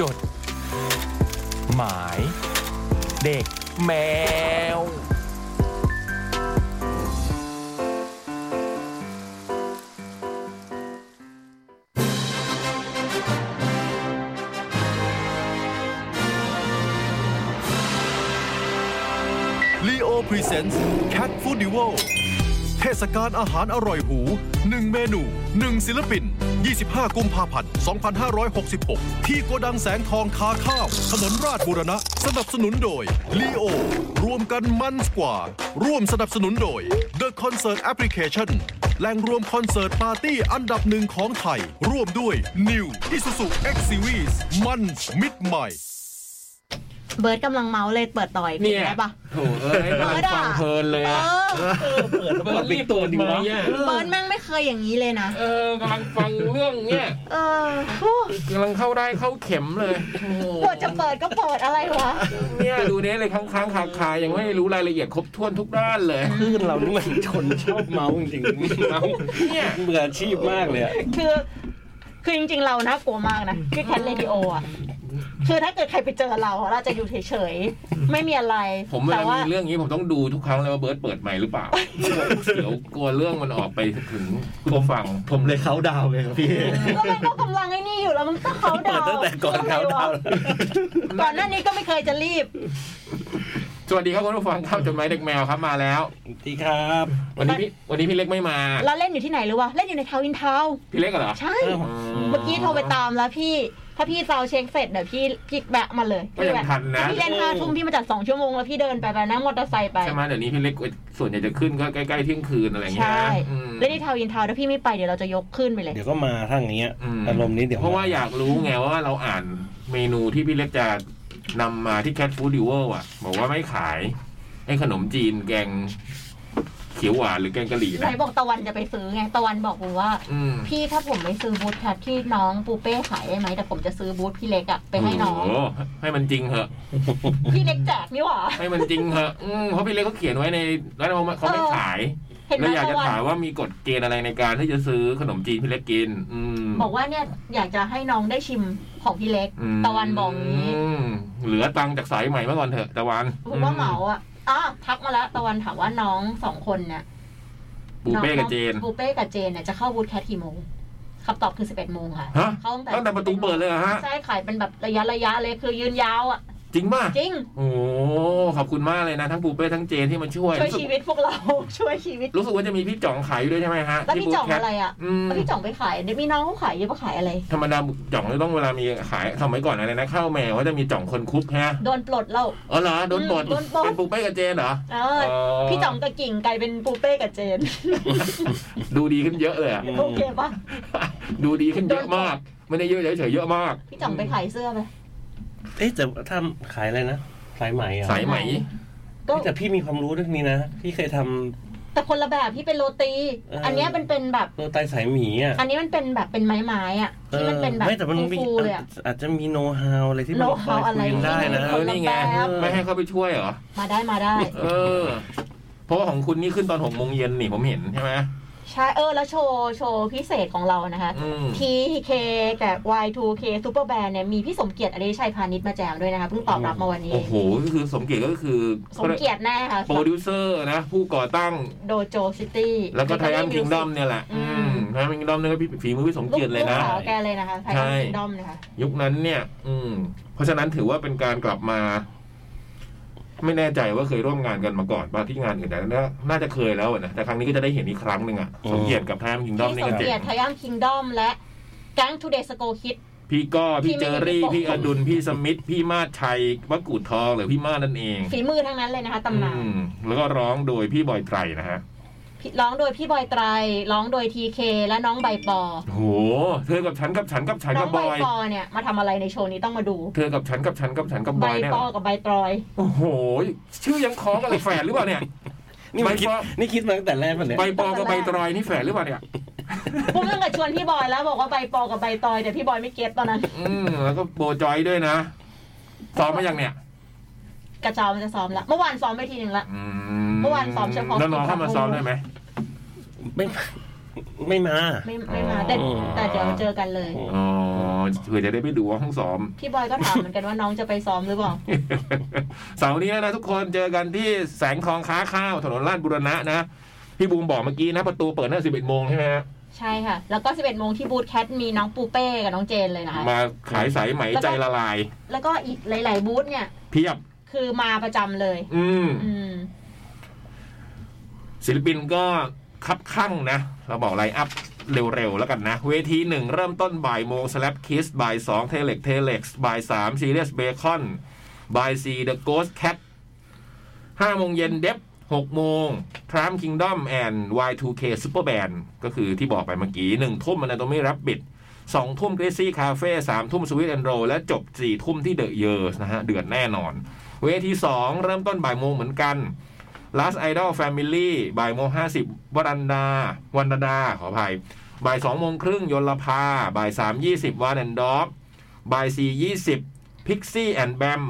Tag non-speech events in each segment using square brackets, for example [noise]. จด หมาย เด็กแมว ลีโอพรีเซนต์แคทฟูดิโวเทศกาลอาหารอร่อยหู 1 เมนู 1 ศิลปิน 25 กุมภาพันธ์ 2566 ที่โกดังแสงทองคาข้าว ถนนราชบูรณะ สนับสนุนโดยลีโอรวมกันมันกว่า ร่วมสนับสนุนโดย The Concert Application แหล่งรวมคอนเสิร์ตปาร์ตี้อันดับหนึ่งของไทย ร่วมด้วย New Isuzu X Series มันมิดใหม่ เบิร์ดกำลังเมาเลยเปิดต่อยเพลงได้ปะ โถ่เอ้ย เบิร์ดอะ ฟังเพลินเลย เอ อะ อ เปิดแล้วเปิดปิดตัวดีวะ เบิร์ดแม่งไม่เคยอย่างนี้เลยนะ เออกำลังฟังเรื่องเนี่ย เออโอ้ กำลังเข้าได้เข้าเข็มเลยโอ้โห กว่าจะเปิดก็เปิดอะไรวะ เนี่ยดูเนี่ยเลยค้างค้างๆคาคายังไม่รู้รายละเอียดครบถ้วนทุกด้านเลย คลื่นเรานี่มันชนชอบเมาจริงๆเมา เนี่ย เบื่ออาชีพมากเลยอะ คือ คือจริงๆเราน่ากลัวมากนะคือแคทเรดิโออ่ะ คือถ้าเกิดใครไปเจอเราเราจะอยู่เฉยๆ ไม่มีอะไร ผมเว แต่ ลา ว่า มีเรื่องนี้ผมต้องดูทุกครั้งเลยว่าเบิร์ดเปิดใหม่หรือเปล่า เดี๋ยวกลัวเรื่องมันออกไปถึงผู้ฟัง ผมเลยเขาดาวน์ไงครับพี่ ก็มันก็กำลังไอ้นี่อยู่แล้วมันก็เขา เปิ ดา ด ว ตั้งแต่ก่อนเขาดาวน์แล้ว ก่อนหน้านี้ก็ไม่เคยจะรีบ สวัสดีครับคุณผู้ฟังครับจดหมายเด็กแมวครับมาแล้ว สวัสดีครับ วันนี้พี่วันนี้พี่เล็กไม่มา แล้วเล่นอยู่ที่ไหนหรือวะ เล่นอยู่ในทาวน์อินทาวน์ พี่เล็กเหรอ ใช่ เมื่อกี้โทรไปตามแล้วพี่ ถ้าพี่เซาเช็คเสร็จเดี๋ยวพี่พี่แบะมาเลย ก็ พี่ ยัง แบะ ทัน ถ้า นะ พี่เล่นห้าทุ่มพี่มาจัดสองชั่วโมงแล้วพี่เดินไปไปนั่งมอเตอร์ไซค์ไป ใช่ไหมเดี๋ยวนี้พี่เล็กส่วนใหญ่จะขึ้นก็ใกล้ๆเที่ยงคืนอะไรอย่างเงี้ย ใช่ อืม เล่นในทาวน์อินทาวน์ถ้าพี่ไม่ไปเดี๋ยวเราจะยกขึ้นไปเลย เดี๋ยวก็มาทั้งอย่างเงี้ย อืม อารมณ์นี้เดี๋ยว เพราะว่าอยากรู้ไงว่าเราอ่านเมนูที่พี่เล็กจะนำมาที่แคทฟู้ดดิวเวอร์อ่ะ บอกว่าไม่ขายไอ้ขนมจีนแกงเขียวหวานหรือแกงกะหรี่ ไหน นะ บอกตะวันจะไปซื้อไง ตะวันบอกผมว่า อืม พี่ถ้าผมไม่ซื้อบูธแคทที่น้องปูเป้ขายได้ไหมแต่ผมจะซื้อบูธพี่เล็กอะไปให้น้อง โโให้มันจริงเหอะ พี่เล็กแจกนี่หว่า ให้มันจริงเหอะอืมเพราะพี่เล็กเขาเขียนไว้ในร้านเขาไม่ เออ ขาย เห็นไหม แล้วอยาก ตะ จะ วัน ถามว่ามีกฎเกณฑ์อะไรในการที่จะซื้อขนมจีนพี่เล็กกิน อืม บอกว่าเนี่ยอยากจะให้น้องได้ชิมของพี่เล็ก อืม ตะวันบอกอย่างนี้ มเหลือตังค์จากสายใหม่มาก่อนเถอะตะวัน ผมว่าเหมาอ่ะอ่ะทักมาแล้วตะวันถามว่าน้องสองคนเนี่ย ปูเป้กับเจน องปูเป้กับเจนเนี่ยจะเข้าบูธแคทกี่โมงคำตอบคือสิบเอ็ดโมงค่ะ ฮะ เข้าตั้งแต่ ตั้งแต่ประตูเปิดเลยเหรอฮะ ใช่ขายเป็นแบบระยะระยะเลยคือยืนยาวอ่ะ จริงป่ะ จริง โอ้โหขอบคุณมากเลยนะทั้งปูเป้ทั้งเจนที่มาช่วย ช่วย รู้สึ ชี ก วิตพวกเรา [laughs] ช่วยชีวิต รู้สึกว่าจะมีพี่จ่องขายอยู่ด้วยใช่ไหมฮะ แล้วพี่จ่อง บูธแคท อะไรอ่ะ อืม แล้วพี่จ่องไปขายเดี๋ยวมีน้องเขาขายเยอะไปขายอะไร ธรรมดาจ่องจะต้องเวลามีขายสมัยก่อนอะไรนะข้าวแมวก็จะมีจ่องคนคุกฮะ โดนปลดแล้ว อ๋อเหรอโดนบด โดนปลด เป็นปูเป้กับเจนเหรอ เอ อ อพี่จ่องกับกิ่งกลายเป็นปูเป้กับเจน ดูดีขึ้นเยอะเลยอะ [laughs] โอเคปะ ดูดีขึ้นเยอะมากไม่ได้เยอะเฉยๆเยอะมาก พี่จ่องไปขายเสื้อไป เอ๊ะแต่ทำขายอะไรนะสายไหมอ่ะ สายไหม ก็ เอ๊ะแต่พี่มีความรู้เรื่องนี้นะพี่เคยท แต่คนละแบบพี่เป็นโรตี เอออั อันเนี้ยมันเป็นแบบ ำโรตีสายหมีอ่ะ อันนี้มันเป็นแบบเป็นไม้ไม้ๆอ่ะที่มันเป็นแบบ ออไม่แต่มันมี ฟูๆเลยอ่ะ อาจจะมีโน้ตฮาวอะไรที่มั โน้ น ตฮาวอะไร คุยกันได้นะ เออนี่ไง แบบ ไม่ให้เขาไปช่วยเหรอ มาได้มาได้ เออ เพราะว่าของคุณนี่ขึ้นตอนหกโมงเย็นนี่ผมเห็นใช่ไหม ใช่เออแล้วโชว์ โชว์พิเศษของเรานะคะ อืม TK กับ Y2K Super Band เนี่ยมีพี่สมเกียรติอริชัยพาณิชย์มาแจมด้วยนะคะเพิ่งตอบรับมาวันนี้ โอ้โหก็คือสมเกียรติก็คือ สมเกียรติแน่ค่ะ โปรดิวเซอร์นะ ผู้ก่อตั้ง โดโจซิตี้ แล้วก็ไทอัมคิงดอมเนี่ยแหละ อืม ไทอัมคิงดอมนี่ก็พี่ฝีมือพี่สม ลูก เกียรติเลยนะ สาวแกเลยนะคะไท ใช่ อัมคิงดอมนะคะ ยุคนั้นเนี่ย อืม เพราะฉะนั้นถือว่าเป็นการกลับมา ไม่แน่ใจว่าเคยร่วมงานกันมาก่อนป่ะที่งานอื่นแต่น่าน่าจะเคยแล้วอะนะแต่ครั้งนี้ก็จะได้เห็นอีกครั้งหนึ่งอะ อืม สมเกียรติกับไทอัมคิงดอม พี่ นี่ สมก็เจ๋ เกียรติ ง ไทอัมคิงดอมและแก๊งทูเดย์สโกคิด พี่ก้อ พี่ พี่ ไม่ เจอรี่ มีพี่ พี่ โป่ อง ดุลพี่สมิธพี่มาศชัยวกูดทองหรือพี่มาศนั่นเอง ฝีมือทั้งนั้นเลยนะคะตำนาน อืมแล้วก็ร้องโดยพี่บอยไตรนะฮะ พี่ร้องโดยพี่บอยไตรร้องโดย TK และน้องใบปอ โหเธอกับฉันกับฉันกับฉัน น้อ กั ง บ ใบบ อย ปอเนี่ยมาทำอะไรในโชว์นี้ต้องมาดู เธอกับฉันกับฉันกับฉันกับ ใบบ อยเนี่ปยเหร อ อ กับใบตรอย โอ้โห ชื่อยังคล้องอะไรแฝดหรือเปล่าเนี่ย นี่มันคิด ใบปอ นี่คิดมาตั้งแต่แรกมันเนี่ย ใบปอกับใบตรอยนี่แฝดหรือเปล่าเนี่ย ผมตั้งแต่ชวนพี่บอยแล้วบอกว่าใบปอกับใบตอยแต่พี่บอยไม่เก็ตตอนนั้น อืมแล้วก็โบจอยด้วยนะซ้อมมายังเนี่ย กระจาวมันจะซ้อมละเมื่อวานซ้อมไปทีหนึ่งละ เมื่อวานซ้อมเฉพาะ แล้วน้องเข้ามาซ้อมได้ไหม ไม่ ไม่มา ไม่ไม่มาแต่ อ๋อ แต่เดี๋ยวเจอกันเลย อ๋อเผื่อจะได้ไปดูห้องซ้อม พี่บอยก็ถามเหมือนกันว่าน้องจะไปซ้อมหรือเปล่า เสาร์ [laughs] นี้นะทุกคนเจอกันที่แสงทองค้าข้าวถนนลาดบุรณะนะ พี่บูมบอกเมื่อกี้นะ ประตูเปิดตั้งแต่11โมงใช่ไหมฮะ ใช่ค่ะ แล้วก็ 11โมงที่บูธแคทมีน้องปูเป้กับน้องเจนเลยนะคะ มาขายสายไหมใจละลาย แล้วก็อีกหลาย ๆ บูธเนี่ย เพียบ คือมาประจำเลย อืม อืม ศิลปินก็คับข้างนะ เราบอกไลน์อัพเร็ว ๆ แล้วกันนะ เวทีหนึ่งเริ่มต้นบ่ายโมง slap kiss บ่ายสองเทเล็กเทเล็กบ่ายสาม serious bacon บ่ายสี่ the ghost cat ห้าโมงเย็นเดฟหกโมง Trump Kingdom and Y2K Super Band ก็คือที่บอกไปเมื่อกี้หนึ่งทุ่ม Anatomy Rabbit สองทุ่ม Gracie Cafe สามทุ่ม Sweet and Roll และจบสี่ทุ่มที่ The Years นะฮะ เดือดแน่นอน เวทีสองเริ่มต้นบ่ายโมงเหมือนกัน Last Idol Family บ่ายโมงห้าสิบวรันดา วันดา ขออภัย บ่ายสองโมงครึ่งยนลภา บ่ายสามยี่สิบวานแอนด์ด็อกบ่ายสี่ยี่สิบพิกซี่แอนด์แบม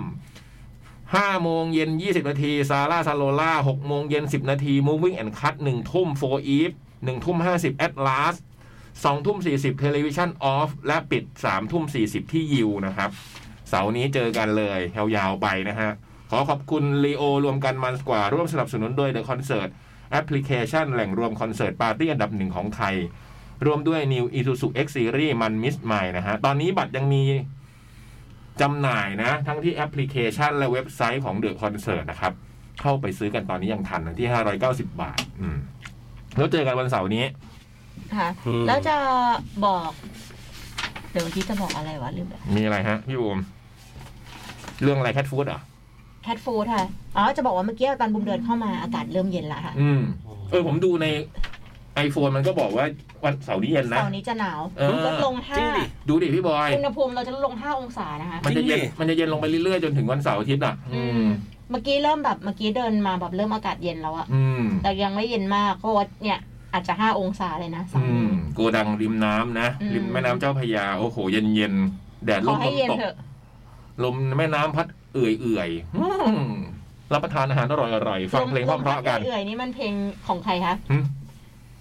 ห้าโมงเย็นยี่สิบนาทีซาร่าซาโลล่าหกโมงเย็นสิบนาทีมูวิ่งแอนด์คัทหนึ่งทุ่มโฟอีฟหนึ่งทุ่มห้าสิบแอตลาสสองทุ่มสี่สิบเทเลวิชันออฟและปิดสามทุ่มสี่สิบที่ยิวนะครับ เสาร์นี้เจอกันเลยยาวๆไปนะฮะ ขอขอบคุณลีโอรวมกันมันกว่า ร่วมสนับสนุนโดย The Concert แอปพลิเคชันแหล่งรวมคอนเสิร์ตปาร์ตี้อันดับหนึ่งของไทย รวมด้วย New Isuzu X Series มันมิสใหม่นะฮะ ตอนนี้บัตรยังมีจำหน่ายนะ ทั้งที่แอปพลิเคชันและเว็บไซต์ของ The Concert นะครับ เข้าไปซื้อกันตอนนี้ยังทันนะที่ 590 บาท อืมแล้วเจอกันวันเสาร์นี้ ค่ะ อืม แล้วจะบอก เดี๋ยววันที่จะบอกอะไรวะลืมแล้ว มีอะไรฮะ พี่บูมเรื่องอะไรแคทฟู้ดอ่ะ แคทฟู้ดค่ะ อ๋อ จะบอกว่าเมื่อกี้ตอนบุมเดินเข้ามาอากาศเริ่มเย็นละค่ะ อืม เออผมดูใน iPhone มันก็บอกว่าวันเสาร์นี้เย็นนะ เสาร์นี้จะหนาว เออ ลดลงห้า จริงดิ ดูดิพี่บอย อุณหภูมิเราจะลดลงห้าองศานะคะ มันจะเย็น จริงดิ มันจะเย็นลงไปเรื่อยๆ จนถึงวันเสาร์อาทิตย์อ่ะ อืม เมื่อกี้เริ่มแบบเมื่อกี้เดินมาแบบเริ่มอากาศเย็นแล้วอะ อืม แต่ยังไม่เย็นมากเพราะว่าเนี่ยอาจจะห้าองศาเลยนะเสา อื ร์นมี้ โกดังริมน้ำนะ อืม ริมแม่น้ำเจ้าพระยา โอ้โห เย็นเย็นๆแดด ข ล อ ม ให้ ลม เย็น ตก เถอะ ลมแม่น้ำพัดเอื่อยเอื่อยๆอืมรับประทานอาหารอร่อยอร่อยๆฟังเพลงเพราะๆกัน เอื่อยๆนี่มันเพลงของใครคะ หึ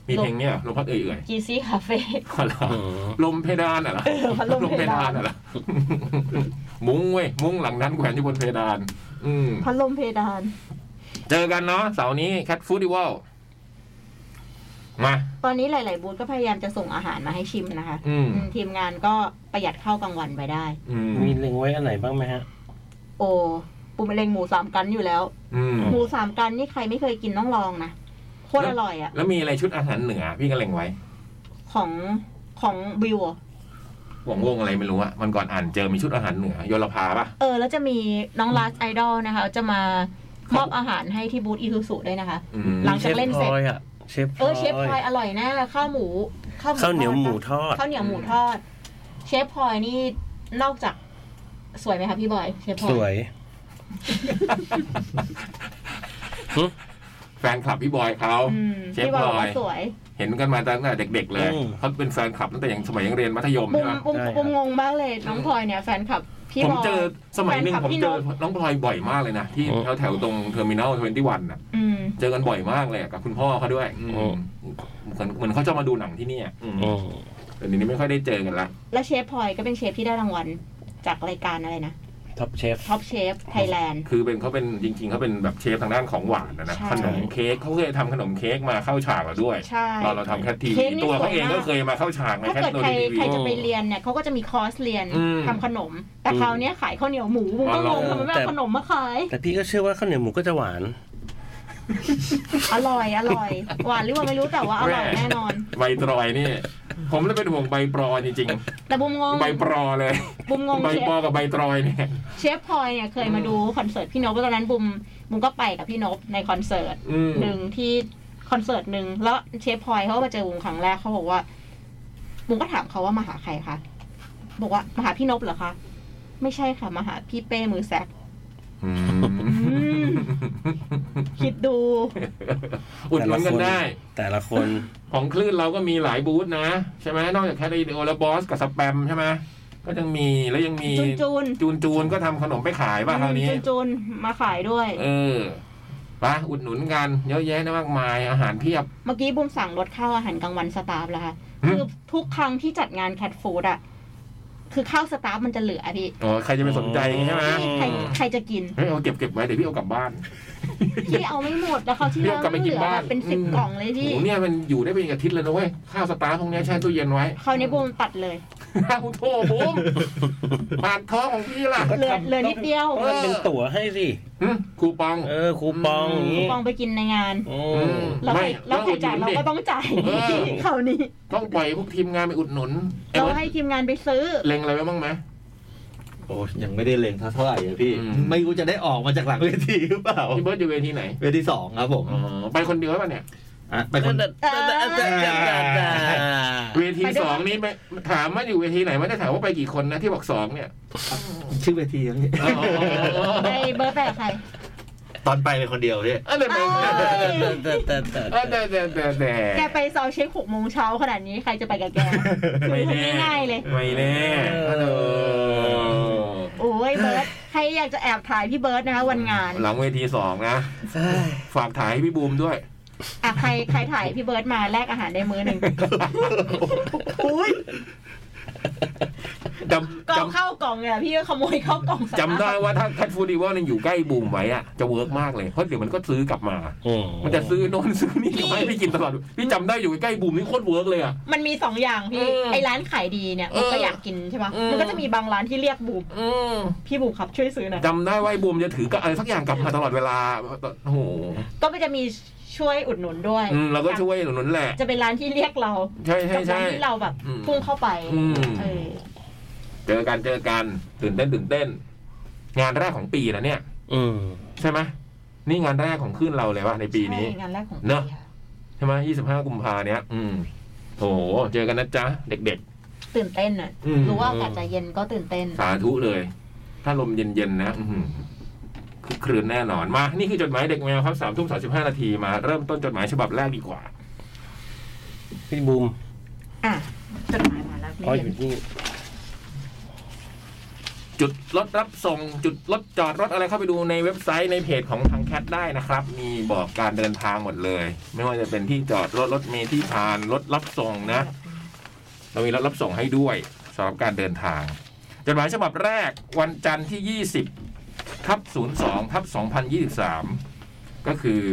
มีเพลงเนี่ยลมพัดเอื่อยเอื่อย กีซี่คาเฟ่ ๆอะไรวะลมเพดานอะเหรอ เออพัดลมเพดาน อะเหรอ มุ้งเว้ยมุ้งหลังนั้นแขวนอยู่บนเพดาน อืม [laughs] พัดลมเพดาน เจอกันเนาะเสาร์นี้แคทฟูดิวัลมา ตอนนี้หลาย ๆ บูธก็พยายามจะส่งอาหารมาให้ชิมนะคะ อืม อืมทีมงานก็ประหยัดข้าวกลางวันไปได้ อืม มีเล็งไว้อันไหนบ้างไหมฮะ โอ้ปูมะเร็งหมูสามกันอยู่แล้ว อืม หมูสามกันนี่ใครไม่เคยกินต้องลองนะโคตรอร่อยอะ แล้วมีอะไรชุดอาหารเหนือ พี่ก็เล็งไว้ ของของบิวอะ หวงวงอะไรไม่รู้อะมันก่อนอ่านเจอมีชุดอาหารเหนือโยลภาปะ เออ แล้วจะมีน้องลาสไอดอลนะคะ จะมามอบอาหารให้ที่บูธอีทูสุด้วยนะคะ อืม หลังจากเล่นเสร็จ ชฟพลอยอะเชฟพ เออเชฟพลอยอร่อยแน่ข้าวหมู ข้าวเหนียวหมู ทอดทอดปะข้าวเหนียวหมูทอด เชฟพลอยนี่นอกจากสวยไหมคะพี่บอยเชฟพลอ ส ย วย [laughs] แฟนคลับพี่บอยเขา อืม เชฟ พี่บอยบอก พลอ ว่าย สวย เห็นกันมาตั้งแต่เด็ก ๆ เลย อืม เขาเป็นแฟนคลับตั้งแต่ยังสมัยยังเรียนมัธยม บุม ใช่ปะ บุม ใช่ครับ บุมงงมากเลยน้องพลอยเนี่ยแฟนคลับพี่ ผ บ ม อย เจอสมัยหนึ่ง แฟนคลับผม พี่ เจ น อก น้องพลอยบ่อยมากเลยนะ ที่แถวแถวๆตรงเทอร์มินอลทเวนตี้วันอะ อืม เจอกันบ่อยมากเลยอะกับคุณพ่อเขาด้วยอืม อืม เหมือนเหมือนเขาจะมาดูหนังที่เนี่ยอืม อืม แต่เดี๋ยวนี้ไม่ค่อยได้เจอกันละ แล้วเชฟพลอยก็เป็นเชฟที่ได้รางวัลจากรายการอะไรนะ ท็อปเชฟ ท็อปเชฟไทยแลนด์ คือเป็นเขาเป็นจริง ๆเขาเป็นแบบเชฟทางด้านของหวานนะนะ ใช่ ขนมเค้กเขาเคยทำขนมเค้กมาเข้าฉากเราด้วย ใช่ ตอนเราทำแคทที เค้ วี กนี่ ตัว สวยมาก เขาเองก็เคยมาเข้าฉากใน ถ้า แคท เกิด โน ใคร ทีวี ใครจะไปเรียนเนี่ยเขาก็จะมีคอร์สเรียน อืม ทำขนม แต่ อืม คราวเนี้ยขายข้าวเหนียวหมูบุมก็ อ๋อเหรง อ งทำไมไม่ แต่ เอาขนมมาขาย แต่พี่ก็เชื่อว่าข้าวเหนียวหมูก็จะหวาน อร่อยอร่อยหวานหรือว่าไม่รู้แต่ว่าอร่อยแน่นอน [laughs] ใบตรอยนี่ ผมเลยเป็นห่วงใบปลอจริง แต่บุมงง ๆ ใบปลอเลย บุมงง ใบ เชฟ ปลอกับใบตรอยเนี่ย เชฟพลอยเนี่ยเคยมาดูคอนเสิร์ตพี่นพแล้วตอนนั้นบุมบุมก็ไปกับพี่นพในคอนเสิร์ต อืม หนึ่งที่คอนเสิร์ตหนึ่งแล้วเชฟพลอยเขาก็มาเจอบุมครั้งแรกเขาบอกว่าบุมก็ถามเขาว่ามาหาใครคะบอกว่ามาหาพี่นพเหรอคะไม่ใช่ค่ะมาหาพี่เป้มือแซก อืม คิดดู [laughs] อุดหนุนกันได้ แต่ละคน ของคลื่นเราก็มีหลายบูธนะ ใช่ไหมนอกจากแคทเรดิโอและบอสกับสแปมใช่ไหมก็ยังมีแล้วยังมี จุนจุน จูนจูนก็ทำขนมไปขายป่ะคราวนี้ จุนจุนมาขายด้วย เออ ไปะอุดหนุนกันเยอะแยะมากมายอาหารเพียบ เมื่อกี้บุมสั่งรถข้าวอาหารกลางวันสตาฟแล้วค่ะ หึ คือทุกครั้งที่จัดงานแคทฟู้ดอ่ะ คือข้าวสตาฟมันจะเหลืออะพี่ อ๋อใครจะไปสนใจใช่ไหม อืม ใครใครจะกิน เฮ้ยเอาเก็บเก็บไว้เดี๋ยวพี่เอากลับบ้าน พี่เอาไม่หมดแล้วเขาวที่ พี่ แล้ว เอากลับ มั ไป นเหลือกินบ้า แบบนเป็นสิบ อืม กล่องเลย โอ้ พี่ โหเนี่ยมันอยู่ได้เป็นอาทิตย์เลยนะเว้ยข้าวสตาร์พวกเนี้ยแช่ตู้เย็นไว้ คราวนี้บุมตัดเลย อ้าว [laughs] โถบุ้มปากท้องของพี่ล่ะ ก็ เหลือ ทำ เหลือนิดเดียว ต้องทำเป็นตั๋วให้สิ หึคูปอง เออคูปองอย่างนี้ กองไปกินในงาน โอ้ อืม แล้ว ไม่ ใครแล้วใครจ่าย เรา เรา อุดหก็นุนดิต้องจ่าย เออ คราวนี้ ต้องปล่อยพวกทีมงานไปอุดหนุนเอ้ย เราให้ทีมงานไปซื้อ เล็งอะไรไว้บ้างไหม โอ้ยยังไม่ได้เลงเท่าไหร่อะพี่ อืม ไม่รู้จะได้ออกมาจากหลังเวทีหรือเปล่า พี่เบิร์ดอยู่เวทีไหน เวทีสองครับผม อ๋อไปคนเดียวหรือเปล่ะเนี่ย อ่ะไปคน เออ เวที ไปด้วย สองนี่ไม่ถามว่าอยู่เวทีไหนไม่ได้ถามว่าไปกี่คนนะที่บอกสองเนี่ย ชื่อเวทีครับพี่ อ๋อ ไปเบอร์แปดใคร [laughs] ตอนไปเป็นคนเดียวพี่ เออแต่แต่เออแต่แต่แต่แต่ แกไปซาวเช็คหกโมงเช้าขนาดนี้ใครจะไปกับแก ไม่ คือ แน่ ง่ายๆเลย ไม่แน่เออ โอ้ยเบิร์ตใครอยากจะแอบถ่ายพี่เบิร์ตนะคะ วันงาน หลังเวทีสองนะ ฝากถ่ายให้พี่บูมด้วย อ่ะใครใครถ่ายพี่เบิร์ตมาแลกอาหารได้มื้อ [laughs] หนึ่งอุ้ย จำ กล่อง จำ เข้ากล่องเนี่ยพี่ก็ขโมยเข้ากล่องสตาร์ จำได้ว่าถ้าแคทฟูดิวัลนี่ยอยู่ใกล้บูมไว้อะจะเวิร์กมากเลย เพราะเดี๋ยวมันก็ซื้อกลับมา มันจะซื้อโนนซื้อนี่กลับมาให้พี่กินตลอด พี่จำได้อยู่ใกล้บูมนี่โคตรเวิร์กเลยอะ มันมีสองอย่างพี่ เออ ไอร้านขายดีเนี่ย เอมัอนก็อยากกินใช่ปะ อืม มันก็จะมีบางร้านที่เรียกบูมพี่บูมครับช่วยซื้อหน่อย [laughs] จำได้ว่าไอ้บูมจะถือก็อะไรสักอย่างกลับมาตลอดเวลา โอ้โห ก็มันจะมีช่วยอุดหนุนด้วย อืมเราก็ช่วยหนุนแหละ จะเป็นร้านที่เรียกเรา ใช่ใช่ กับร้า ใช่ นที่เราแบบ อืม พุ่งเข้าไป อืม เออ เจอกันเจอกันตื่นเต้นตื่นเต้น งานแรกของปีนะเนี่ย อืม ใช่ไหมนี่งานแรกของขึ้นเราเลยว่ะในปีนี้ ใช่งานแรกของ เนอะ ปีค่ ใช่ไหมยี่สิบห้ากุมภาเนี้ย อืมโหเจอกันนะจ๊ะเด็ก ตื่นเต้นอ่ะ อืม รู้ว่าอากาศจะเย็นก็ตื่นเต้น ๆ สาธุเลย ถ้าลมเย็น ๆ นะ อือหือคือครืนแน่นอนมา นี่คือจดหมายเด็กแมวครับสามทุ่มสาสิบห้านาทีมา เริ่มต้นจดหมายฉบับแรกดีกว่า พี่บูม อ่ะจดหมายมาแล้วพี่ อ๋ออยู่นี่ จุดรถรับส่งจุดรถจอดรถอะไรเข้าไปดูในเว็บไซต์ในเพจของทางแคทได้นะครับ มีบอกการเดินทางหมดเลย ไม่ว่าจะเป็นที่จอดรถรถเมล์ที่ผ่านรถรับส่งนะ เรามีรถรับส่งให้ด้วยสำหรับการเดินทางจดหมายฉบับแรกวันจันทร์ที่ 20ทับ02ทับ2023 ก็คือ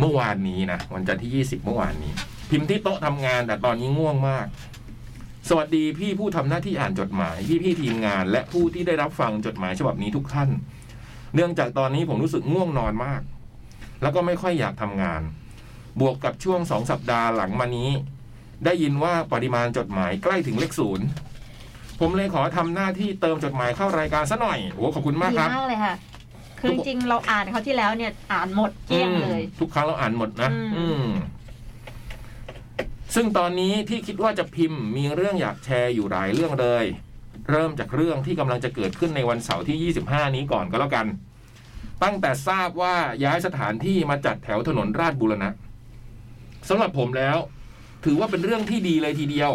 เมื่อวานนี้นะวันจันทร์ที่ 20 เมื่อวานนี้ พิมพ์ที่โต๊ะทำงานแต่ตอนนี้ง่วงมาก สวัสดีพี่ผู้ทำหน้าที่อ่านจดหมายพี่พี่ๆทีมงาน และผู้ที่ได้รับฟังจดหมายฉบับนี้ทุกท่าน เนื่องจากตอนนี้ผมรู้สึกง่วงนอนมาก แล้วก็ไม่ค่อยอยากทำงาน บวกกับช่วงสองสัปดาห์หลังมานี้ ได้ยินว่าปริมาณจดหมายใกล้ถึงเลขศูนย์ผมเลยขอทำหน้าที่เติมจดหมายเข้ารายการซะหน่อยโอ้ขอบคุณมาก ดี ครับ มากเลยค่ะ คือ ทุ จ กคน ริงๆเราอ่านเขาวที่แล้วเนี่ยอ่านหมดเกลี้ยงเลย อืมทุกครั้งเราอ่านหมดนะ อืม อืมซึ่งตอนนี้ที่คิดว่าจะพิมพ์มีเรื่องอยากแชร์อยู่หลายเรื่องเลย เริ่มจากเรื่องที่กำลังจะเกิดขึ้นในวันเสาร์ที่ 25 นี้ก่อนก็แล้วกัน ตั้งแต่ทราบว่าย้ายสถานที่มาจัดแถวถนนราชบุรณะสำหรับผมแล้ว ถือว่าเป็นเรื่องที่ดีเลยทีเดียว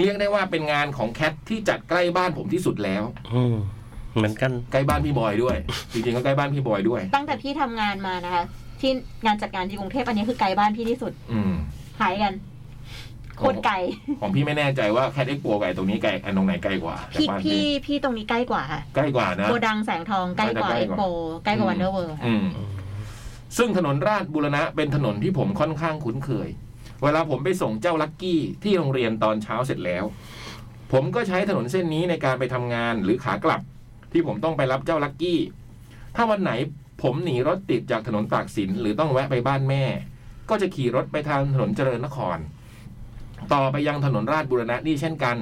เรียกได้ว่าเป็นงานของแคทที่จัดใกล้บ้านผมที่สุดแล้ว อืมเหมือนกัน ใกล้บ้านพี่บอยด้วย จริงๆก็ใกล้บ้านพี่บอยด้วย ตั้งแต่พี่ทำงานมานะคะ ที่งานจัดงานที่กรุงเทพอันนี้คือไกลบ้านพี่ที่สุด อืม หายกันโคตรไกล ของพี่ไม่แน่ใจว่าแคทเอ็กโปไก่ตรงนี้ไก่อันตรงไหนไกลกว่าจาก พี่ บ้าน พี่พี่ตรงนี้ใกล้กว่าค่ะ ใกล้กว่านะ โกดังแสงทองใกล้กว่า ใกล้ เอ็ก กว่า โปใกล้กว่าวันเดอร์เวิร์ อืมซึ่งถนนราชบุรณะเป็นถนนที่ผมค่อนข้างคุ้นเคย เวลาผมไปส่งเจ้าลักกี้ที่โรงเรียนตอนเช้าเสร็จแล้ว ผมก็ใช้ถนนเส้นนี้ในการไปทำงานหรือขากลับ ที่ผมต้องไปรับเจ้าลักกี้ ถ้าวันไหนผมหนีรถติดจากถนนตากสินหรือต้องแวะไปบ้านแม่ ก็จะขี่รถไปทางถนนเจริญนคร ต่อไปยังถนนราชบุรณะนี่เช่นกัน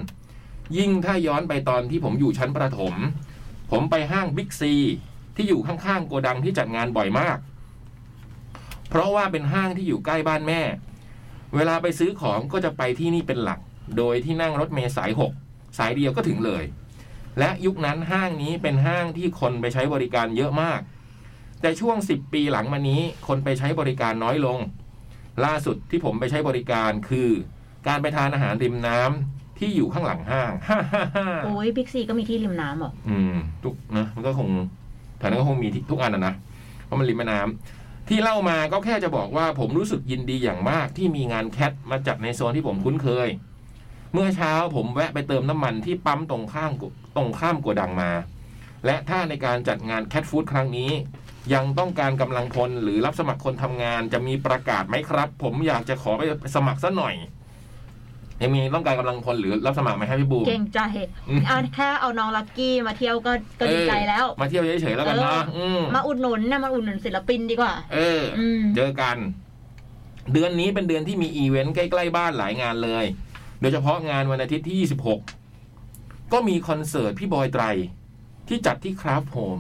ยิ่งถ้าย้อนไปตอนที่ผมอยู่ชั้นประถม ผมไปห้างบิ๊กซี ที่อยู่ข้างๆโกดังที่จัดงานบ่อยมาก เพราะว่าเป็นห้างที่อยู่ใกล้บ้านแม่ เวลาไปซื้อของก็จะไปที่นี่เป็นหลัก โดยที่นั่งรถเมล์สาย 6 สายเดียวก็ถึงเลย และยุคนั้นห้างนี้เป็นห้างที่คนไปใช้บริการเยอะมาก แต่ช่วง 10 ปีหลังมานี้ คนไปใช้บริการน้อยลง ล่าสุดที่ผมไปใช้บริการคือ การไปทานอาหารริมน้ำที่อยู่ข้างหลังห้าง [laughs] โอ้ยบิ๊กซีก็มีที่ริมน้ำเหรอ อืมทุกนะมันก็คงถ แต่นั้นก็คงมีทุกอันนะนะ เพราะมันริมแม่น้ำที่เล่ามาก็แค่จะบอกว่าผมรู้สึกยินดีอย่างมากที่มีงานแคทมาจัดในโซนที่ผมคุ้นเคย เมื่อเช้าผมแวะไปเติมน้ำมันที่ปั๊มตรงข้ามตรงข้ามกัวดังมา และถ้าในการจัดงานแคทฟู้ดครั้งนี้ ยังต้องการกำลังพลหรือรับสมัครคนทำงานจะมีประกาศไหมครับ ผมอยากจะขอไปสมัครซะหน่อยยังมีต้องการกำลังพลหรือรับสมัครไหมครับพี่บูม เก่งใจ อืม เอาแค่เอาน้องลักกี้มาเที่ยวก็ก็ดีใจแล้ว เออมาเที่ยวเฉยๆแล้วกันเนาะอืม มาอุดหนุนนะมาอุดหนุนศิลปินดีกว่า เอออ อืม เจอกัน เดือนนี้เป็นเดือนที่มีอีเวนต์ใกล้ๆบ้านหลายงานเลย โดยเฉพาะงานวันอาทิตย์ที่ 26 ก็มีคอนเสิร์ตพี่บอยไตร ที่จัดที่คราฟโฮม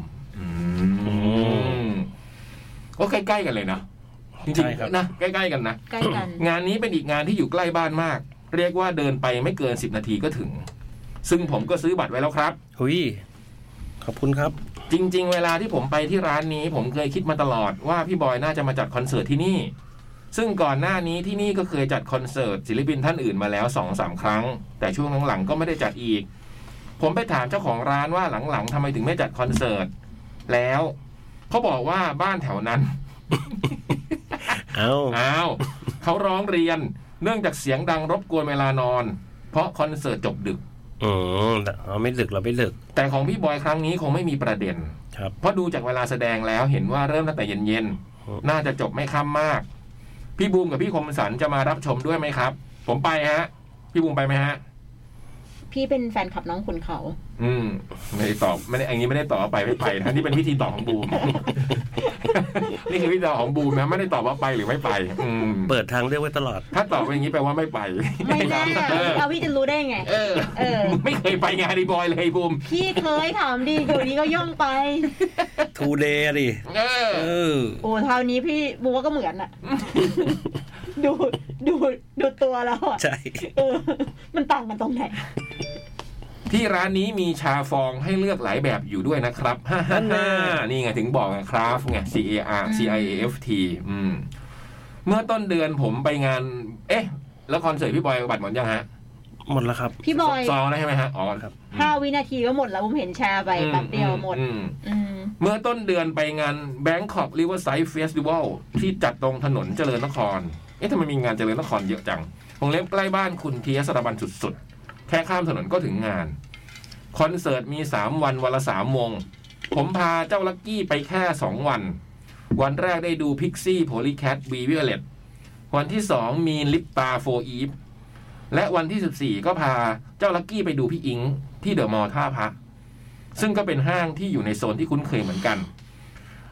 ก็ใกล้ๆกันเลยนะจริง ใช่ครับ ๆนะใกล้ๆกันนะ ใกล้กัน งานนี้เป็นอีกงานที่อยู่ใกล้บ้านมาก เรียกว่าเดินไปไม่เกิน 10 นาทีก็ถึง ซึ่งผมก็ซื้อบัตรไว้แล้วครับ หุยขอบคุณครับ จริง ๆ เวลาที่ผมไปที่ร้านนี้ ผมเคยคิดมาตลอดว่าพี่บอยน่าจะมาจัดคอนเสิร์ตที่นี่ ซึ่งก่อนหน้านี้ที่นี่ก็เคยจัดคอนเสิร์ตศิลปินท่านอื่นมาแล้ว2อสาครั้ง แต่ช่วงหลังๆก็ไม่ได้จัดอีก ผมไปถามเจ้าของร้านว่าหลังๆทำไมถึงไม่จัดคอนเสิร์ตแล้วเขาบอกว่าบ้านแถวนั้น เอา อ้าวเขาร้องเรียนเนื่องจากเสียงดังรบกวนเวลานอน เพราะคอนเสิร์ตจบดึก อืมเราไม่ดึกเราไม่ดึก แต่ของพี่บอยครั้งนี้คงไม่มีประเด็น ครับ เพราะดูจากเวลาแสดงแล้วเห็นว่าเริ่มตั้งแต่เย็น อืม ๆ น่าจะจบไม่ค่ำมาก พี่บูมกับพี่คมสันจะมารับชมด้วยไหมครับ ผมไปฮะ พี่บูมไปไหมฮะ พี่เป็นแฟนคลับน้องขุนเขา อืม ไม่ได้ตอบไม่ได้อันนี้ไม่ได้ตอบว่าไปไม่ไปนะนี่เป็นวิธีตอบของบูม [laughs] นี่คือวิธีตอบของบูมนะไม่ได้ตอบว่าไปหรือไม่ไป อืม เปิดทางเลือกไว้ตลอด ถ้าตอบเป็นอย่างนี้แปลว่าไม่ไป ไม่แน่ [laughs] เออ เอาพี่จะรู้ได้ไง เออ เออ มึงไม่เคยไปงานไอ้บอยเลยไอ้บูม พี่เคยถามดีอยู่นี้ก็ย่องไป ทูเดย์ดิ เออ เออ โอ้เท่านี้พี่บัวก็เหมือนอะ ดูดูดูตัวแล้วอะ ใช่ เออ มันต่างกันตรงไหน ที่ร้านนี้มีชาฟองให้เลือกหลายแบบอยู่ด้วยนะครับฮ่าฮ่าฮ่านี่ไงถึงบอกไงคราฟไง C A R C I A F T อืม เมื่อต้นเดือนผมไปงาน เอ๊ะ แล้วคอนเสิร์ตพี่บอยบัตรหมดยังฮะ หมดแล้วครับ พี่บอย ซองแล้วใช่ไหมฮะ อ๋อ ครับ ห้าวินาทีก็หมดแล้วผมเห็นแชร์ไป อืม แป๊บเดียวหมด อื อืม เมื่อต้นเดือนไปงาน Bangkok Riverside Festival ที่จัดตรงถนนเจริญนคร เอ๊ะทำไมมีงานเจริญนครเยอะจังวงเล็บใกล้บ้านคุณเทียสรบันสุดๆ แค่ข้ามถนนก็ถึงงาน คอนเสิร์ตมี 3 วันวันละ 3 วง ผมพาเจ้าลักกี้ไปแค่ 2 วัน วันแรกได้ดูพิกซี่โพลีแคทวีวิเอเลตวันที่ 2 มีลิปตาโฟอีฟและวันที่ 14 ก็พาเจ้าลักกี้ไปดูพี่อิง ที่เดอะมอลล์ท่าพระซึ่งก็เป็นห้างที่อยู่ในโซนที่คุ้นเคยเหมือนกัน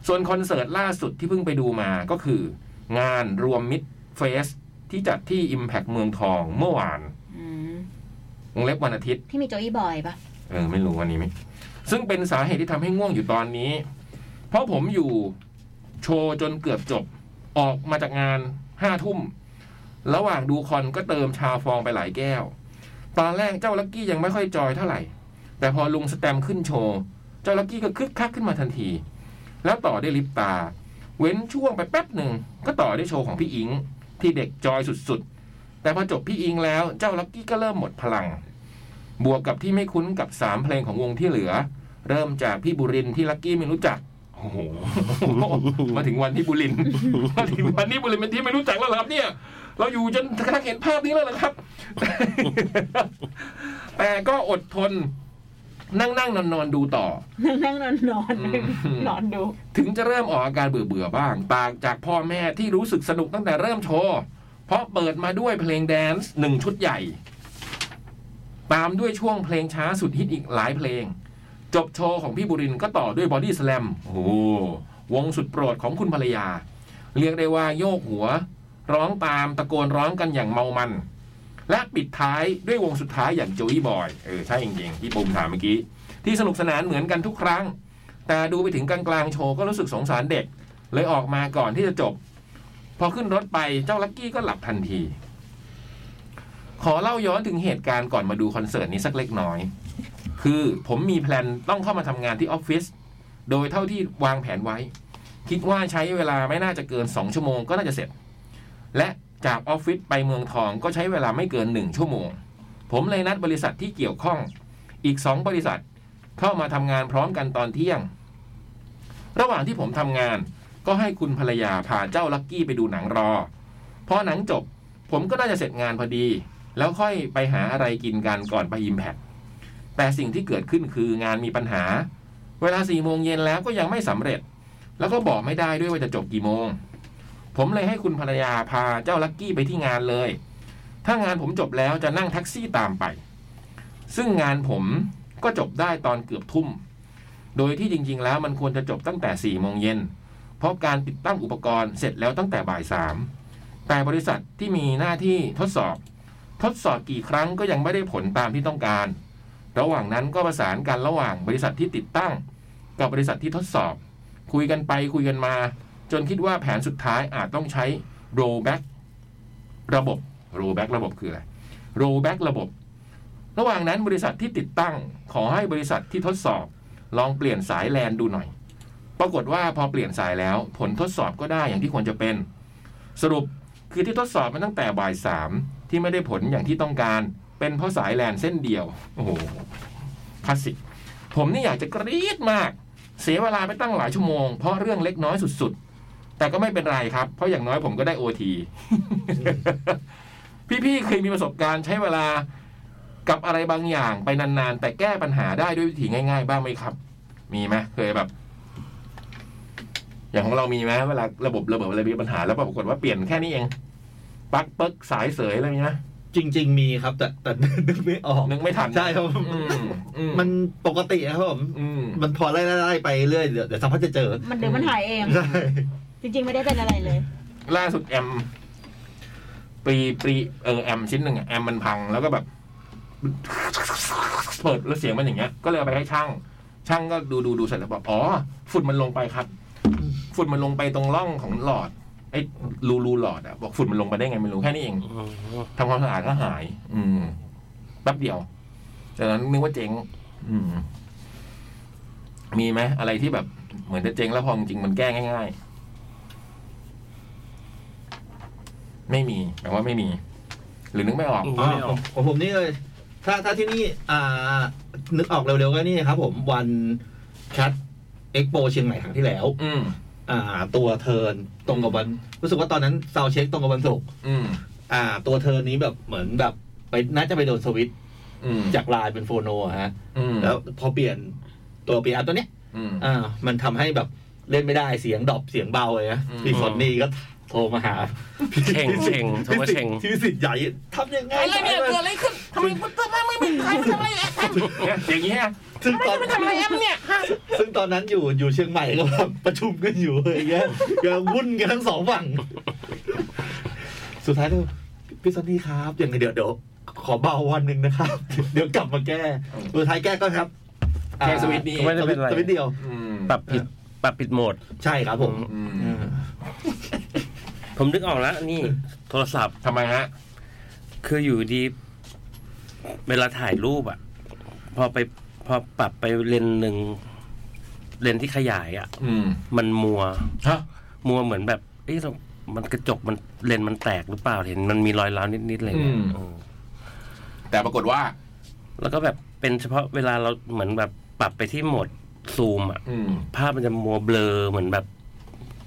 ส่วนคอนเสิร์ตล่าสุดที่เพิ่งไปดูมาก็คือ งานรวมมิตรเฟสที่จัดที่ Impact เมืองทองเมื่อวาน อืม วงเล็บวันอาทิตย ที่มีโจอี้บอยปะ [laughs] เออไม่รู้วันนี้ไหมซึ่งเป็นสาเหตุที่ทำให้ง่วงอยู่ตอนนี้ เพราะผมอยู่โชว์จนเกือบจบออกมาจากงานห้าทุ่ม ระหว่างดูคอนก็เติมชาฟองไปหลายแก้ว ตอนแรกเจ้าลักกี้ยังไม่ค่อยจอยเท่าไหร่ แต่พอลุงสแตมขึ้นโชว์ เจ้าลักกี้ก็คึกคักขึ้นมาทันที แล้วต่อได้วยลิปตา เว้นช่วงไปแป๊บหนึ่ง ก็ต่อได้วยโชว์ของพี่อิง ที่เด็กจอยสุดๆ แต่พอจบพี่อิงแล้วเจ้าลักกี้ก็เริ่มหมดพลัง บวกกับที่ไม่คุ้นกับ 3 เพลงของวงที่เหลือ เริ่มจากพี่บุรินทร์ที่ลักกี้ไม่รู้จัก โอ้โห มาถึงวันที่บุรินทร์ มาถึงวันนี้บุรินทร์เป็นที่ไม่รู้จักแล้วเหรอครับเนี่ย เราอยู่จนกระทั่งเห็นภาพนี้แล้วเหรอครับ [laughs] แต่ก็อดทน นั่งนั่งนอนนอนๆดูต่อ นั่งนอนนอน อืม นอนดู ถึงจะเริ่มออกอาการเบื่อเบื่อๆบ้าง ต่างจากพ่อแม่ที่รู้สึกสนุกตั้งแต่เริ่มโชว์ เพราะเปิดมาด้วยเพลงแดนซ์หนึ่งชุดใหญ่ ตามด้วยช่วงเพลงช้าสุดฮิตอีกหลายเพลง จบโชว์ของพี่บุรินทร์ก็ต่อด้วยบอดี้สแลมโอ้โหวงสุดโปรดของคุณภรรยา เรียกได้ว่าโยกหัว ร้องตามตะโกนร้องกันอย่างเมามัน และปิดท้ายด้วยวงสุดท้ายอย่างโจ y บอยเออใช่จริงๆที่ปุ่มถามเมื่อกี้ ที่สนุกสนานเหมือนกันทุกครั้ง แต่ดูไปถึงกลางๆโชว์ก็รู้สึกสงสารเด็ก เลยออกมาก่อนที่จะจบ พอขึ้นรถไปเจ้าลักกี้ก็หลับทันที ขอเล่าย้อนถึงเหตุการณ์ก่อนมาดูคอนเสิร์ตนี้สักเล็กน้อย คือผมมีแพลนต้องเข้ามาทำงานที่ออฟฟิศโดยเท่าที่วางแผนไว้ คิดว่าใช้เวลาไม่น่าจะเกิน 2 ชั่วโมงก็น่าจะเสร็จ และจากออฟฟิศไปเมืองทองก็ใช้เวลาไม่เกิน 1 ชั่วโมง ผมเลยนัดบริษัทที่เกี่ยวข้อง อีก 2 บริษัทเข้ามาทำงานพร้อมกันตอนเที่ยง ระหว่างที่ผมทำงาน ก็ให้คุณภรรยาพาเจ้าลักกี้ไปดูหนังรอ พอหนังจบ ผมก็น่าจะเสร็จงานพอดี แล้วค่อยไปหาอะไรกินกันก่อนไปอิมแพคแต่สิ่งที่เกิดขึ้นคืองานมีปัญหา เวลาสี่โมงเย็นแล้วก็ยังไม่สำเร็จ แล้วก็บอกไม่ได้ด้วยว่าจะจบกี่โมง ผมเลยให้คุณภรรยาพาเจ้าลักกี้ไปที่งานเลย ถ้างานผมจบแล้วจะนั่งแท็กซี่ตามไป ซึ่งงานผมก็จบได้ตอนเกือบทุ่ม โดยที่จริงๆ แล้วมันควรจะจบตั้งแต่4ี่โมงเย็น เพราะการติดตั้งอุปกรณ์เสร็จแล้วตั้งแต่บ่ายสามแต่บริษัทที่มีหน้าที่ทดสอบ ทดสอบกี่ครั้งก็ยังไม่ได้ผลตามที่ต้องการ ระหว่างนั้นก็ประสานกันระหว่างบริษัทที่ติดตั้ง กับบริษัทที่ทดสอบ คุยกันไปคุยกันมา จนคิดว่าแผนสุดท้ายอาจต้องใช้ rollback ระบบ rollback ระบบคืออะไร rollback ระบบ ระหว่างนั้นบริษัทที่ติดตั้ง ขอให้บริษัทที่ทดสอบ ลองเปลี่ยนสายแลนดูหน่อย ปรากฏว่าพอเปลี่ยนสายแล้ว ผลทดสอบก็ได้อย่างที่ควรจะเป็น สรุปคือที่ทดสอบมันตั้งแต่บ่ายสามที่ไม่ได้ผลอย่างที่ต้องการ เป็นเพราะสายแลนเส้นเดียว โอ้โหคลาสสิก ผมนี่อยากจะกรี๊ดมาก เสียเวลาไปตั้งหลายชั่วโมง เพราะเรื่องเล็กน้อยสุดๆ แต่ก็ไม่เป็นไรครับ เพราะอย่างน้อยผมก็ได้โอที [laughs] พี่ๆเคยมีประสบการณ์ใช้เวลากับอะไรบางอย่างไปนานๆ แต่แก้ปัญหาได้ด้วยวิธีง่าย ๆ บ้างไหมครับ มีไหมเคยแบบ อย่างของเรามีไหมเวลาระบบระเบิดอะไรมีปัญหาแล้วปรากฏว่าเปลี่ยนแค่นี้เองปลั๊กเปิ๊กสายเสยอะไรมีไหม จริง ๆ มีครับ แต่แต่ นึกไม่ออก นึกไม่ทัน ใช่ครับผม อืมอื มันปกติครับผม อืม มันพอไล่ไล่ๆๆไปเรื่อยเดี๋ยวเดี๋ยวสัมผัสจะเจอ มันเดี๋ยวมันหายเอง ใช่ จริง ๆ ไม่ได้เป็นอะไรเลย ล่าสุดแอมปรีปรีเออแอมชิ้นหนึ่งอะแอมมันพังแล้วก็แบบ เปิดแล้วเสียงมันอย่างเงี้ย ก็เลยเอาไปให้ช่าง ช่างก็ดูดูดูเสร็จแล้วบอกอ๋อฝุ่นมันลงไปครับ ฝุ่นมันลงไปตรงร่องของหลอดไอ้รูรูหลอดอะบอกฝุ่นมันลงไปได้ไงไม่รู้แค่นี้เองทำความสะอาดก็หาย อืมแป๊บเดียวจากนั้นนึกว่าเจ๊ง อืม มีไหมอะไรที่แบบ เหมือนจะเจ๊งแล้วพอจริงๆมันแก้ง่าย ๆ ไม่มีแปลว่าไม่มี หรือนึกไม่ออก อืม อ๋อของของผมนี่เลย ถ้าถ้าที่นี่อ่านึกออกเร็วๆก็นี่ครับผมวันแคทเอ็กโปเชียงใหม่ครั้งที่แล้ว อืม อ่า ตัวเทิร์นตรงกับวัน รู้สึกว่าตอนนั้นซาวเช็คตรงกับวันศุกร์ อืม อ่า ตัวเทิร์นนี้แบบเหมือนแบบไปน่าจะไปโดนสวิตช์ อืม จากไลน์เป็นโฟโนอะฮะ อืม แล้วพอเปลี่ยนตัวปีอาตัวเนี้ย อืม อ่า มันทำให้แบบเล่นไม่ได้เสียงดรอปเสียงเบาเลยนะ อืม พี่สนนี่ก็โทรมาหา เชงเชงโทรมาเชง ที่สิทธิ์ใหญ่ทำยังไง อะไรเนี่ยเกิดอะไรขึ้นทำไมคุณตัวแม่ไม่ไม่ใครไม่ทำอะไรแอมเนี่ยอย่างเงี้ย ซึ่งตอน ไม่ทำอะไรแอมเนี่ยฮะ ซึ่งตอนนั้นอยู่อยู่เชียงใหม่ก็แบบประชุมกันอยู่อะไรเงี้ยก็วุ่นกันทั้งสองฝั่ง สุดท้ายก็พี่ซันนี่ครับยังไงเดี๋ยวเดี๋ยวขอเบาวันหนึ่งนะครับ [laughs] เดี๋ยวกลับมาแก้สุดท้ายแก้ก็ครับอ่า แค่สวิตช์นี้ ไม่ได้เป็นไร สวิตช์เดียว อืม ปรับผิดปรับผิดโหมด ใช่ครับผม อืม อ่า ผมนึกออกแล้วนี่ โทรศัพท์ ทำไมฮะ คืออยู่ดี เวลาถ่ายรูปอ่ะ พอไปพอปรับไปเลนส์หนึ่งเลนส์ที่ขยายอ่ะ อืม มันมัว ฮะ มัวเหมือนแบบ เอ๊ะเรามันกระจกมันเลนส์มันแตกหรือเปล่าเห็น มันมีรอยร้าวนิดๆอะไรเงี้ยเออ แต่ปรากฏว่า แล้วก็แบบเป็นเฉพาะเวลาเราเหมือนแบบปรับไปที่โหมดซูมอ่ะ อืม ภาพมันจะมัวเบลอเหมือนแบบ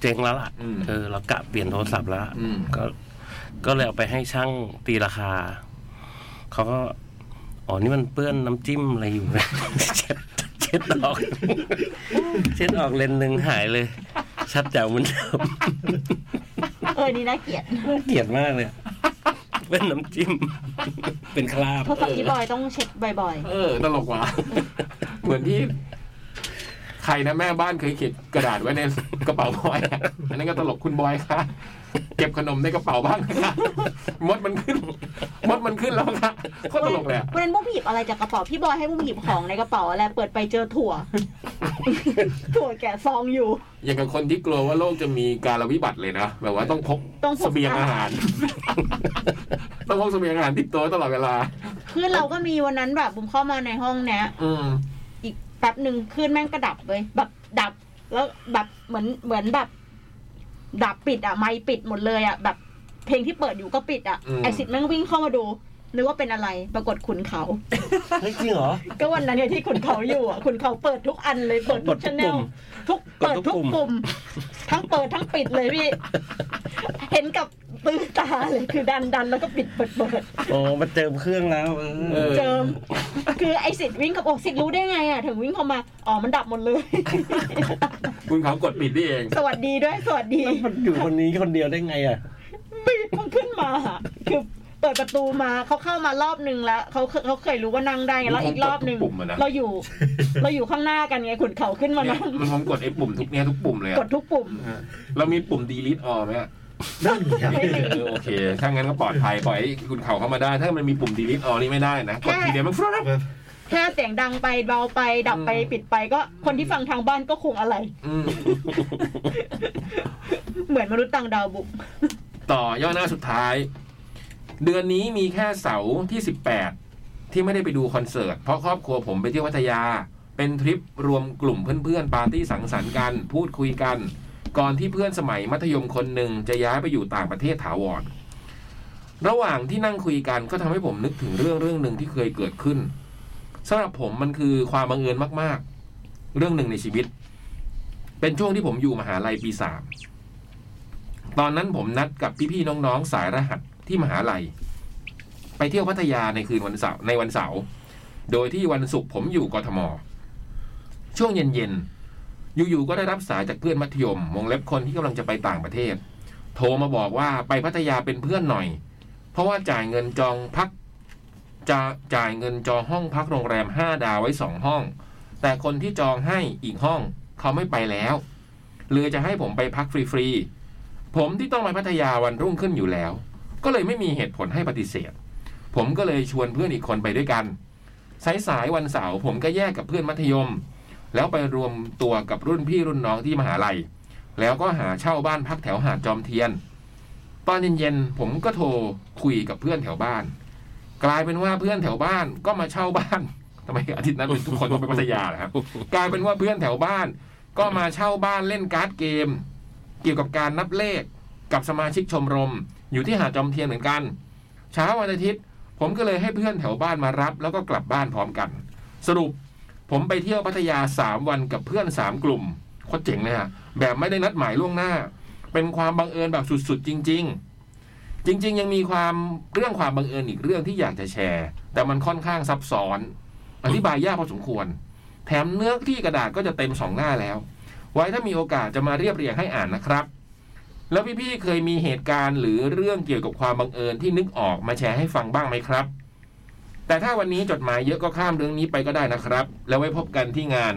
เจ๊งแล้วล่ะ อืม เออเรากะเปลี่ยนโทรศัพท์แล้ว อืม ก็ก็เลยเอาไปให้ช่างตีราคา เขาก็ อ๋อ นี่มันเปื้อนน้ำจิ้มอะไรอยู่ [laughs] นะ เช็ดเช็ดออก [laughs] เช็ดออกเลนส์หนึ่งหายเลย ชัดแจ๋วเหมือนเดิม [laughs] เออ นี่น่าเกลียด เกลียดมากเลย เป็นน้ำจิ้ม [laughs] เป็นคราบ โทรศัพท์ที่บอยต้องเช็คบ่อย เออตลกว่ะ [laughs] เหมือนที่ ใครนะแม่บ้านเคยเขียนกระดาษไว้ในกระเป๋าบอยอะอันนั้นก็ตลกคุณบอยค่ะ เก็บขนมในกระเป๋าบ้างนะคะมดมันขึ้น มดมันขึ้นแล้วค่ะโค ๆ ตรตลกเลยอะ วันนั้นมุกไปหยิบอะไรจากกระเป๋าพี่บอยให้มุกหยิบของในกระเป๋าอะไรเปิดไปเจอถั่ว [laughs] ถั่วแกะซองอยู่ อย่างกับคนที่กลัวว่าโลกจะมีการวิบัติเลยนะแบบว่าต้องพก ต้องพก เสบียงอาหาร ต้องพกเสบียงอาหารติดตัวตลอดเวลา คือเราก็มีวันนั้นแบบบุมเข้ามาในห้องเนี้ย อืม อีกแป๊บหนึ่งคลื่นแม่งก็ดับเว้ยแบบดับ แล้วแบบเหมือนเหมือนแบบ ดับปิดอ่ะ ไมค์ปิดหมดเลยอ่ะ แบบเพลงที่เปิดอยู่ก็ปิดอ่ะ อืม ไอซิดแม่งวิ่งเข้ามาดู นึกว่าเป็นอะไรปรากฏขุนเขา เฮ้ยจริงเหรอ ก็วันนั้นเนี่ยที่ขุนเขาอยู่อ่ะขุนเขาเปิดทุกอันเลยเปิดทุกชแนลทุก กด เปิด ทุก ทุก ปุ่ม ปุ่มทั้งเปิดทั้งปิดเลยพี่ เห็นกับตื้อตาเลยคือดันดันแล้วก็ปิดเปิดเปิด โอ้มันเติมเครื่องแล้วเออ เจิม คือไอสิทธิ์วิ่งกับโอกสิทธิ์รู้ได้ไงอ่ะถึงวิ่งเข้ามาอ๋อมันดับหมดเลย [laughs] คุณเขากดปิดนี่เอง สวัสดีด้วยสวัสดี มันอยู่คนนี้คนเดียวได้ไงอ่ะ ปิดเพิ่งขึ้นมาอะคือเปิดประตูมาเขาเข้ามารอบนึงแล้วเขาเคเขาเคยรู้ว่านั่งได้ไงแล้วอีกรอบนึง ปุ่มอะนะ เราอยู่ เราอยู่ข้างหน้ากันไงขุนเขาขึ้นมา เนี่ย นั่ง มันผมกดไอ้ปุ่มทุกเนี้ยทุกปุ่มเลยอะ กดทุกปุ่ม เออเรามีปุ่ม delete all ไหมอะ นั่นครับ ไม่มี เออโอเค ถ้างั้นก็ปลอดภัยปล่อยให้คุณเขาเข้ามาได้ ถ้ามันมีปุ่ม delete all นี่ไม่ได้นะ กดทีเดียวมันฟรุ๊บ แค่เสียงดังไปเบาไปดับไป อืม ปิดไปก็คนที่ฟังทางบ้านก็คงอะไร อืม เหมือนมนุษย์ต่างดาวบุก ต่อย่อหน้าสุดท้าย เดือนนี้มีแค่เสาร์ที่ 18 ที่ไม่ได้ไปดูคอนเสิร์ต เพราะครอบครัวผมไปเที่ยวพัทยา เป็นทริปรวมกลุ่มเพื่อนๆปาร์ตี้สังสรรค์กัน พูดคุยกัน ก่อนที่เพื่อนสมัยมัธยมคนหนึ่งจะย้ายไปอยู่ต่างประเทศถาวร ระหว่างที่นั่งคุยกันก็ทำให้ผมนึกถึงเรื่องเรื่องหนึ่งที่เคยเกิดขึ้นสำหรับผมมันคือความบังเอิญมากๆ เรื่องหนึ่งในชีวิต เป็นช่วงที่ผมอยู่มหาลัยปีสาม ตอนนั้นผมนัดกับพี่ๆน้องๆสายรหัสที่มหาลัย ไปเที่ยวพัทยาในคืนวันเสาร์ในวันเสาร์โดยที่วันศุกร์ผมอยู่กทม ช่วงเย็นๆอยู่ๆก็ได้รับสายจากเพื่อนมัธยมวงเล็บคนที่กำลังจะไปต่างประเทศ โทรมาบอกว่าไปพัทยาเป็นเพื่อนหน่อย เพราะว่าจ่ายเงินจองพักจะจ่ายเงินจองห้องพักโรงแรมห้าดาวไว้สองห้อง แต่คนที่จองให้อีกห้องเขาไม่ไปแล้วเลยจะให้ผมไปพักฟรีๆ ผมที่ต้องไปพัทยาวันรุ่งขึ้นอยู่แล้ว ก็เลยไม่มีเหตุผลให้ปฏิเสธ ผมก็เลยชวนเพื่อนอีกคนไปด้วยกัน สายสายๆวันเสาร์ผมก็แยกกับเพื่อนมัธยม แล้วไปรวมตัวกับรุ่นพี่รุ่นน้องที่มหาลัย แล้วก็หาเช่าบ้านพักแถวหาดจอมเทียน ตอนเย็นๆผมก็โทรคุยกับเพื่อนแถวบ้าน กลายเป็นว่าเพื่อนแถวบ้านก็มาเช่าบ้าน ทำไมอาทิตย์นั้นเป็นทุกคนต้องไปพัทยาล่ะครับ กลายเป็นว่าเพื่อนแถวบ้าน ก็มาเช่าบ้านเล่นการ์ดเกม เกี่ยวกับการนับเลข กับสมาชิกชมรม อยู่ที่หาดจอมเทียนเหมือนกัน เช้าวันอาทิตย์ ผมก็เลยให้เพื่อนแถวบ้านมารับ แล้วก็กลับบ้านพร้อมกัน สรุป ผมไปเที่ยวพัทยาสามวันกับเพื่อนสามกลุ่มโคตรเจ๋งเลยฮะแบบไม่ได้นัดหมายล่วงหน้า เป็นความบังเอิญแบบสุดๆ จริง ๆ จริง ๆ ยังมีความเรื่องความบังเอิญอีกเรื่องที่อยากจะแชร์ แต่มันค่อนข้างซับซ้อน อธิบายยากพอสมควร แถมเนื้อที่กระดาษก็จะเต็มสองหน้าแล้ว ไว้ถ้ามีโอกาสจะมาเรียบเรียงให้อ่านนะครับ แล้วพี่ๆ เคยมีเหตุการณ์หรือเรื่องเกี่ยวกับความบังเอิญที่นึกออกมาแชร์ให้ฟังบ้างไหมครับ แต่ถ้าวันนี้จดหมายเยอะก็ข้ามเรื่องนี้ไปก็ได้นะครับ แล้วไว้พบกันที่งาน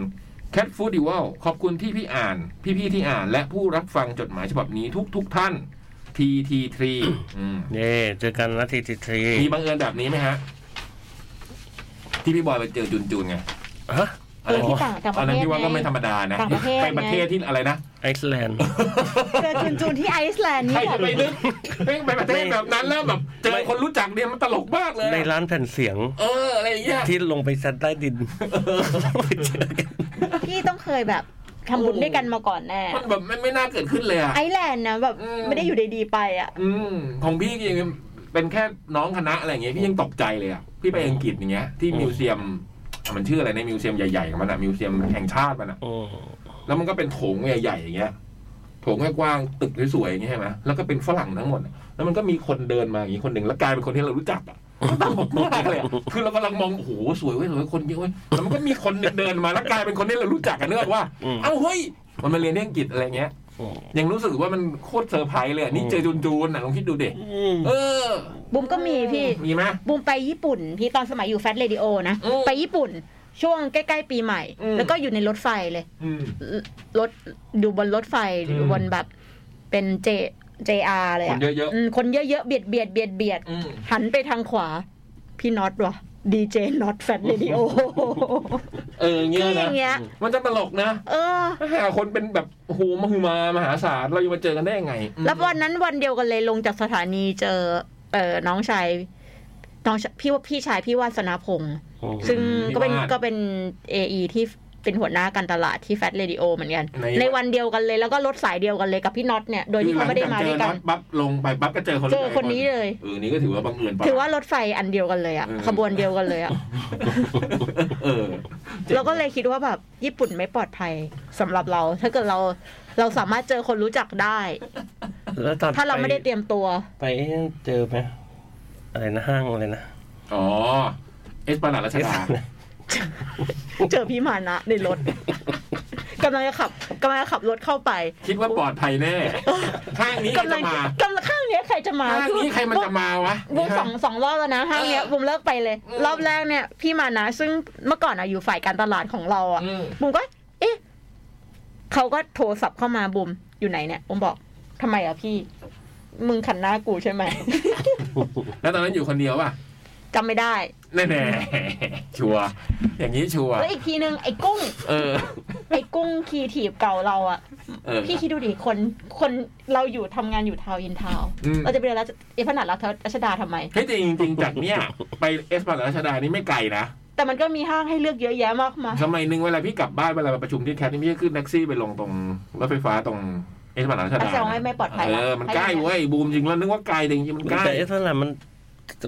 Cat Food d u e l ขอบคุณที่พี่อ่าน พี่ๆ ที่อ่าน และผู้รับฟังจดหมายฉบับนี้ทุกๆ ท่าน TT3 อืม เย่เจอกันนะทีทีที มีบังเอิญแบบนี้ไหมฮะ ที่พี่บอยไปเจอจุนๆไง ฮะ เออที่ต่างต่างป อัน ระ นั้น เทศ พี่ว่าก็ ไง ไม่ธรรมดานะ ต่างประเทศไง ไปประเทศที่อะไรนะ ไอซ์แลนด์ เจอจุนจูนที่ไอซ์แลนด์ ใคร นี่แหละจะไปนึกเฮ้ยไปประเทศแบบนั้นแล้วแบบเจอ ไม่ คนรู้จักเนี่ยมันตลกมากเลย ใน อะ ร้านแผ่นเสียง เอออะไรอย่างเงี้ย ที่ลงไปชั้นใต้ดินไปเจอกัน พี่ต้องเคยแบบทำบุญด้วยกันมาก่อนแน่ มันแบบไม่ไม่น่าเกิดขึ้นเลยอ่ะ ไอซ์แลนด์นะแบบ อืม ไม่ได้อยู่ดีๆไปอ่ะ อืมของพี่ก็ยังเป็นแค่น้องคณะอะไรอย่างเงี้ยพี่ยังตกใจเลยอ่ะ พี่ไปอังกฤษอย่างเงี้ยที่มิวเซียมอ่ะมันชื่ออะไรในมิวเซียมใหญ่ๆของมันอ่ะมิวเซียมแห่งชาติมันอ่ะ โอ้ แล้วมันก็เป็นโถงใหญ่ๆอย่างเงี้ยโถงกว้างๆตึกสวยๆอย่างเงี้ยใช่ไหมแล้วก็เป็นฝรั่งทั้งหมดอะแล้วมันก็มีคนเดินมาอย่างงี้คนหนึ่งแล้วกลายเป็นคนที่เรารู้จักอ่ะตลกมากเลยอะคือเรากำลังมองโอ้โหสวยเว้ยสวยคนเยอะเว้ยแล้วมันก็มีคนหนึ่งเดินมาแล้วกลายเป็นคนที่เรารู้จักกันเนื้อว่า อืม เอ้าเฮ้ยมันมาเรียนที่อังกฤษอะไรเงี้ย โอ้ ยังรู้สึกว่ามันโคตรเซอร์ไพรส์เลยอะนี่เจอจูนจูนอ่ะลองคิดดูเด็กเออ บุมก็มีพี่ มีไหม บุมไปญี่ปุ่น พี่ตอนสมัยอยู่แฟ t เรดิโอนะ อืม ไปญี่ปุ่น ช่วงใกล้ ๆ ปีใหม่ อืม แล้วก็อยู่ในรถไฟเลย อืม รถดูบนรถไฟ อืม ดูบนแบบเป็นเจ JR เลย คนเยอะๆ มคนเยอะๆเบียดเบียดเบียดเบียด อืม หันไปทางขวา พี่น็อตวะดีเจน็อตแฟ t เรดิโอ เออ [laughs] อย่างเงี้ย คืออ นะ ย่างเงี้ย มันจะตลกนะ เออ หาคนเป็นแบบโอ้โหมหึมามหาศาลเราจะมาเจอกันได้ยังไงอืม แล้ววันนั้นวันเดียวกันเลยลงจากสถานีเจอ เออน้องชายน้องชายพี่ว่าพี่ชายพี่วาสนาพงษ์ โอ้ ซึ่งก็พี่เป็น วาด ก็เป็น AE ที่ เป็นหัวหน้าการตลาดที่แฟ t เรดิโอเหมือนกัน ใน ในวันเดียวกันเลยแล้วก็รถสายเดียวกันเลยกับพี่น็อตเนี่ย โดยที่เขาไม่ได้มาด้วยกัน หลังจเจออตปั๊บลงไปปั๊บก็เจอคน เจอคนนี้เลย เออนี่ก็ถือว่าบังเอิญปะ ถือว่ารถไฟอันเดียวกันเลยอะ เออ ขบวนเดียวกันเลยอะ [laughs] เออจ๋ง เราก็เลยคิดว่าแบบญี่ปุ่นไม่ปลอดภัยสำหรับเรา ถ้าเกิดเราเราสามารถเจอคนรู้จักได้ แล้วตอน ถ้าเราไม่ได้ ป เตรียมตัว ไปเจอไหมอะไรนะห้างอะไรนะ อ๋อเอสปานารัชดา เจอพี่มานะในรถ [laughs] กำลังจะขับกำลังจะขับรถเข้าไป คิดว่าปลอดภัย [laughs] แน่ห้างนี้ใคร กำลั จะ ง มาก ำลังข้างเนี้ยใครจะมา ห้างนี้ใครมันจะมาวะ บูมสองสองรอบแล้วนะห้างเนี้ย เออ บูมเลิกไปเลย อืม รอบแรกเนี่ย พี่มานะ ซึ่งเมื่อก่อนอะอยู่ฝ่ายการตลาดของเราอะ อืม บูมก็ เอ๊ะเขาก็โทรศัพท์เข้ามาบูมอยู่ไหนเนี่ยบูมบอกทำไมอะพี่ มึงขันหน้ากูใช่ไหม [laughs] แล้วตอนนั้นอยู่คนเดียวป่ะ จำไม่ได้ แน่ๆ [laughs] ชัวร์อย่างนี้ชัวร์ แล้วอีกทีนึงไอ้กุ้ง เออ ไอ้กุ้งคีทีบเก่าเราอะ เออ พี่คิดดูดิคนคนเราอยู่ทำงานอยู่ทาวน์อินทาวน์ อืม เราจะไปเดินรัชเอพนัดรัชรัชดาทำไม เฮ้ยแต่จริงๆจากเนี้ยไปเอสปานารัชดานี่ไม่ไกลนะ แต่มันก็มีห้างให้เลือกเยอะแยะมากมาย สมัยหนึ่งเวลาพี่กลับบ้านเวลาไปประชุมที่แคทนี่พี่ก็ขึ้นแท็กซี่ไปลงตรงรถไฟฟ้าตรงเอสพลานาดรัช อา ดา จารย์ไม่ไม่ปลอดภัย เออมันใกล้เว้ยบูมจริงแล้วนึกว่าไกลแต่จริงๆมันใกล้ แต่เอสเตอร์แลนด์มัน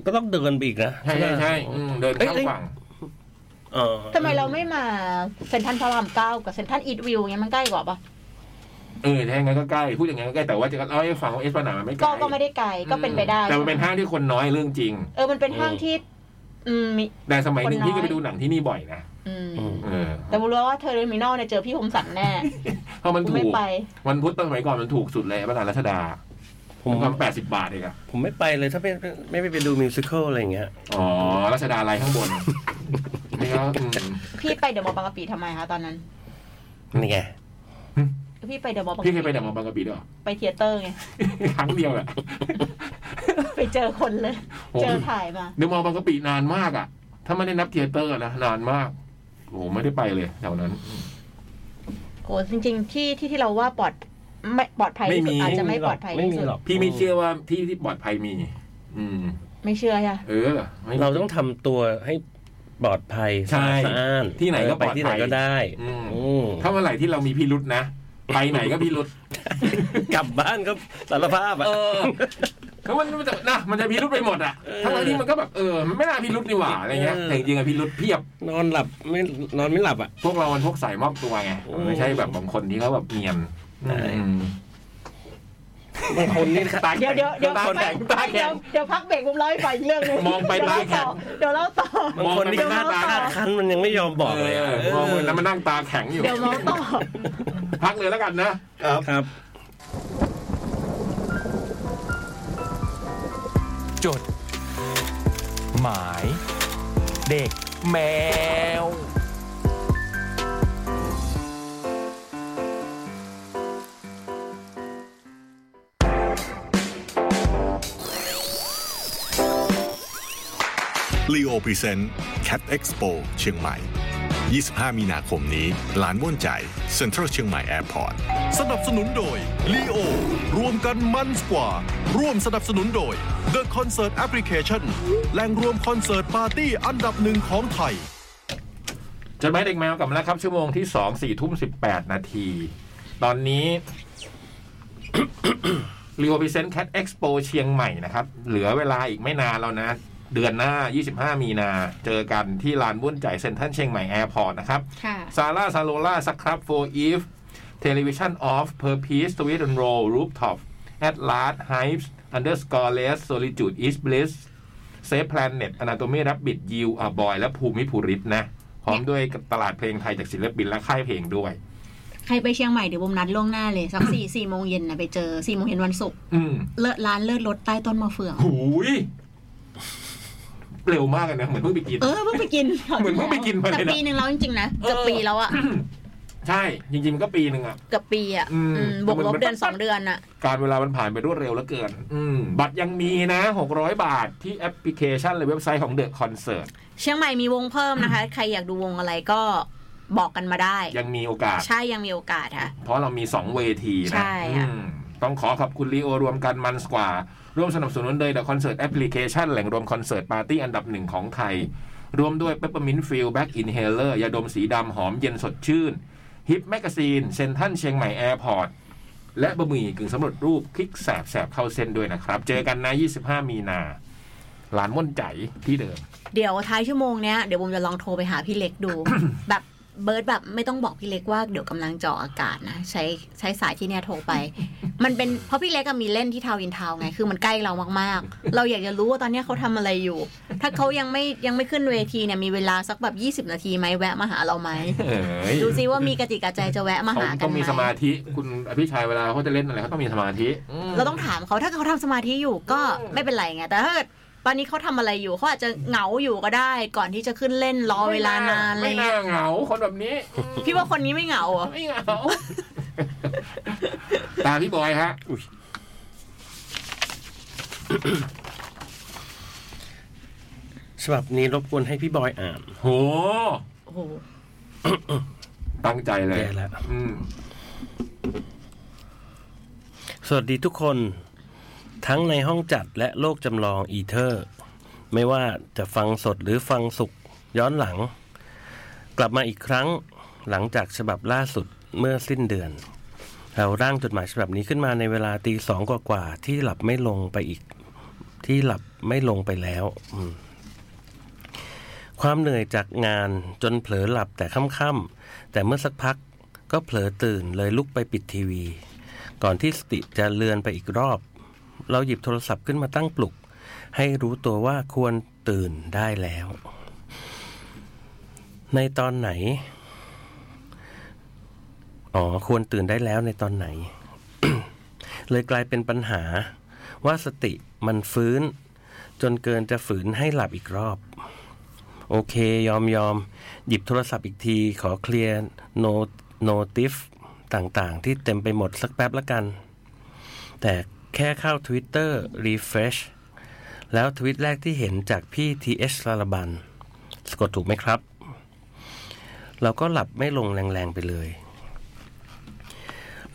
ก็ต้องเดินไปอีกนะ ใช่ใช่ใช่อืมเดินข้าม เอ้ย ฝั่ง เออ ทำไมเราไม่มาเซ็นทรัลพระรามเก้ากับเซ็นทรัลอีทวิวเงี้ยมันใกล้กว่าปะ เออถ้าอย่างนั้นก็ใกล้พูดอย่างนั้นก็ใกล้แต่ว่าจะเล่าให้ฟังว่าเอสพลานาดมันไม่ไกล ก็ก็ไม่ได้ไกลก็เป็นไปได้ แต่มันเป็นห้างที่คนน้อยเรื่องจริง เออมันเป็นห้างที่ อืมมี แต่สมัยหนึ่ง คนน้อย พี่ก็ไปดูหนังที่นี่บ่อยนะ อืม อืม เออ แต่บูรู้ว่าเทอร์มินอลเนี่ยเจอพี่คมสัน [laughs] แน่ เพราะมัน กู ถู ไม่ ก ไป วันพุธตอนสมัยก่อนมันถูกสุดเลยเอสพลานาดรัชดาผผม ม ทำแปดสิบบาทเองอะ ผมไม่ไปเลยถ้าไม่ไม่ไปดูมิวสิควลอะไรอย่างเงี้ย อ๋อรัชดาอะไรข้างบน [laughs] นี่ก็อืม พี่ไปเดอะมอลล์บางกะปิทำไมคะตอนนั้น นี่ไง พี่ไปเดอะมอลล์บางกะ พี่เคยไปแต่มอบางกะปิด้วยเหรอ ไปเทยเตอร์ไง [laughs] ครั้งเดียวแหละ ไปเจอคนเลย โอ้โห เจอถ่ายมา เดี๋ยวมองบางกะปินานมากอ่ะ ถ้าไม่ได้นับเทยเตอร์นะนานมาก โอ้โหไม่ได้ไปเลยแถวนั้น โอ้จริงๆที่ที่ที่เราว่าปลอดไม่ปลอดภัยที่สุด ไม่มี อาจจะไม่ปลอดภัย ไม่ ที่ มี สุด หรอก พี่ไม่เชื่อว่าที่ที่ปลอดภัยมี อืม ไม่เชื่อค่ะ เออไม่ เราต้องทำตัวให้ปลอดภัย ใช่ สะอาด ที่ไหนก็ เไปที่ไหน ปลอดภัย ก็ได้ อืม อืม ถ้าเมื่อไหร่ที่เรามีพิรุษนะ ไปไหนก็พิรุษ กลับบ้านก็สารภาพอ่ะ เออแล้วมันมันจะนะมันจะพิรุษไปหมดอ่ะทั้งๆที่มันก็แบบเออมันไม่น่าพิรุษนี่หว่าอะไรเงี้ย เออ แต่จริงๆอะพิรุษเพียบ นอนหลับไม่นอนไม่หลับอ่ะ พวกเรามันพวกสายมอบตัวไงมันไม่ใช่แบบบางคนที่เขาแบบเนียน ใช่ อืม บางคนนี่ ตาแข็ง เดี๋ยวเดี๋ยวเดี๋ยว ตาแข็งตาแข็ เดี๋ย ง วเดี๋ยวพักเบรกผมเล่าให้ฟังอีกเรื่องหนึง มองไป เดี๋ยวเล่า ตาแข็ง ต่อเดี๋ยวเล่าต่อ บางคนนี่ มองไปหน้าตา คาดคั้นมันยังไม่ยอมบอกเลยอะ เออมองไปแล้วมันนั่งตาแข็งอยู่ เดี๋ยวเล่าต่อ พักเลยแล้วกันนะ ครับ จด หมาย เด็กแมว ลีโอพรีเซนต์ Cat Expo เชียงใหม่ 25 มีนาคมนี้ลานม่วนใจเซ็นทรัลเชียงใหม่แอร์พอร์ต สนับสนุนโดย Leo รวมกันมันกว่า ร่วมสนับสนุนโดย The Concert Application แหล่งรวมคอนเสิร์ตปาร์ตี้อันดับหนึ่งของไทย จดหมายเด็กแมวกลับมาแล้วครับ ชั่วโมงที่สองสี่ทุ่มสิบแปดนาที ตอนนี้ [coughs] รีโอพิเซนต์แคทเอ็กซ์โปเชียงใหม่นะครับ เหลือเวลาอีกไม่นานแล้วนะ เดือนหน้า 25 มีนา เจอกันที่ลานบุ้นใจเซ็นทรัลเชียงใหม่แอร์พอร์ตนะครับ ค่ะ ซาร่าซาโลล่าสครับโฟอีฟเทเลวิชันออฟเพอร์พีสทวิตแอนโรรูปท็อปแอดลาสไฮส์อันเดอร์สกอร์เลสโซลิจูดอีสบลิสเซฟแพลเน็ตอนาโตมีรับบิดยิวอาบอยและภูมิภูริศนะ พร้อมด้วยตลาดเพลงไทยจากศิลปินและค่ายเพลงด้วย ใครไปเชียงใหม่เดี๋ยวบุมนัดล่วงหน้าเลย สักสี่สี่โมงเย็นนะไปเจอสี่โมงเย็นวันศุกร์ อืม เลิศร้านเลิศรถใต้ต้นมะเฟือง หูยเร็วมากเลยนะ เหมือนเพิ่งไปกิน เออเพิ่งไปกิน เหมือนเพิ่งไปกินมาเลยนะ แต่ปีหนึ่งแล้วจริงๆนะเกือบปีแล้วอะ เออ ใช่ จริง ๆ มันก็ปีหนึ่งอะ เกือบปีอะ อืม อืมบวกลบเดือนสองเดือนอะ การเวลามันผ่านไปรวดเร็วเหลือเกิน อืม บัตรยังมีนะ 600 บาทที่แอปพลิเคชันและเว็บไซต์ของเดอะคอนเสิร์ต เชียงใหม่มีวงเพิ่มนะคะ ใครอยากดูวงอะไรก็บอกกันมาได้ ยังมีโอกาส ใช่ยังมีโอกาสค่ะ เพราะเรามี 2 เวที ใช่ นะ ค่ะ อืมต้องขอขอบคุณลีโอรวมกันมันสกว่า ร่วมสนับสนุนโดยเดอะคอนเสิร์ตแอปพลิเคชันแหล่งรวมคอนเสิร์ตปาร์ตี้อันดับหนึ่งของไทย รวมด้วยเปปเปอร์มินต์ฟิลแบ็กอินเฮเลอร์ยาดมสีดำหอมเย็นสดชื่นฮิปแมกซีนเซนทันเชียงใหม่แอร์พอร์ตและบะหมี่กึ่งสำเร็จรูปคลิกแสบแสบเข้าเส้นด้วยนะครับ เจอกันนะ 25 มีนาหลานม่วนใจที่ [laughs] เดิม เดี๋ยวท้ายชั่วโมงเนี้ยเดี๋ยวบุมจะลองโทรไปหาพี่เล็ก [coughs] ดู แบบเบิร์ดแบบไม่ต้องบอกพี่เล็กว่าเดี๋ยวกำลังเจาะอากาศนะ ใช้ใช้สายที่เนี่ยโทรไป มันเป็นเพราะพี่เล็กอะมีเล่นที่ทาวน์อินทาวน์ไงคือมันใกล้เรามากๆ เราอยากจะรู้ว่าตอนเนี้ยเขาทำอะไรอยู่ ถ้าเขายังไม่ยังไม่ขึ้นเวทีเนี่ยมีเวลาสักแบบ 20 นาทีไหมแวะมาหาเราไหม เอ้ย ดูซิว่ามีกระจิกกระใจจะแวะมา เขา หากั ต้อน ง ไห มีส ม มาธิคุณอภิชัยเวลาเขาจะเล่นอะไรเขาต้องมีสมาธิ เราต้องถามเขาถ้าเขาทำสมาธิอยู่ก็ไม่เป็นไรไงแต่ถ้าเกิดตอนนี้เขาทำอะไรอยู่เขาอาจจะเหงาอยู่ก็ได้ ก่อนที่จะขึ้นเล่นรอเวลานานอะไร ไม่ เงี้ น่าย เหงาคนแบบนี้ พี่ว่าคนนี้ไม่เหงาเหรอ ไม่เหงา ตามพี่บอยฮะ ฉบับนี้รบกวนให้พี่บอยอ่าน โห โอ้โห ตั้งใจเลย แย่แล้ว อืม สวัสดีทุกคน ทั้งในห้องจัดและโลกจำลองอีเทอร์ ไม่ว่าจะฟังสดหรือฟังสุกย้อนหลัง กลับมาอีกครั้งหลังจากฉบับล่าสุดเมื่อสิ้นเดือน เราร่างจดหมายฉบับนี้ขึ้นมาในเวลาตีสองกว่าๆที่หลับไม่ลงไปอีก ที่หลับไม่ลงไปแล้วอืมความเหนื่อยจากงานจนเผลอหลับแต่ค่ำๆแต่เมื่อสักพักก็เผลอตื่นเลยลุกไปปิดทีวี ก่อนที่สติจะเลือนไปอีกรอบ เราหยิบโทรศัพท์ขึ้นมาตั้งปลุก ให้รู้ตัวว่าควรตื่นได้แล้ว ในตอนไหน อ๋อ ควรตื่นได้แล้วในตอน [coughs] ไหน เลยกลายเป็นปัญหา ว่าสติมันฟื้น จนเกินจะฝืนให้หลับอีกรอบ โอเค ยอมยอม หยิบโทรศัพท์อีกที ขอเคลียร์โนโนติฟต่างๆ ที่เต็มไปหมดสักแป๊บละกัน แต่แค่เข้า Twitter Refresh แล้วทวิตแรกที่เห็นจากพี่ TH ลาลาบัน สะกดถูกไหมครับ เราก็หลับไม่ลงแรงๆไปเลย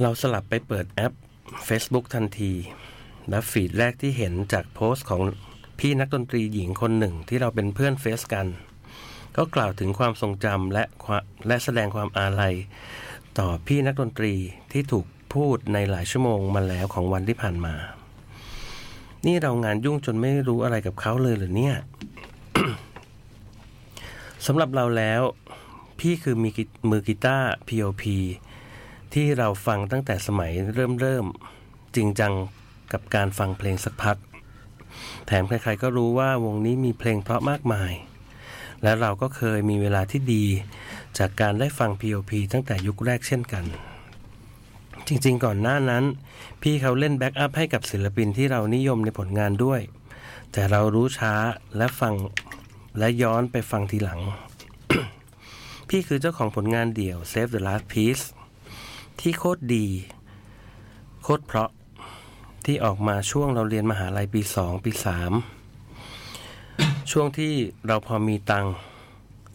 เราสลับไปเปิดแอป Facebook ทันที และฟีดแรกที่เห็นจากโพสต์ของพี่นักดนตรีหญิงคนหนึ่งที่เราเป็นเพื่อนเฟซกัน ก็กล่าวถึงความทรงจำและความและแสดงความอาลัย ต่อพี่นักดนตรีที่ถูกพูดในหลายชั่วโมงมาแล้วของวันที่ผ่านมา นี่เรางานยุ่งจนไม่รู้อะไรกับเขาเลยเหรือเนี่ย [coughs] สำหรับเราแล้ว พี่คือมีกิมือกีตาร์ P.O.P ที่เราฟังตั้งแต่สมัยเริ่มเริ่มจริงจังกับการฟังเพลงสักพัก แถมใครๆก็รู้ว่าวงนี้มีเพลงเพราะมากมาย และเราก็เคยมีเวลาที่ดี จากการได้ฟัง P.O.P ตั้งแต่ยุคแรกเช่นกัน จริงๆ ก่อนหน้านั้น พี่เขาเล่นแบ็กอัพให้กับศิลปินที่เรานิยมในผลงานด้วย แต่เรารู้ช้าและฟังและย้อนไปฟังทีหลัง [coughs] พี่คือเจ้าของผลงานเดี่ยว Save the Last Piece ที่โคตรดี โคตรเพราะที่ออกมาช่วงเราเรียนมหาลัยปี 2 ปี 3 ช่วงที่เราพอมีตังค์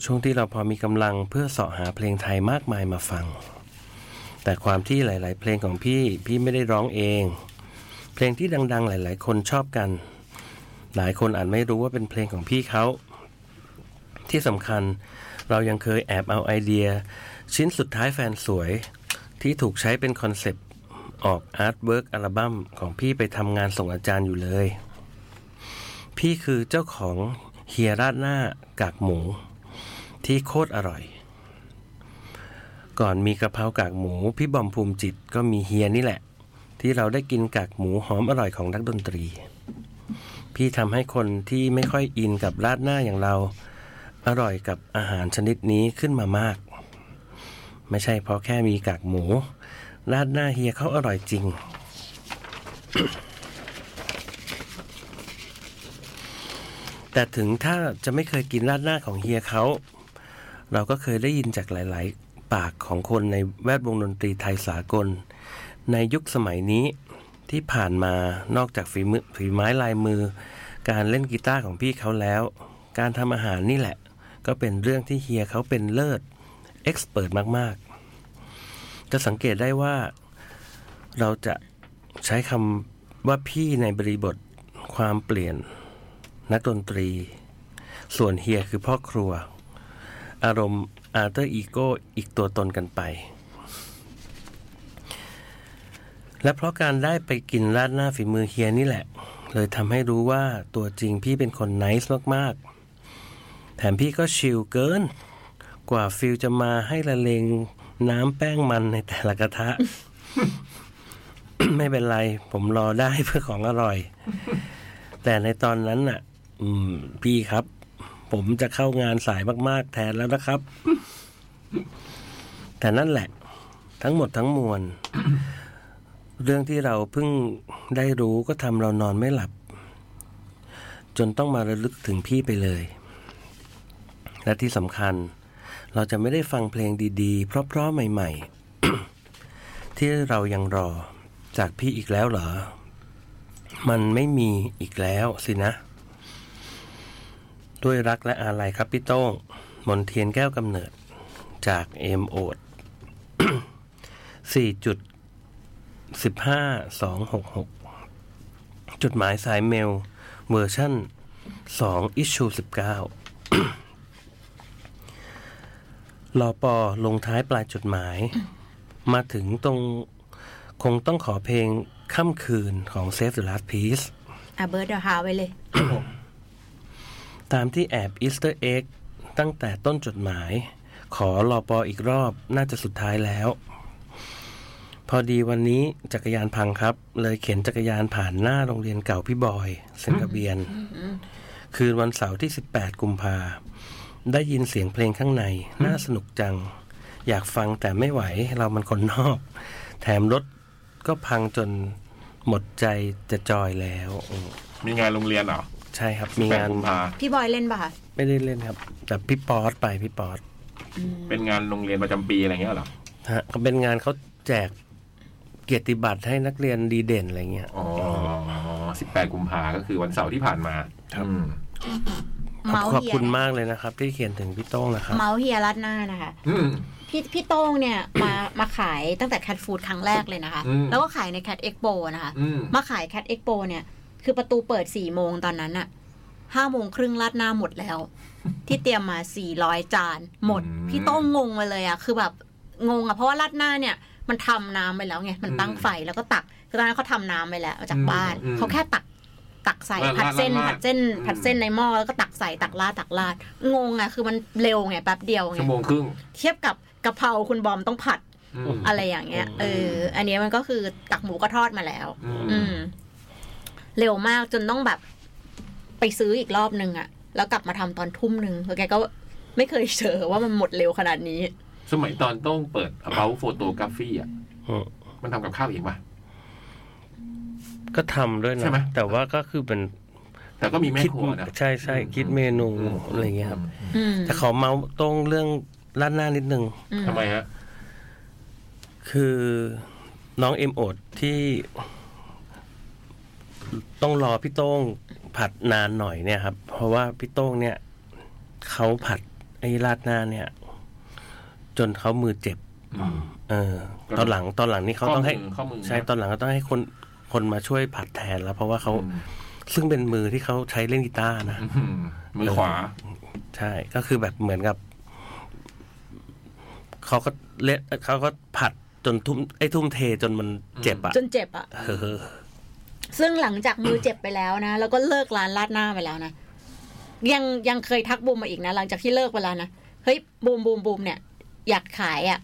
ช่วงที่เราพอมีกำลังเพื่อเสาะหาเพลงไทยมากมายมาฟัง แต่ความที่หลาย ๆ เพลงของพี่พี่ไม่ได้ร้องเอง เพลงที่ดัง ๆ หลาย ๆ คนชอบกัน หลายคนอาจไม่รู้ว่าเป็นเพลงของพี่เขา ที่สำคัญเรายังเคยแอบเอาไอเดีย ชิ้นสุดท้ายแฟนสวย ที่ถูกใช้เป็นคอนเซปต์ออกอาร์ตเวิร์กอัลบั้มของพี่ไปทำงานส่งอาจารย์อยู่เลย พี่คือเจ้าของเฮียราดหน้ากากหมู ที่โคตรอร่อย ก่อนมีกระเพรากากหมู พี่บอมภูมิจิตก็มีเฮียนี่แหละ ที่เราได้กินกากหมูหอมอร่อยของนักดนตรี พี่ทำให้คนที่ไม่ค่อยอินกับราดหน้าอย่างเรา อร่อยกับอาหารชนิดนี้ขึ้นมามาก ไม่ใช่เพราะแค่มีกากหมู ราดหน้าเฮียเขาอร่อยจริง แต่ถึงถ้าจะไม่เคยกินราดหน้าของเฮียเขา เราก็เคยได้ยินจากหลาย ๆ ปากของคนในแวดวงดนตรีไทยสากล ในยุคสมัยนี้ที่ผ่านมานอกจากฝีมือฝีไม้ลายมือ การเล่นกีตาร์ของพี่เขาแล้ว การทำอาหารนี่แหละ ก็เป็นเรื่องที่เฮียเขาเป็นเลิศเอ็กซ์เมาก ๆ จะสังเกตได้ว่าเราจะใช้คำว่าพี่ในบริบทความเปลี่ยน นักดนตรี ส่วนเฮียคือพ่อครัว อารมณ์อาร์เตอร์อีโก้อีกตัวตนกันไป และเพราะการได้ไปกินราดหน้าฝีมือเฮียนี่แหละ เลยทำให้รู้ว่าตัวจริงพี่เป็นคนไนซ์มากๆ แถมพี่ก็ชิลเกิน กว่าฟิลจะมาให้ละเลงน้ำแป้งมันในแต่ละกระทะ [coughs] ไม่เป็นไร ผมรอได้เพื่อของอร่อย แต่ในตอนนั้นน่ะ อืม พี่ครับ ผมจะเข้างานสายมากๆ แทนแล้วนะครับ แต่นั่นแหละ ทั้งหมดทั้งมวล เรื่องที่เราเพิ่งได้รู้ก็ทำเรานอนไม่หลับ จนต้องมาระลึกถึงพี่ไปเลย และที่สำคัญ เราจะไม่ได้ฟังเพลงดีๆ เพราะๆใหม่ ๆ ที่เรายังรอจากพี่อีกแล้วเหรอ มันไม่มีอีกแล้วสินะ ด้วยรักและอาลัยครับพี่โต้งมนเทียนแก้วกำเนิด จากเอ็มโอด 4 จุด สิบห้าสองหกหกจดหมายสายเมล เวอร์ชั่นสองอิชูสิบเก้า [coughs] รอปอลงท้ายปลายจดหมาย มาถึงตรงคงต้องขอเพลงค่ำคืนของ Save the Last Piece อ่ะเบิร์ดเดี๋ยวหาไว้เลย ตามที่แอบอีสเตอร์เอ็กตั้งแต่ต้นจดหมาย ขอรอปออีกรอบน่าจะสุดท้ายแล้ว พอดีวันนี้จักรยานพังครับ เลยเข็นจักรยานผ่านหน้าโรงเรียนเก่าพี่บอยเซนกระเบียน คืนวันเสาร์ที่ 18 กุมภาได้ยินเสียงเพลงข้างใน น่าสนุกจัง อยากฟังแต่ไม่ไหวเรามันคนนอก แถมรถก็พังจนหมดใจจะจอยแล้วอืม มีงานโรงเรียนเหรอ ใช่ครับมี แปด งาน กุมภา พี่บอยเล่นป่ะคะ ไม่ได้เล่นครับ แต่พี่ป๊อตไปพี่ป๊อต เป็นงานโรงเรียนประจำปีอะไรเงี้ยเหรอ ฮะก็เป็นงานเขาแจกเกียรติบัตรให้นักเรียนดีเด่นอะไรเงี้ย อ๋อสิบแปดกุมภาก็คือวันเสาร์ที่ผ่านมาอืม เมาส์ ขอบ เฮีย คุณมากเลยนะครับ ที่เขียนถึงพี่โต้งนะครับ เมาส์เฮียรัดหน้านะคะ อืม พี่พี่โต้งเนี่ย มามาขายตั้งแต่แคทฟู้ดครั้งแรกเลยนะคะ อืม แล้วก็ขายในแคทเอ็กโปนะคะ อืม มาขายแคทเอ็กโปเนี่ย คือประตูเปิดสี่โมงตอนนั้นอะห้าโมงครึ่งลาดหน้าหมดแล้ว ที่เตรียมมาสี่ร้อยจานหมด พี่โต้องงงไปเลยอะคือแบบงงอะเพราะว่าลาดหน้าเนี่ย มันทำน้ำไปแล้วไงมันตั้งไฟแล้วก็ตักคือตอนนั้นเขาทำน้ำไปแล้วจากบ้านเขาแค่ตักตักใส่ผัดเส้นผัดเส้น ผัดเส้นในหม้อแล้วก็ตักใส่ตักลาดตักลาดงงอะคือมันเร็วไงแป๊บเดียวไง ชั่วโมงครึ่ง เทียบกับกะเพราคุณบอมต้องผัด อืม อะไรอย่างเงี้ย เออ อันเนี้ยมันก็คือตักหมูก็ทอดมาแล้ว อืม อืม เร็วมากจนต้องแบบ ไปซื้ออีกรอบนึงอะแล้วกลับมาทำตอนทุ่มหนึ่งเพราะแกก็ไม่เคยเจอว่ามันหมดเร็วขนาดนี้ สมัยตอนต้องเปิด about photography อ่ะ อืม มันทำกับข้าวเองป่ะ ก็ทำด้วย ใช่ นะ ไหม แต่ว่าก็คือเป็น แต่ก็มีแม่ คิด ครัวนะ ใช่ใช่คิดเมนู อืม อะไรเงี้ยครับ อืม แต่ขอเมาส์โต้งเรื่องล้านหน้านิดนึง ทำไมฮะ คือน้องเอ็มโอดที่ต้องรอพี่โต้งผัดนานหน่อยเนี่ยครับ เพราะว่าพี่โต้งเนี่ยเขาผัดไอ้ราดหน้าเนี่ย จนเขามือเจ็บ เออ ก็ ตอนหลังตอนหลังนี่เขาต้องให้ ข้อมือ ใช่ นะ ตอนหลังก็ต้องให้คนคนมาช่วยผัดแทนแล้ว เพราะว่าเขา อืม ซึ่งเป็นมือที่เขาใช้เล่นกีตาร์นะ อืมมือขวา ใช่ ก็คือแบบเหมือนกับ เขาก็เละเขาก็ผัดจนทุ่มไอ้ทุ่มเทจนมันเจ็บอะ จนเจ็บอะ เออ ซึ่งหลังจากมือเจ็บไปแล้วนะ แล้วก็เลิกร้านลาดหน้าไปแล้วนะ ยังยังเคยทักบูมมาอีกนะ หลังจากที่เลิกไปแล้วนะ เฮ้ยบูมบูมบูมเนี่ย อยากขายอะ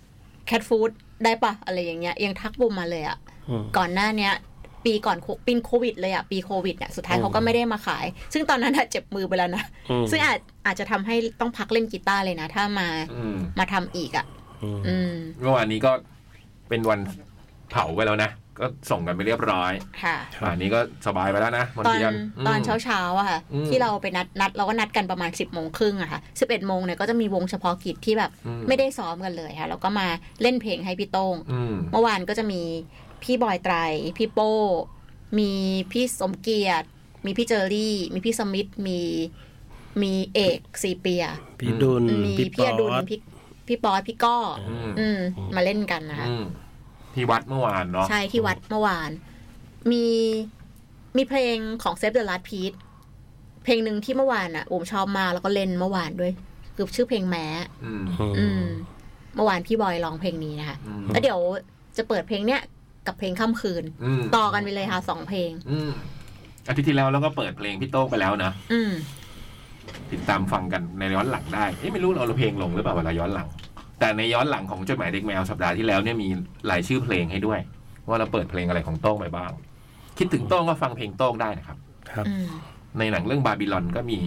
แคทฟู้ดได้ปะอะไรอย่างเงี้ยยังทักบูมมาเลยอะ อืม ก่อนหน้าเนี้ย ปีก่อนโคปีนโควิดเลยอ่ะ ปีโควิดอ่ะสุดท้าย อืม เขาก็ไม่ได้มาขาย ซึ่งตอนนั้นอะเจ็บมือไปแล้วนะ อืม ซึ่งอาจอาจจะทำให้ต้องพักเล่นกีตาร์เลยนะ ถ้ามา อืม มาทำอีกอ่ะ อืม อืม เมื่อวานนี้ก็เป็นวันเผาไปแล้วนะ ก็ส่งกันไปเรียบร้อย ค่ะ ครับ ป่านนี้ก็สบายไปแล้วนะม ตอน เทียน ตอน ม เช้าเช้าๆอะค่ะ อืม ที่เราไปนัดนัดเราก็นัดกันประมาณ 10บโมงครึ่งอะค่ะสิบเอ็ดโมงเนี่ยก็จะมีวงเฉพาะกิจที่แบบ อืม ไม่ได้ซ้อมกันเลยค่ะแล้วก็มาเล่นเพลงให้พี่โต้ง อืม เมื่อวานก็จะมีพี่บอยไตร พี่โป้ มีพี่สมเกียรติ มีพี่เจอรี่ มีพี่สมิธ มีมีเอกซีเปีย พี่ดุล มี พี่ป พี่อดุล อด พี่พี่ปอยพี่ก้ออ ม อืม มาเล่นกันนะคะ อืมที่วัดเมื่อวานเนาะ ใช่ที่วัดเมื่อวาน มีมีเพลงของ Save the Last Piece เพลงหนึ่งที่เมื่อวานอ่ะผมชอบมากแล้วก็เล่นเมื่อวานด้วย คือชื่อเพลงแม้ อืม อืม เมื่อวานพี่บอยร้องเพลงนี้นะคะ อืม แล้วเดี๋ยวจะเปิดเพลงเนี้ยกับเพลงค่ำคืน อืม ต่อกันไปเลยค่ะสองเพลง อืมอาทิตย์ที่แล้วเราก็เปิดเพลงพี่โต้งไปแล้วนะ อืม ติดตามฟังกันในย้อนหลังได้เอ๊ะไม่รู้เราเอาเพลงลงหรือเปล่าเวลาย้อนหลัง แต่ในย้อนหลังของจดหมายเด็กแมวสัปดาห์ที่แล้วเนี่ยมีหลายชื่อเพลงให้ด้วย ว่าเราเปิดเพลงอะไรของโต้งไปบ้าง คิดถึงโต้งก็ฟังเพลงโต้งได้นะครับ ครับ อืม ในหนังเรื่องบาบิลอนก็มี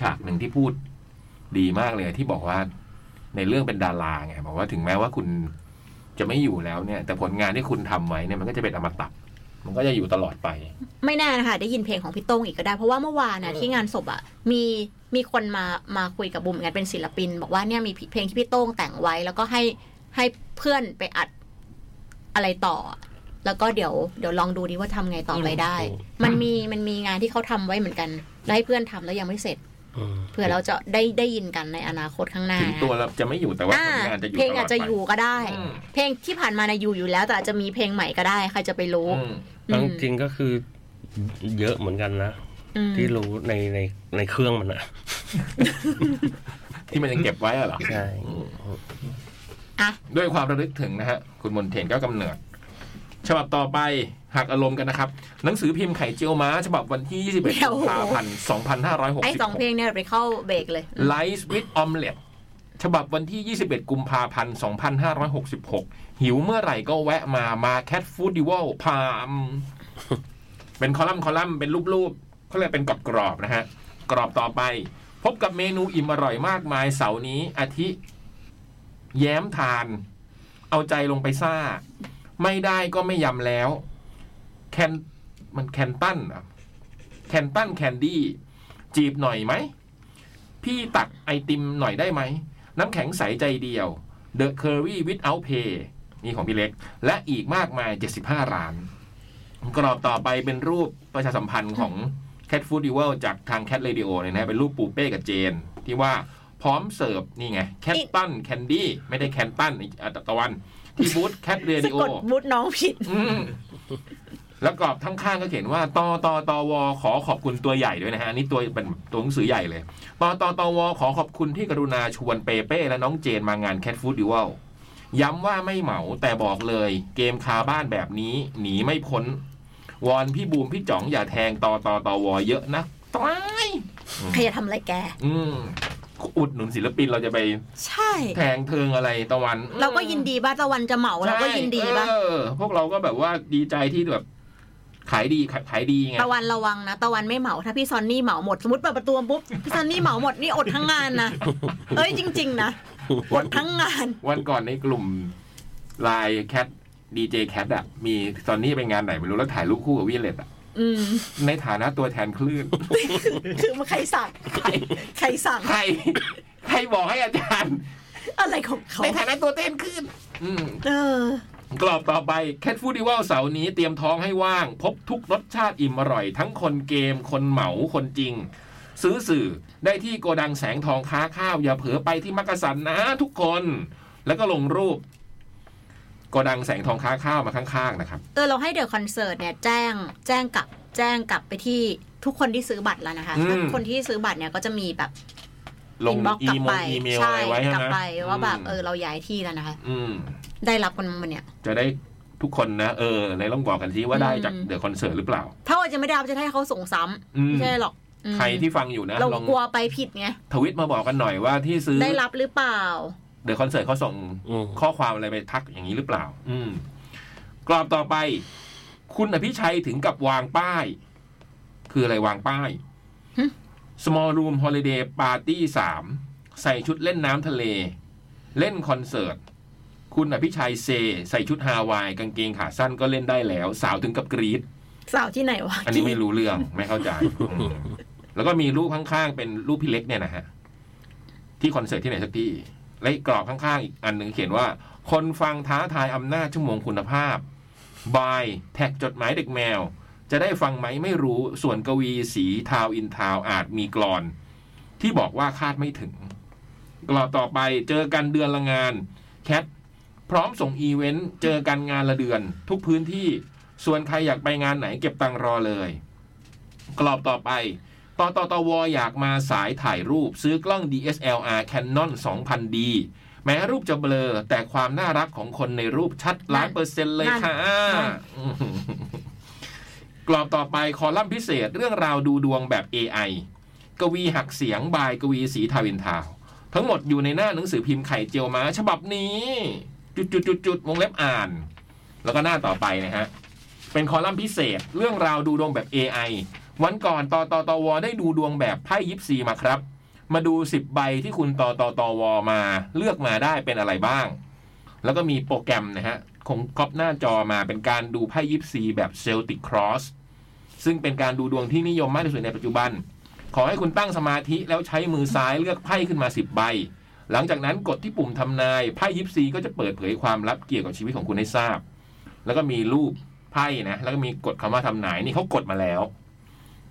ฉากหนึ่งที่พูดดีมากเลยที่บอกว่า ในเรื่องเป็นดาราไงบอกว่าถึงแม้ว่าคุณจะไม่อยู่แล้วเนี่ย แต่ผลงานที่คุณทำไว้เนี่ยมันก็จะเป็นอมตะมันก็จะอยู่ตลอดไป ไม่แน่านะคะได้ยินเพลงของพี่โต้งอีกก็ได้ เพราะว่าเมื่อวานนะ เออ ที่งานศพอ่ะมีมีคนมามาคุยกับบุมเหมือนกันเป็นศิลปิน บอกว่าเนี่ยมีเพลงที่พี่โต้งแต่งไว้ แล้วก็ให้ให้เพื่อนไปอัดอะไรต่อ แล้วก็เดี๋ยวเดี๋ยวลองดูดิว่าทำไงต่อไปได้ มันมีมันมีงานที่เขาทำไว้เหมือนกันแล้วให้เพื่อนทำแล้วยังไม่เสร็จ อืม เผื่อเราจะได้ได้ยินกันในอนาคตข้างหน้า ถึงตัวเราจะไม่อยู่แต่ว่า อ่า ผลงานจะอยู่ เพลง ตลอดไป อาจจะอยู่ก็ได้ อืม เพลงที่ผ่านมานะอยู่อยู่แล้ว แต่อาจจะมีเพลงใหม่ก็ได้ใครจะไปรู้ อืม เอา อื จ ม ริงๆก็คือเยอะเหมือนกันนะ อืม ที่รู้ในในในเครื่องมันอะ ที่มันยังเก็บไว้อะเหรอ ใช่ ด้วยความระลึกถึงนะฮะ คุณมนเทียนก็กำเนิด ฉบับต่อไปหักอารมณ์กันนะครับ หนังสือพิมพ์ไข่เจียวม้า ฉบับวันที่ เดี๋ยว 21กุมภาพันธ์ ไอ้สองเพล 2566 งเนี่ยเดี๋ยวไปเข้าเบรกเลย Lights with Omelette ฉบับวันที่ 21 กุมภาพันธ์ 2566 หิวเมื่อไหร่ก็แวะมามาแคทฟูดดิวลพามเป็นคอลัมน์คอลัมน์เป็นรูปๆเขาเรียกเป็นกรอบๆนะฮะ กรอบต่อไป พบกับเมนูอิ่มอร่อยมากมายเสาร์นี้อาทิ แย้มทาน เอาใจลงไปซ่า ไม่ได้ก็ไม่ยำแล้ว แคนมันแคนตันเหรอ่ะแคนตันแคนดี้จีบหน่อยไหม พี่ตักไอติมหน่อยได้ไหม น้ำแข็งใสใจเดียว The Curry Without Pay นี่ของพี่เล็ก และอีกมากมาย 75 ร้าน กรอบต่อไปเป็นรูปประชาสัมพันธ์ของ Cat Food d e v i l จากทาง Cat Radio เนี่ยนะเป็นรูปปูเป้กับเจน ที่ว่าพร้อมเสิร์ฟนี่ไง แคทตันแคนดี้ไม่ได้แคนตันอัตตะวัน ที่บูธแคทเร สะ ดิโอ กดมุดน้องผิด อืม [laughs] แล้วกรอบข้างๆก็เขียนว่าตอตอตอวอขอขอบคุณตัวใหญ่ด้วยนะฮะอันนี่ตัวเป็นตัวหนังสือใหญ่เลยตอตอตอวอขอขอบคุณที่กรุณาชวนเปเป้และน้องเจนมางานแคทฟู้ดดิวลย้ำว่าไม่เหมาแต่บอกเลย เกมคาบ้านแบบนี้ หนีไม่พ้น วอนพี่บูมพี่จ๋องอย่าแทงตอตอตอวอเยอะนะตาย ใครจะทำอะไรแก อืมอุดหนุนศิลปินเราจะไป ใช่ แทงเทิงอะไรตะวัน เราก็ยินดีบ้าตะวันจะเหมาเราก็ ใช่ ยินดีบ้า เออพวกเราก็แบบว่าดีใจที่แบบ ขายดีขายขายดีไง ตะวันระวังนะ ตะวันไม่เหมาถ้าพี่ซอนนี่เหมาหมด สมมติเปิดประตูมาปุ๊บพี่ซอนนี่เหมาหมดนี่อดทั้งงาน [laughs] นะเอ้ยจริง ๆ นะอดทั้งงาน วันก่อนในกลุ่มไลน์แคทดีเจแคทอ่ะ มีตอนนี้ไปงานไหนไม่รู้แล้วถ่ายรูปคู่กับวิเลตอ่ะ อื [laughs] ม ในฐานะตัวแทนค [laughs] ลื่น คือมันใครสั่งใครใครสั่ง ใคร ใครบอกให้อาจารย์ อะไรของเขา ในฐานะตัวแทนคลื่นอืม เออ กรอบต่อไปแคทฟูดิวัลเสาร์นี้เตรียมท้องให้ว่าง พบทุกรสชาติอิ่มอร่อย ทั้งคนเกมคนเหมาคนจริง ซื้อสื่อได้ที่โกดังแสงทองค้าข้าว อย่าเผลอไปที่มักกะสันนะทุกคน แล้วก็ลงรูป โกดังแสงทองค้าข้าวมาข้างๆนะครับ เออเราให้เดี๋ยวคอนเสิร์ตเนี่ยแจ้งแจ้งกลับแจ้งกลับไปที่ทุกคนที่ซื้อบัตรแล้วนะคะ อืม ถ้าคนที่ซื้อบัตรเนี่ยก็จะมีแบบ ลง inbox อี กลับ ม ไป งอีเมลอะ ใช่ ไรไว้ กลั ใช่ บ ไห ไป ม ว่าแบบ ม เออเราย้ายที่แล้วนะคะ อืม ได้รับกันมันเนี่ย จะได้ทุกคนนะเออไหนลองบอกกันซิว่าได้จาก อืม เดอะคอนเสิร์ตหรือเปล่า ถ้าว่าจะไม่ได้เราจะให้เขาส่งซ้ อื ำ ม ไม่ใช่หรอกอืม ใครที่ฟังอยู่นะ เรา ลอง กลัวไปผิดไง ทวิตมาบอกกันหน่อยว่าที่ซื้อ ได้รับหรือเปล่า เดี๋ยวคอนเสิร์ตเขาส่ง อืม ข้อความอะไรไปทักอย่างนี้หรือเปล่า อืม กรอบต่อไป คุณอภิชัยถึงกับวางป้าย คืออะไรวางป้าย หึ Small Room Holiday Party 3 ใส่ชุดเล่นน้ำทะเล เล่นคอนเสิร์ต คุณอภิชัยเซ ใส่ชุดฮาวาย กางเกงขาสั้นก็เล่นได้แล้ว สาวถึงกับกรีด สาวที่ไหนวะ อันนี้ไม่รู้เรื่องไม่เข้าใจอืมแล้วก็มีรูปข้างๆ เป็นรูปพี่เล็กเนี่ยนะฮะ ที่คอนเสิร์ตที่ไหนสักที่ และอีกกรอบข้างๆ อีกอันหนึ่งเขียนว่า คนฟังท้าทายอำนาจชั่วโมงคุณภาพบายแท็กจดหมายเด็กแมว จะได้ฟังไหมไม่รู้ส่วนกวีสีทาวอินทาวอาจมีกรอน ที่บอกว่าคาดไม่ถึง กรอบต่อไปเจอกันเดือนละงานแคทพร้อมส่งอีเวนต์เจอกันงานละเดือน ทุกพื้นที่ ส่วนใครอยากไปงานไหนเก็บตังค์รอเลย กรอบต่อไป ตตตวอยากมาสายถ่ายรูปซื้อกล้อง DSLR Canon 2000D แม้รูปจะเบลอ แต่ความน่ารักของคนในรูปชัดล้านเปอร์เซ็นต์เลยค่ะ นั่น กรอบต่อไปคอลัมน์พิเศษเรื่องราวดูดวงแบบ AI กวีหักเสียงบายกวีสีทาวินทาวน์ทั้งหมดอยู่ในหน้าหนังสือพิมพ์ไข่เจียวม้าฉบับนี้ จุดจุดจุดจุดๆๆๆวงเล็บอ่าน แล้วก็หน้าต่อไปนะฮะ เป็นคอลัมน์พิเศษ เรื่องราวดูดวงแบบ AI วันก่อนตตตวได้ดูดวงแบบไพ่ยิปซีมาครับ มาดู 10 ใบที่คุณตตตวมาเลือกมาได้เป็นอะไรบ้าง แล้วก็มีโปรแกรมนะฮะ คงก๊อปหน้าจอมาเป็นการดูไพ่ยิปซีแบบเซลติกครอสซึ่งเป็นการดูดวงที่นิยมมากที่สุดในปัจจุบัน ขอให้คุณตั้งสมาธิแล้วใช้มือซ้ายเลือกไพ่ขึ้นมา 10 ใบ หลังจากนั้นกดที่ปุ่มทำนายไพ่ยิปซีก็จะเปิดเผยความลับเกี่ยวกับชีวิตของคุณให้ทราบ แล้วก็มีรูปไพ่นะ แล้วก็มีกดคำว่าทำนายนี่เขากดมาแล้ว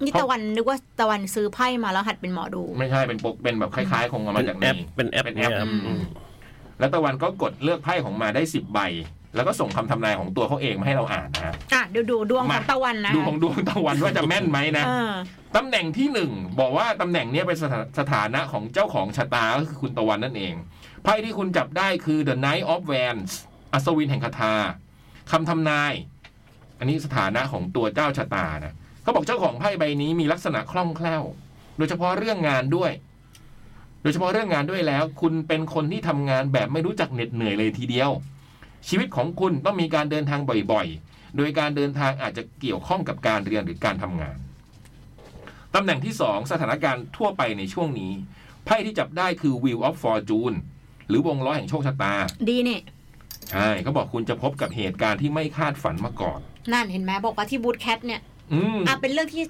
นี่ตะวันนึกว่าตะวันซื้อไพ่มาแล้วหัดเป็นหมอดู ไม่ใช่เป็นปกเป็นแบบคล้ายๆ ของเอามา เป็น จาก แอ ใน ปเป็นแอป เป็นแอ เนี่ย ป ครับ อืม อืม แล้วตะวันก็กดเลือกไพ่ของมาได้ 10 ใบ แล้วก็ส่งคำทำนายของตัวเขาเองมาให้เราอ่านนะฮะ อ่ะเดี๋ยวดูดวงของ มา ตะวันนะ ดูของดวงตะวันว่าจะแม่นไหมนะ เออ ตำแหน่งที่ 1 บอกว่าตำแหน่งเนี้ยเป็นสถาสถานะของเจ้าของชะตาก็คือคุณตะวันนั่นเอง ไพ่ที่คุณจับได้คือ The Knight of Wands อัศวินแห่งคาถาคำทำนาย อันนี้สถานะของตัวเจ้าชะตานะเขาบอกเจ้าของไพ่ใบนี้มีลักษณะคล่องแคล่ว โดยเฉพาะเรื่องงานด้วย โดยเฉพาะเรื่องงานด้วยแล้ว คุณเป็นคนที่ทำงานแบบไม่รู้จักเหน็ดเหนื่อยเลยทีเดียว ชีวิตของคุณต้องมีการเดินทางบ่อยๆ โดยการเดินทางอาจจะเกี่ยวข้องกับการเรียนหรือการทำงาน ตำแหน่งที่ 2 สถานการณ์ทั่วไปในช่วงนี้ ไพ่ที่จับได้คือ Wheel of Fortune หรือวงล้อแห่งโชคชะตา ดีนี่ ใช่เขาบอกคุณจะพบกับเหตุการณ์ที่ไม่คาดฝันมาก่อน นั่นเห็นไหมบอกว่าที่บูธแคทเนี่ย อืม อ่ะเป็นเรื่องที่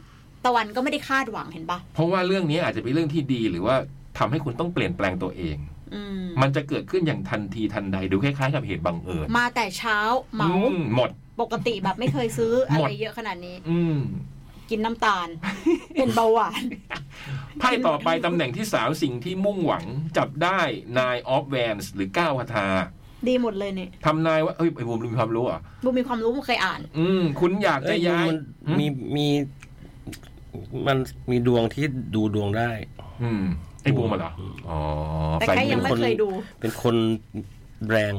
ตะวันก็ไม่ได้คาดหวังเห็นปะ เพราะว่าเรื่องนี้อาจจะเป็นเรื่องที่ดีหรือว่าทำให้คุณต้องเปลี่ยนแปลงตัวเอง อืม มันจะเกิดขึ้นอย่างทันทีทันใดดูคล้ายๆกับเหตุบังเอิญ มาแต่เช้าเหมา อืมหมด ปกติแบบไม่เคยซื้ออะ หม ไร ด เยอะขนาดนี้ อืม กินน้ำตาล [laughs] เป็นเบาหวาน ไพ่ต่อไปตำแหน่งที่สามสิ่งที่มุ่งหวังจับได้ Nine of Wands หรือเก้าคาถา ดีหมดเลยเนี่ย ทำนายว่าเฮ้ยไอ้บูมรู้มีความรู้เหรอ่ะ บูมมีความรู้บูมเคยอ่าน อืม คุณอยาก เอ้ จะ ย ย้าย มันมีมีมันมีดวงที่ดูดวงได้ อืมไอ้บูมอะเหรอ อ๋อ แต่ ใส่ แค่ยังไม่ เป็นคน เคยดู เป็นคนแรง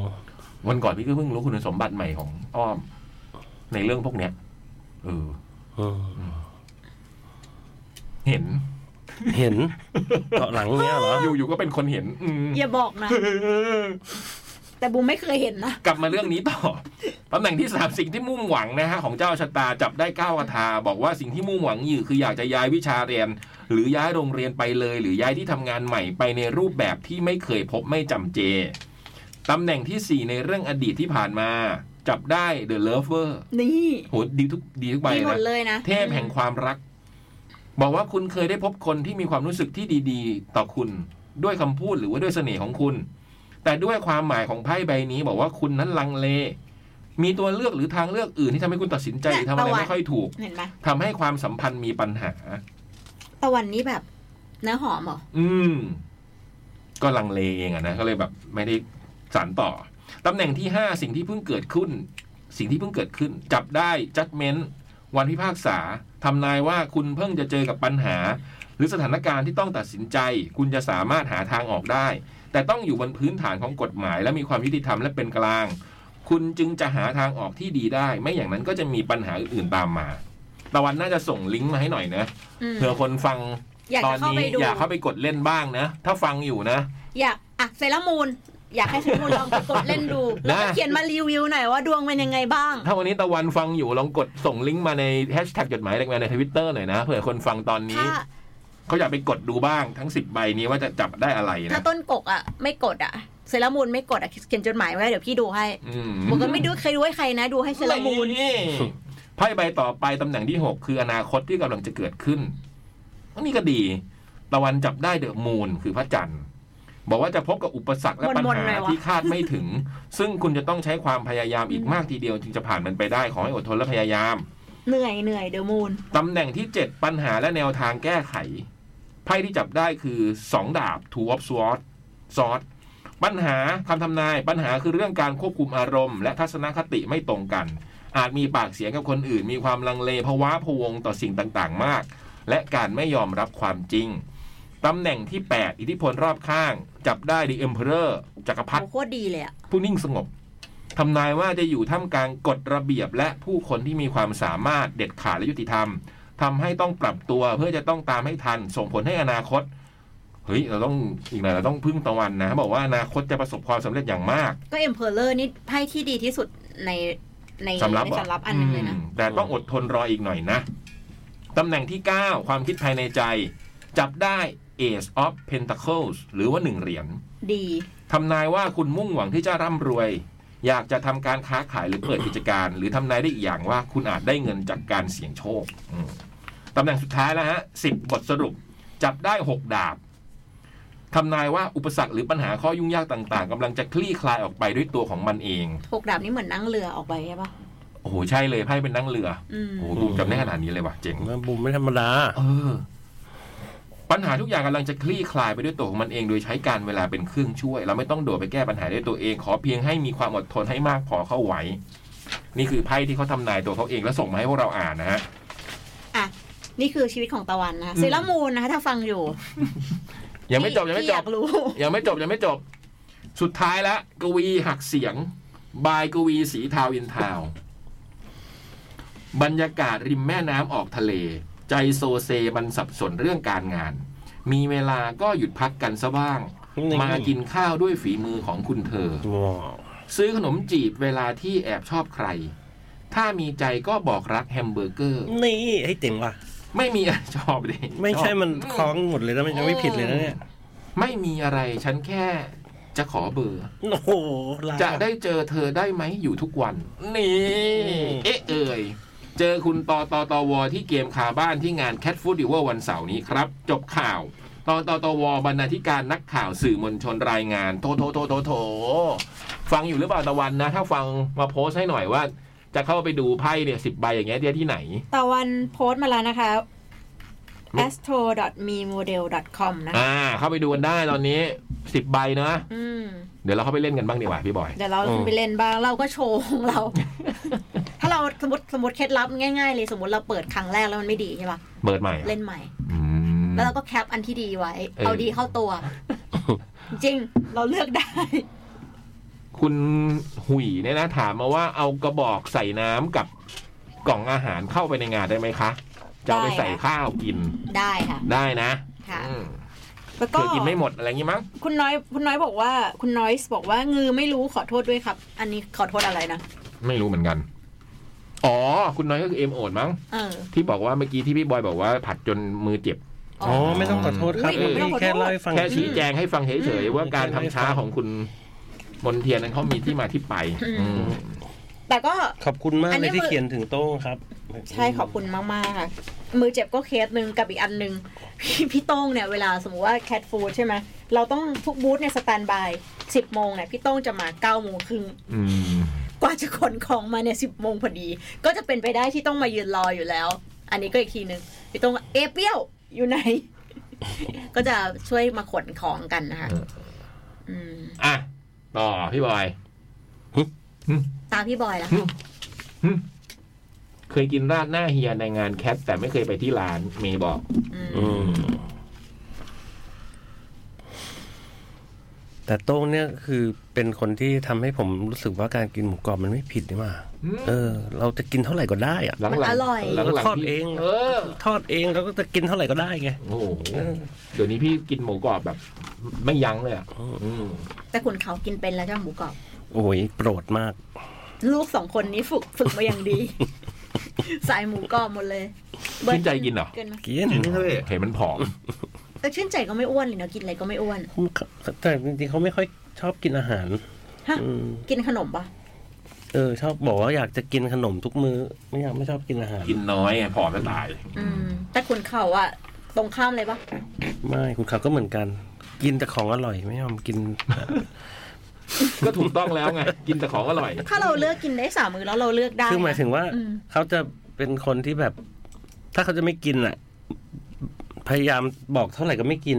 วันก่อนพี่ก็เพิ่งรู้คุณสมบัติใหม่ของอ้อม ในเรื่องพวกเนี้ยเออ อืม เห็น เห็นเกาะหลังเนี้ยเหรอ อยู่อยู่ก็เป็นคนเห็น อืม อย่าบอก [laughs] นะ แต่บูมไม่เคยเห็นนะ กลับมาเรื่องนี้ต่อ [laughs] ตำแหน่งที่สามสิ่งที่มุ่งหวังนะฮะของเจ้าชะตาจับได้เก้าคาถาบอกว่าสิ่งที่มุ่งหวังอยู่คืออยากจะย้ายวิชาเรียน หรือย้ายโรงเรียนไปเลย หรือย้ายที่ทำงานใหม่ไปในรูปแบบที่ไม่เคยพบไม่จำเจ ตำแหน่งที่สี่ในเรื่องอดีตที่ผ่านมา จับได้ The Lover นี่ โหดีทุกดีทุกใบ ดีหม นะ ดเลยนะ เทพแห่งความรัก บอกว่าคุณเคยได้พบคนที่มีความรู้สึกที่ดีๆ ต่อคุณ ด้วยคำพูดหรือว่าด้วยเสน่ห์ของคุณ แต่ด้วยความหมายของไพ่ใบนี้ บอกว่าคุณนั้นลังเล มีตัวเลือกหรือทางเลือกอื่นที่ทำให้คุณตัดสินใจหรือทำอะไรไม่ค่อยถูก เห็นไหม ทำให้ความสัมพันธ์มีปัญหา ตะวันนี้แบบ เนื้อหอมเหรอ อืม ก็ลังเลเองอะนะก็เลยแบบไม่ได้สานต่อตำแหน่งที่ห้าสิ่งที่เพิ่งเกิดขึ้น สิ่งที่เพิ่งเกิดขึ้น จับได้จัดเมนต์วันพิพากษาทำนายว่าคุณเพิ่งจะเจอกับปัญหา หรือสถานการณ์ที่ต้องตัดสินใจ คุณจะสามารถหาทางออกได้ แต่ต้องอยู่บนพื้นฐานของกฎหมาย และมีความยุติธรรมและเป็นกลาง คุณจึงจะหาทางออกที่ดีได้ ไม่อย่างนั้นก็จะมีปัญหาอื่นๆตามมาตะวันน่าจะส่งลิงก์มาให้หน่อยนะ อืม เผื่อคนฟัง อยาก ตอ จะ น เข้าไป นี้ ดู อยากเข้าไปกดเล่นบ้างนะ ถ้าฟังอยู่นะ อยากอ่ะเซรามูน อยากให้เซรามูนลองไปกดเล่นดู แล้วก็ [laughs] นะ เขียนมารีวิวหน่อยว่าดวงเป็นยังไงบ้าง ถ้าวันนี้ตะวันฟังอยู่ลองกดส่งลิงก์มาในแฮชแท็กจดหมายแรงแมนในทวิตเตอร์หน่อยนะเผื่อคนฟังตอนนี้ ถ้า เขาอยากไปกดดูบ้างทั้ง 10 ใบนี้ว่าจะจับได้อะไร ถ้า นะ ต้นกกอ่ะ ไม่กดอ่ะเซรามูนไม่กดอ่ะเขียนจดหมายไว้เดี๋ยวพี่ดูให้ อืม ผมก็ไม่ดูเคยดูให้ใครนะ ดูให้เซรามูน นี่ไพ่ใบต่อไปตำแหน่งที่ 6 คืออนาคตที่กำลังจะเกิดขึ้นอันนี้ก็ดี ตะวันจับได้เดอะมูนคือพระจันทร์ บอกว่าจะพบกับอุปสรรคและปัญหาที่คาดไม่ถึง ซึ่งคุณจะต้องใช้ความพยายามอีกมากทีเดียวจึงจะผ่านมันไปได้ขอให้อดทนและพยายาม เหนื่อยเหนื่อยเดี๋ยวมูน ตำแหน่งที่ 7 ปัญหาและแนวทางแก้ไข ไพ่ที่จับได้คือ 2 ดาบ two of swords ซอสปัญหาคำทำนายปัญหาคือเรื่องการควบคุมอารมณ์ และทัศนคติไม่ตรงกัน อาจมีปากเสียงกับคนอื่น มีความลังเลภาวะพะวงต่อสิ่งต่างๆ มาก และการไม่ยอมรับความจริงตำแหน่งที่ 8 อิทธิพลรอบข้าง จับได้ดีเอ็มเพอเรอร์จักรพรรดิ โหโคตรดีเลยอะ ผู้นิ่งสงบทำนายว่าจะอยู่ท่ามกลางกฎระเบียบและผู้คนที่มีความสามารถเด็ดขาดและยุติธรรมทำให้ต้องปรับตัวเพื่อจะต้องตามให้ทัน ส่งผลให้อนาคตเฮ้ยเราต้องอีกหน่อยเราต้องพึ่งตะวันนะบอกว่าอนาคตจะประสบความสำเร็จอย่างมาก ก็เอ็มเพลเลอร์นี่ไพ่ที่ดีที่สุดในใน สำรับ ใน เหร สำรับอันหนึงเลยนะ อืมแต่ต้องอดทนรออีกหน่อยนะตำแหน่งที่ 9 ความคิดภายในใจ จับได้ Ace of Pentacles หรือว่าหนึ่งเหรียญ ดี ทำนายว่าคุณมุ่งหวังที่จะร่ำรวย อยากจะทำการค้าขายหรือเปิดกิจการ หรือทำนายได้อีกอย่างว่าคุณอาจได้เงินจากการเสี่ยงโชคอืมตำแหน่งสุดท้ายแล้วฮะสิบบทสรุป จับได้หกดาบทำนายว่าอุปสรรคหรือปัญหาข้อยุ่งยากต่างๆกำลังจะคลี่คลายออกไปด้วยตัวของมันเอง หกดาบนี่เหมือนนั่งเรือออกไปใช่ปะ โอ้โห ใช่เลยไพ่เป็นนั่งเรือ อืม โอ้โหบูมจำได้ขนาดนี้เลยว่ะเจ๋ง แล้วบุมไม่ธรรมดา เออ ปัญหาทุกอย่างกำลังจะคลี่คลายไปด้วยตัวของมันเองโดยใช้การเวลาเป็นเครื่องช่วย เราไม่ต้องโดดไปแก้ปัญหาด้วยตัวเอง ขอเพียงให้มีความอดทนให้มากพอเข้าไหว นี่คือไพ่ที่เขาทำนายตัวเขาเองแล้วส่งมาให้พวกเราอ่านนะฮะ อ่ะ นี่คือชีวิตของตะวันนะคะเซรามูนนะคะถ้าฟังอยู่ ยังไม่จบยังไม่ ที่ จ อบ ยา [laughs] กรู้ ยังไม่จบยังไม่จบ สุดท้ายแล้วกวีหักเสียง บายกวีสีเทาอินทาวน์บรรยากาศริมแม่น้ำออกทะเล ใจโซเซมันสับสนเรื่องการงาน มีเวลาก็หยุดพักกันซะบ้าง อืม มากินข้าวด้วยฝีมือของคุณเธอ ว้าว ซื้อขนมจีบเวลาที่แอบชอบใคร ถ้ามีใจก็บอกรักแฮมเบอร์เกอร์ นี่ให้เจ๋งว่ะ ไม่มี ชอบดิ ไม่ใช่ อบ มันคล้องหมดเลยนะมันยังไม่ผิดเลยนะเนี่ย ไม่มีอะไรฉันแค่จะขอเบอร์ โอ้โหลา จะได้เจอเธอได้ไหมอยู่ทุกวัน นี่ อืม เอ๊ะเอ่ย เจอคุณตอตอตอวอที่เกมคาบ้านที่งานแคทฟูดดิววันเสาร์นี้ครับ จบข่าวตอตอตอวอบรรณาธิการนักข่าวสื่อมวลชนรายงาน โทโทโทโทโทฟังอยู่หรือเปล่าตะวันนะ ถ้าฟังมาโพสต์ให้หน่อยว่า จะเข้าไปดูไพ่เนี่ยสิบใบอย่างเงี้ยที่ไหน ตะวันโพสต์มาแล้วนะคะ ไม่ astro.memodel.com นะ อ่า เข้าไปดูกันได้ตอนนี้สิบใบนะ อืม เดี๋ยวเราเข้าไปเล่นกันบ้างดีกว่าพี่บอย เดี๋ยวเราขึ้นไปเล่นบ้างเราก็โชว์ของเรา ถ้าเราสมมติสมมติเคล็ดลับง่ายๆเลยสมมติเราเปิดครั้งแรกแล้วมันไม่ดีใช่ปะ เปิดใหม่อะ เล่นใหม่ อืม แล้วเราก็แคปอันที่ดีไว้ เออ เอาดีเข้าตัว [laughs] จริงเราเลือกได้ คุณหุยเนี่ยนะถามมาว่าเอากระบอกใส่น้ำกับกล่องอาหารเข้าไปในงานได้ไหมคะ จะเอาไป ได้ค่ะ ใส่ข้าวกิน ได้ค่ะ ได้นะ ค่ะ อืม แล้ว เธ ก็ อกินไม่หมดอะไรอย่างงี้มั้ง คุณน้อยคุณน้อยบอกว่า คุณน้อยบอกว่างือไม่รู้ขอโทษด้วยครับ อันนี้ขอโทษอะไรนะ ไม่รู้เหมือนกัน อ๋อ คุณน้อยก็คือเอ็มโอดมั้ง เออ ที่บอกว่าเมื่อกี้ที่พี่บอยบอกว่าผัดจนมือเจ็บ อ๋อไม่ต้องขอโทษครับ อุ๊ยไม่ต้องขอโทษ แค่เล่าให้ฟัง แค่ชี้แจงให้ฟังเฉย อื ๆ ม ว่าการทำช้าของคุณมนเทียนนั้นเขามีที่มาที่ไปอืม แต่ก็ ขอบคุณมาก อัน เล นี้ ยที่ มือ เขียนถึงโต้งครับ ใช่ขอบคุณมาก ๆ ค่ะ มือเจ็บก็เคสหนึ่งกับอีกอันหนึ่ง [laughs] พี่พี่โต้งเนี่ยเวลาสมมติว่าแคทฟูดใช่ไหมเราต้องทุกบูธเนี่ยสแตนบายสิบโมงเนี่ยพี่โต้งจะมาเก้าโมงครึ่ง อืม กว่าจะขนของมาเนี่ยสิบโมงพอดี ก็จะเป็นไปได้ที่ต้องมายืนรออยู่แล้ว อันนี้ก็อีกทีหนึ่งพี่โต้งก็เอะเปรี้ยวอยู่ไหน [laughs] ก็จะช่วยมาขนของกันนะคะอืม อ่ะต่อพี่บอย ตาพี่บอยล่ะ เคยกินราดหน้าเฮียในงานแคทแต่ไม่เคยไปที่ร้านเมย์บอก อืม อืมแต่โต้งเนี่ยคือเป็นคนที่ทำให้ผมรู้สึกว่าการกินหมูกรอบมันไม่ผิดนี่หว่าเออ เราจะกินเท่าไหร่ก็ได้อะ หลังๆหลังๆ ทอดเอง เออ ทอดเองเราก็จะกินเท่าไหร่ก็ได้ไง โอ้โห เดี๋ยวนี้พี่กินหมูกรอบแบบ ไม่ยั้งเลยอ่ะอืม แต่คุณเขากินเป็นแล้วเจ้าหมูกรอบ โอ้ยโปรดมาก ลูกสองคนนี้ฝึกฝึกมาอย่างดี [laughs] สายหมูกรอบหมดเลย ชื่นใจกินเหรอ เกินไหม กิน จริงครับพี่ เห็นมันผอม เออชื่นใจก็ไม่อ้วนเลยเนาะกินอะไรก็ไม่อ้วน แต่จริงๆเขาไม่ค่อยชอบกินอาหาร ฮะ อืม กินขนมปะ เออ ชอบบอกว่าอยากจะกินขนมทุกมื้อ ไม่อยากไม่ชอบกินอาหาร กินน้อยไงผอมจะตาย อืม แต่คุณเขาอะตรงข้ามเลยปะ ไม่คุณขับก็เหมือนกัน กินแต่ของอร่อยไม่ยอมกิน ก็ถูกต้องแล้วไง กินแต่ของอร่อย ถ้าเราเลือกกินได้สามมื้อแล้วเราเลือกได้ คือหมายถึงว่า อืม เขาจะเป็นคนที่แบบ ถ้าเขาจะไม่กินอ่ะ พยายามบอกเท่าไหร่ก็ไม่กิน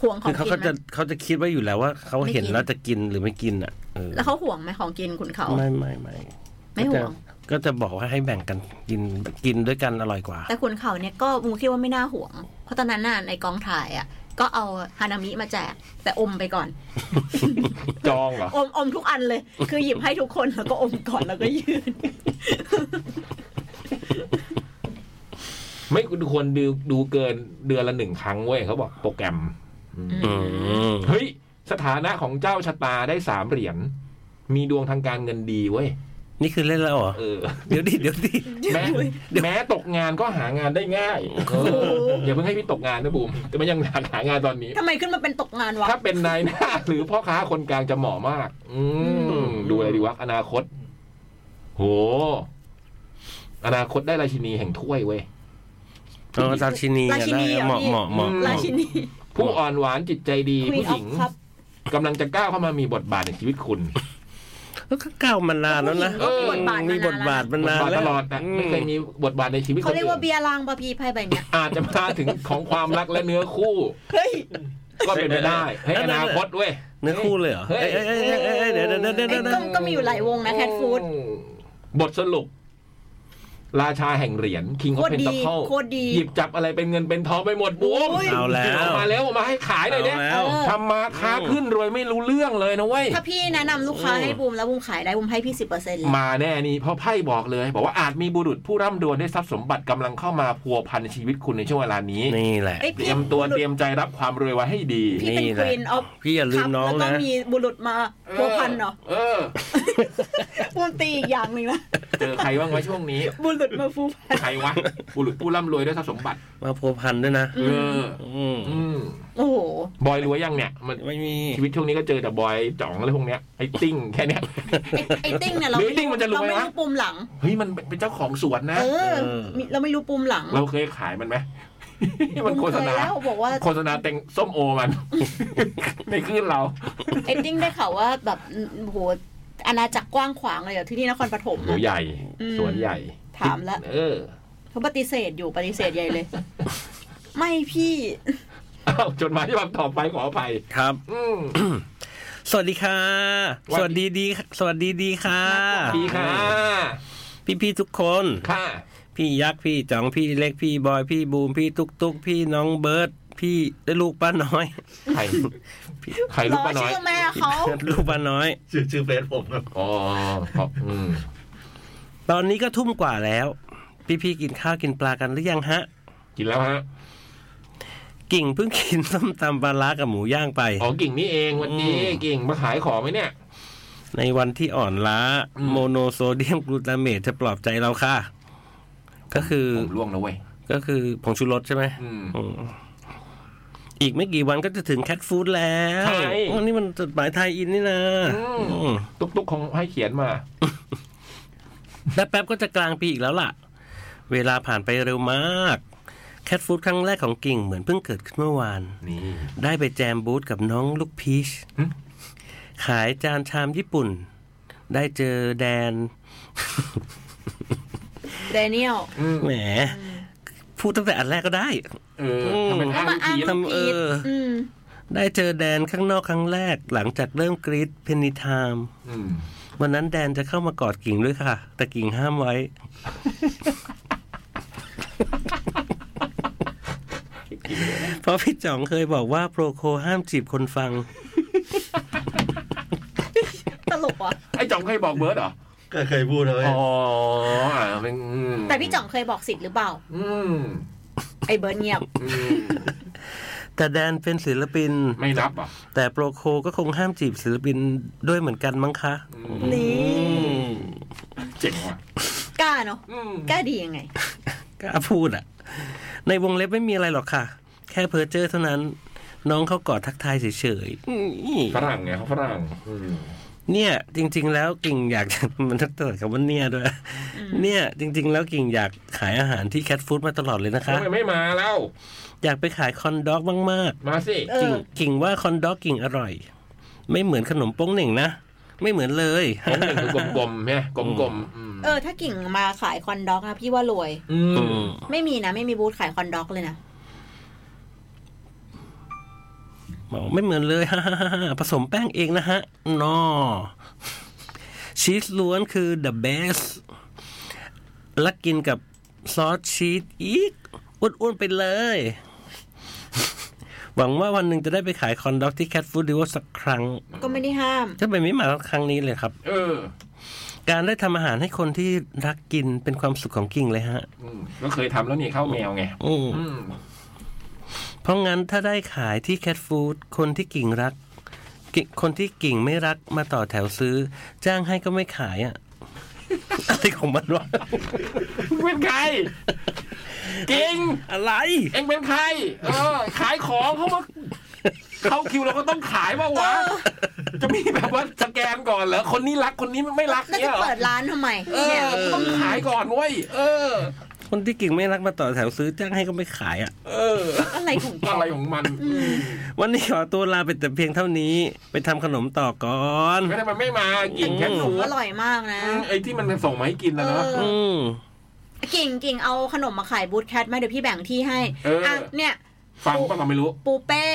ห่วงขอ คื ง อเขา กิ ก็ น จะ นะ เขาจะคิดไว้อยู่แล้วว่าเขาเห็น ไม่กิน แล้วจะกินหรือไม่กินอ่ะเออ แล้วเขาห่วงไหมของกินคุณเขา ไม่ไม่ไม่ ไม่ห่วง จะ ก็จะบอกว่าให้แบ่งกันกินกินด้วยกันอร่อยกว่า แต่ขุนเขาเนี่ยก็มูคิดว่าไม่น่าห่วง เพราะตอนนั้นน่ะในกองถ่ายอ่ะ ก็เอาฮานามิมาแจก แต่อมไปก่อน จองเหรอ อมอมทุกอันเลย คือหยิบให้ทุกคนแล้วก็อมก่อนแล้วก็ยืน ไม่ควรดูดูเกินเดือนละหนึ่งครั้งเว้ยเขาบอกโปรแกรม อืม เฮ้ย สถานะของเจ้าชะตาได้สามเหรียญมีดวงทางการเงินดีเว้ย นี่คือเล่นแล้วเหรอ เออ เดี๋ยวดิเดี๋ยวดิ แม้แม้ตกงานก็หางานได้ง่ายเอออย่าเพิ่งให้พี่ตกงานนะบูมแต่มันยังหาหางานตอนนี้ ทำไมขึ้นมาเป็นตกงานวะ ถ้าเป็นนายหน้า หรือพ่อค้าคนกลางจะเหมาะมาก อื อื ม ม ดูอะไรดีวะอนาคต โห อนาคตได้ราชินีแห่งถ้วยเว้ย เออราชินีอะ ราชินี ได้เหเหรอมาะ พี่ เหมาะเหมาะ ราชินี ผู้อ่อนหวานจิตใจดี Queen ผู้หญิง of Cup กำลังจะก้าวเข้ามามีบทบาทในชีวิตคุณ แล้วก็ก้าวมานานแล้วนะ เออ บทบาทมานาน มีบทบาทมา บท นาน บาท แล้ ต ว ลอดนะไม่เคยมีบทบาทในชีวิต เขาเรียกว่า คนอื่น เบียร์ลางปะพีไพ่ใบเนี้ย อาจจะมาถึงของความรักและเนื้อคู่ เฮ้ย ก็เป็นไปได้ให้อนาคตเว้ย เนื้อคู่เลยเหรอ เฮ้ เอ้ยยเอ้ยเอ้ยเอ้ยเอ้ยเดี๋ยวเดี๋ยวเดี๋ยวเดี๋ยวเดี๋ยว ก็ก็มีอยู่หลายวงนะแคทฟูด บทสรุป ราชาแห่งเหรียญ King โค of ตรดี Pentacle โคตรดี หยิบจับอะไรเป็นเงินเป็นทองไปหมดบูม โอ้ย เอาแล้ว เอามาแล้วเอามาให้ขายหน่อยเนี่ย เอาแล้ว เออ ทำมาค้าขึ้นรวยไม่รู้เรื่องเลยนะเว้ย ถ้าพี่แนะนำลูกค้าให้บูมแล้วบูมขายได้บูมให้พี่สิบเปอร์เซ็นต์เลย มาแน่นี่เพราะไพ่บอกเลย บอกว่าอาจมีบุรุษผู้ร่ำรวยได้ทรัพย์สมบัติกำลังเข้ามาพัวพันชีวิตคุณในช่วงเวลานี้ นี่แหละ อ้ย เต พี่ รียมตัวเตรียมใจรับความรวยไว้ให้ดี พี่เป็น นี่ ค แหละ วีนออฟ พี่อย่าลืมน้อง แล้วก็ นะ มีบุรุษมาพัวพันเนาะ เออ บูมตีอีกอย่างหนึ่งนะ เจอใครบ้างวะช่วงนี้ บุรุษมาฟูพัน ใครวะบุรุษผู้ร่ำรวยด้วยทรัพย์สมบัติ มาพัวพันด้วยนะ เออ อืม อืม โอ้โห บอยรวยยังเนี่ยมัน ไม่มี ชีวิตช่วงนี้ก็เจอแต่บอยจ่องอะไรพวกเนี้ยไอ้ติ้งแค่เนี้ย ไอ้ไอ้ติ้งเนี่ยเรา หรือไอ้ติ้งมันจะรวย เราไม่ วะ รู้ปุ่มหลัง เฮ้ยมันเป็นเจ้าของสวนนะ เออมีเราไม่รู้ปุ่มหลัง เราเคยขายมันไหม มัน บุ โฆษณา เคยแล้วบอกว่า โฆษณาเต็งส้มโอมัน [laughs] ในคลื่นเรา ไอ้ติ้งได้ข่าวว่าแบบโอ้โหอาณาจักรกว้างขวางเลยอะที่นี่นครปฐมอะหมูใหญ่ อืม สวนใหญ่ ถามละ เอ [laughs] อ เขาปฏิเสธอยู่ปฏิเสธใหญ่ [laughs] เลย ไม่พี่ อ้าวจดหมายที่แบบต่อไปขออภัย ครับ อืม สวัสดีค่ะ วัน สวัสดีดี สวัสดีดีค่ะ ดีค่ะ พี่พี่ๆทุกคน ค่ะ พี่ยักษ์พี่จ๋องพี่เล็กพี่บอยพี่บูมพี่ตุ๊กตุ๊กพี่น้องเบิร์ดพี่ได้ลูกป้าน้อย ใคร ใคร ร รู้ อ ป้าน้อย ชื่อแม่เขา ลูกป้าน้อย ชื่อชื่อเฟซผมครับ อ๋อครับอืม ตอนนี้ก็ทุ่มกว่าแล้ว พี่พี่ๆกินข้าวกินปลากันหรือยังฮะ กินแล้วฮะ กิ่งเพิ่งกินส้มตำปลาร้ากับหมูย่างไป อ๋อกิ่งนี่เองวันนี้ อืม กิ่งมาขายของไหมเนี่ย ในวันที่อ่อนล้า อืม โมโนโซเดียมกลูตาเมตจะปลอบใจเราค่ะ ก็คือ ผมล่วงแล้วเว้ย ก็คือผงชูรสใช่ไหม อืม อืมอีกไม่กี่วันก็จะถึงแคทฟู้ดแล้ว ใช่ อ๋อนี่มันจดหมายไทยอินนี่นะ อืม อืม ตุ๊กตุ๊กคงให้เขียนมา และแป๊บก็จะกลางปีอีกแล้วล่ะ เวลาผ่านไปเร็วมาก แคทฟู้ดครั้งแรกของกิ่งเหมือนเพิ่งเกิดขึ้นเมื่อวาน นี่ ได้ไปแจมบูธกับน้องลูกพีช หึ ขายจานชามญี่ปุ่น ได้เจอแดน เดเนียล อืม แหม พูดตั้งแต่อันแรกก็ได้ เออทำเป็นอ้าง มาอ้าง ผี ทำเอ พีท อ อืม ได้เจอแดนข้างนอกครั้งแรก หลังจากเริ่มกรีดเพนนิไทม์ อืม วันนั้นแดนจะเข้ามากอดกิ่งด้วยค่ะ แต่กิ่งห้ามไว้ เพราะพี่จ๋องเคยบอกว่าโปรโคห้ามจีบคนฟัง ตลกว่ะ ไอ้จ่องเคยบอกเบิร์ดเหรอ ก็เคยพูดเลย อ๋ออ่ะเป็นอืม แต่พี่จ่องเคยบอกสิทธิ์หรือเปล่า อืม ไอ้เบิร์ดเงียบ อืม แต่แดนเป็นศิลปิน ไม่นับเหรอ่ะ แต่โปรโคก็คงห้ามจีบศิลปินด้วยเหมือนกันมั้งคะ นี่ เจ๋งว่ะ กล้าเนาะ อืม กล้าดียังไง กล้าพูดอ่ะ ในวงเล็บไม่มีอะไรหรอกค่ะ แค่เพอเจอร์เท่านั้น น้องเขากอดทักทายเฉยๆอืม ฝรั่งไงเขาฝรั่งอืม เนี่ยจริง ๆ แล้วกิ่งอยากจะ มันต้องตรวจคำว่าเนี่ยด้วย เนี่ยจริง ๆ แล้วกิ่งอยากขายอาหารที่แคทฟู้ดมาตลอดเลยนะคะ ทำไมไม่มาแล้ว อยากไปขายคอนด็อกมาก มาสิ เอ ๆกิ่ง อ กิ่งว่าคอนด็อกกิ่งอร่อย ไม่เหมือนขนมโป้งเหน่งนะ ไม่เหมือนเลย ของหนึ่งคือกลมๆใช่ไหมกลมๆอืม เออ ถ้ากิ่งมาขายคอนด็อกนะพี่ว่ารวย อื อื ม ม ไม่มีนะไม่มีบูธขายคอนด็อกเลยนะ บอกไม่เหมือนเลย [laughs] ผสมแป้งเองนะฮะนอชีสล้วนคือ the best แล้วกินกับซอสชีสอีกอ้วนๆไปเลย หวังว่าวันหนึ่งจะได้ไปขายคอนด็อกที่แคทฟู้ดดิวสักครั้ง ก็ไม่ได้ห้าม ถ้าไปไม่มาครั้งนี้เลยครับ เออ การได้ทำอาหารให้คนที่รักกินเป็นความสุขของกิ่งเลยฮะ อืมก็เคยทำแล้วนี่ข้าวแมวไง อืม อืม เพราะงั้นถ้าได้ขายที่แคทฟู้ดคนที่กิ่งรักกิ่งคนที่กิ่งไม่รักมาต่อแถวซื้อ จ้างให้ก็ไม่ขายอะ อะไรของมันวะ เป็นใครจริง อะไร เอ็งเป็นใคร เออ ขายของเขามาเข้าคิวเราก็ต้องขายว่าวะ จะมีแบบว่าสแกนก่อนเหรอ คนนี้รักคนนี้ไม่รัก แล้ว เนี่ จะ ยเหรอ เปิดร้านทำไม เอ เนี่ย อ ต้องขายก่อนเว้ย เออ คนที่กิ่งไม่รักมาต่อแถวซื้อ จ้างให้ก็ไม่ขายอะ เออ อะไรของแก อะไรของมัน วันนี้ขอตัวลาไปแต่เพียงเท่านี้ ไปทำขนมต่อก่อน ไม่ได้มันไม่มากินแค่หนู อร่อยมากนะ ไอ้ที่มันส่งมาให้กินนะเนอะ เอ อืม กิ่งกิ่งเอาขนมมาขายบูธแคทไหมเดี๋ยวพี่แบ่งที่ให้ เอออ่ อ่ะเนี่ย ฟังป่ะเราไม่รู้ ปูเป้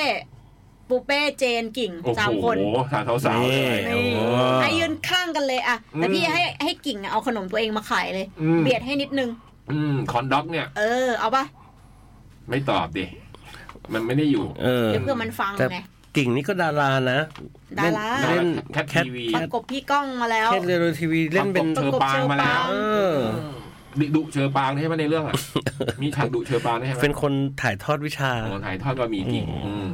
ปูเป้เจนกิ่ง โอ้ สาม โห คน สาวสาวๆเลย นี่ โอ้โห ให้ยืนข้างกันเลยอะแต่พี่ อืม ให้ให้กิ่งเอาขนมตัวเองมาขายเลย อืม เบียดให้นิดนึง อืมคอนด็อกเนี่ย เออ เอาปะ ไม่ตอบดิ มันไม่ได้อยู่ เออ เดี๋ยวเพื่อมันฟัง แต่ ไง กิ่งนี่ก็ดารานะ ดารา เล่น แคททีวี ประกบพี่ก้องมาแล้ว แคทเรโอทีวีเล่นเป็น เชอปางมาแล้ว เออ ดิดุเชอปางนี่ใช่ไหมในเรื่องอ่ะ [laughs] มีฉากดุเชอปางนี่ใช่ไหม เป็นคนถ่ายทอดวิชา โอ้ถ่ายทอดก็มีจริงอืม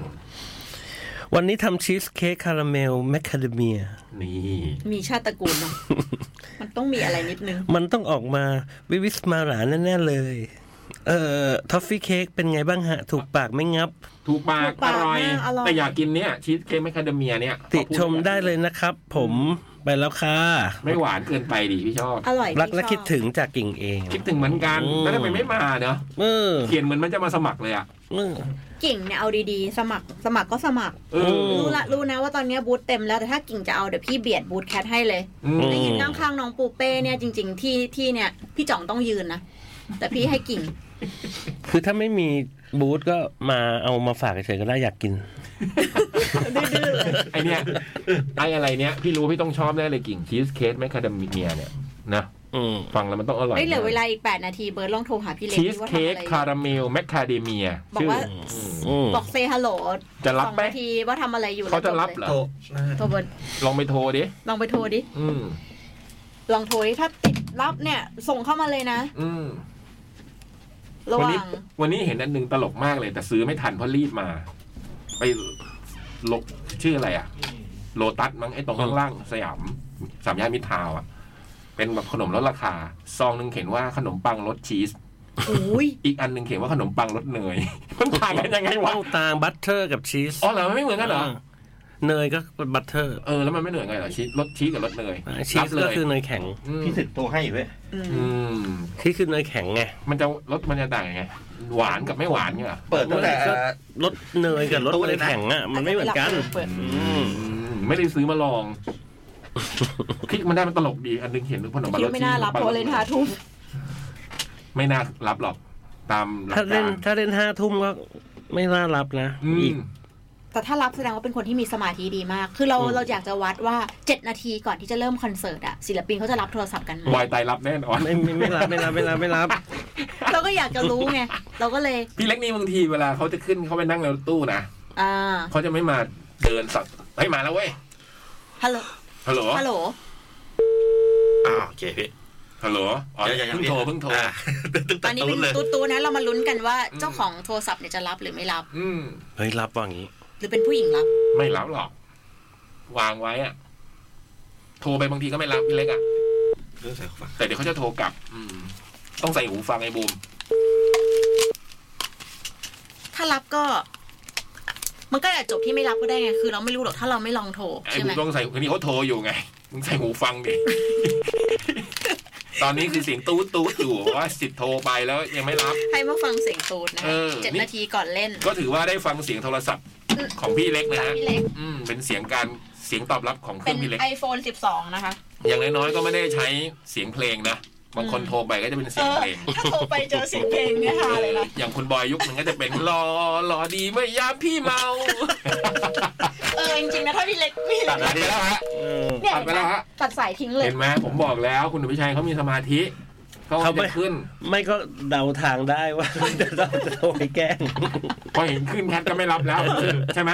วันนี้ทำชีสเค้กคาราเมลแมคคาเดเมีย นี่ มีชาติตระกูลเนาะ มันต้องมีอะไรนิดนึง มันต้องออกมาวิวิสมาหลาแน่ๆเลย เอ่อ ทอฟฟี่เค้กเป็นไงบ้างฮะ ถูกปากไม่งับ ถูกปาก ถูกปาก อร่อย มากอร่อย แต่อยากกินเนี่ยชีสเค้กแมคคาเดเมียเนี่ย ติ ขอพู ชมได้เลยนะครับ ผมไปแล้วค่ะ ไม่หวานเกินไปดิพี่ชอบ อร่อย รัก พี่ และ ชอบ คิดถึงจากกิ่งเอง คิดถึงเหมือนกัน อืม แล้วทำไมไม่มาเนอะ เออ เขียนเหมือนมันจะมาสมัครเลยอ่ะ เออ กิ่งเนี่ยเอาดีๆ สมัครสมัครก็สมัคร เออ ม รู้ละรู้นะว่าตอนเนี้ยบูธเต็มแล้วแต่ถ้ากิ่งจะเอาเดี๋ยวพี่เบียดบูธแคทให้เลย อืม ได้ยืนนั่งข้างน้องปูเป้เนี่ยจริง ๆ ที่ที่เนี่ยพี่จ่องต้องยืนนะ แต่พี่ให้กิ่ง คือถ้าไม่มีบูธก็มาเอามาฝากเฉยๆก็ได้อยากกิน ดื้อๆเลย ไอเนี่ยไออะไรเนี่ยพี่รู้พี่ต้องชอบแน่เลยกิ่งชีสเค้กแมคคาเดเมียเนี่ยนะ อืม ฟังแล้วมันต้องอร่อย เฮ้ยเหลือเวลาอีก 8 นาทีเบิร์ดลองโทรหาพี่เล็ก ชีส ว่าทำ เค้ก อะไรอยู่ คาราเมลแมคคาเดเมีย บอก ชื่อ ว่า อืม บอกเซฮัลโหล จะ ส รับ อง ไหม นาทีว่าทำอะไรอยู่ เขาจะรับเหรอ โตะนะ โทรเบิร์ด ลองไปโทรดิ ลองไปโทรดิ อืม ลองโทรดิถ้าติดรับเนี่ย ส่งเข้ามาเลยนะ อืม ระห วัน ว่า นี้ ง วันนี้เห็นอันหนึงตลกมากเลย แต่ซื้อไม่ทันเพราะรีบมา ไปลกชื่ออะไรอะโลตัสมั้งไอ้ตรงข้างล่างสยามสามย่านมิตรทาวน์อะเป็นแบบขนมลดราคา ซองหนึ่งเขียนว่าขนมปังรสชีส โอ้ย อีกอันหนึ่งเขียนว่าขนมปังรสเนย [laughs] มันต่างกันยังไงวะ ต้องตามบัตเตอร์กับชีส อ๋อเหรอมันไม่เหมือนกันเหรอ เนยก็เป็นบัตเตอร์ เออแล้วมันไม่เหมือนกันเหรอชีสรสชีสกับรสเนย ชี รั ส บเล ก็ ย คือเนยแข็ง ม พี่ถึกโตให้เว้ย อืม อืม ชีสคือเนยแข็งไง มันจะรสมันจะต่างยังไงหวานกับไม่หวานเนี่ยเหรอ เปิดตั้งแต่ รสเนยกับรสเนยแข็งอ่ะมันไม่เหมือนกัน เปิด อืม อืมไม่ได้ซื้อมาลอง คลิกมันได้มันตลกดี อันหนึงเห็นขนมปัง คิ ร ด ส ไม่ ชีส น่ารับเพราะเล่นหาทุ่ม ไม่น่ารับหรอก ตามหลัก ถ้าเล่ กาน ร ถ้าเล่นห้าทุ่มก็ไม่น่ารับนะ อืม อีก แต่ถ้ารับแสดงว่าเป็นคนที่มีสมาธิดีมาก คือเรา อืม เราอยากจะวัดว่า 7 นาทีก่อนที่จะเริ่มคอนเสิร์ตอะศิลปินเขาจะรับโทรศัพท์กันไหม วายตายรับแน่นอน ไม่ไม่ไม่รับไม่รับไม่รับไม่รับ [laughs] เราก็อยากจะรู้ไง เราก็เลย พี่เล็กนี่บางทีเวลาเขาจะขึ้นเขาไปนั่งในรถตู้นะ อ่า เขาจะไม่มาเดินสักให้ยมาแล้วเว้ย ฮัลโหล ฮัลโหล ฮัลโหล อ้าวโอเคพี่ ฮัลโหลอ๋อเพิ่งโทร [laughs] เพิ่งโทร อ่ะตึ้ง ต ตั อ ด นนี้ ตุ้ เป็น น เลย ตู้ๆนะเรามาลุ้นกันว่า อืม เจ้าของโทรศัพท์เนี่ยจะรับหรือไม่รับ อืม เฮ้ยรับว่าอย่างนี้ หรือเป็นผู้หญิงรับ ไม่รับหรอก วางไว้อะโทรไปบางทีก็ไม่รับพี่เล็กอะ เรื่องใส่หูฟัง แต่เดี๋ยวเขาจะโทรกลับ อืม ต้องใส่หูฟังไอ้บูม ถ้ารับก็ มันก็อาจจบที่ไม่รับก็ได้ไงคือเราไม่รู้หรอกถ้าเราไม่ลองโทร ไอ้ ใช่ บู ไหม มต้องใส่อันนี้เขาโทรอยู่ไงมึงใส่หูฟัง [laughs] ดิ ตอนนี้คือเสียงตู้ตู้อยู่ว่าสิทธิ์โทรไปแล้วยังไม่รับ ให้มาฟังเสียงตูดนะ เออ เจ็ด นี่ นาทีก่อนเล่น ก็ถือว่าได้ฟังเสียงโทรศัพท์ของพี่เล็กนะฮะ พี่เล็ก อืม เป็นเสียงการเสียงตอบรับของเค เป็ รื่อน งพี่เล็ก iPhone 12 นะคะ อย่างน้อยๆก็ไม่ได้ใช้เสียงเพลงนะบางคนโทรไปก็จะเป็นเสียงเพลง ถ้าโทรไปเจอเสียงเพลงเนี่ยฮาเลยนะ อย่างคุณบอยยุคหนึ่งก็จะเป็นรอรอดีเมื่อยามพี่เมา [laughs] เออจริงๆนะถ้าพี่เล็กพี่เล็ ตัด ก ไปแล้วฮะ เนี่ย ตัดไปแล้วฮะ ตัดสายทิ้งเลย เห็นไหมผมบอกแล้ว คุณอภิชัยเขามีสมาธิ เขา เขาไม่ จะขึ้น ไม่ก็เดาทางได้ว่า [laughs] จะต้องจะโทรไปแกล้ง พอเห็นขึ้นแคทก็ไม่รับแล้ว ใช่ไหม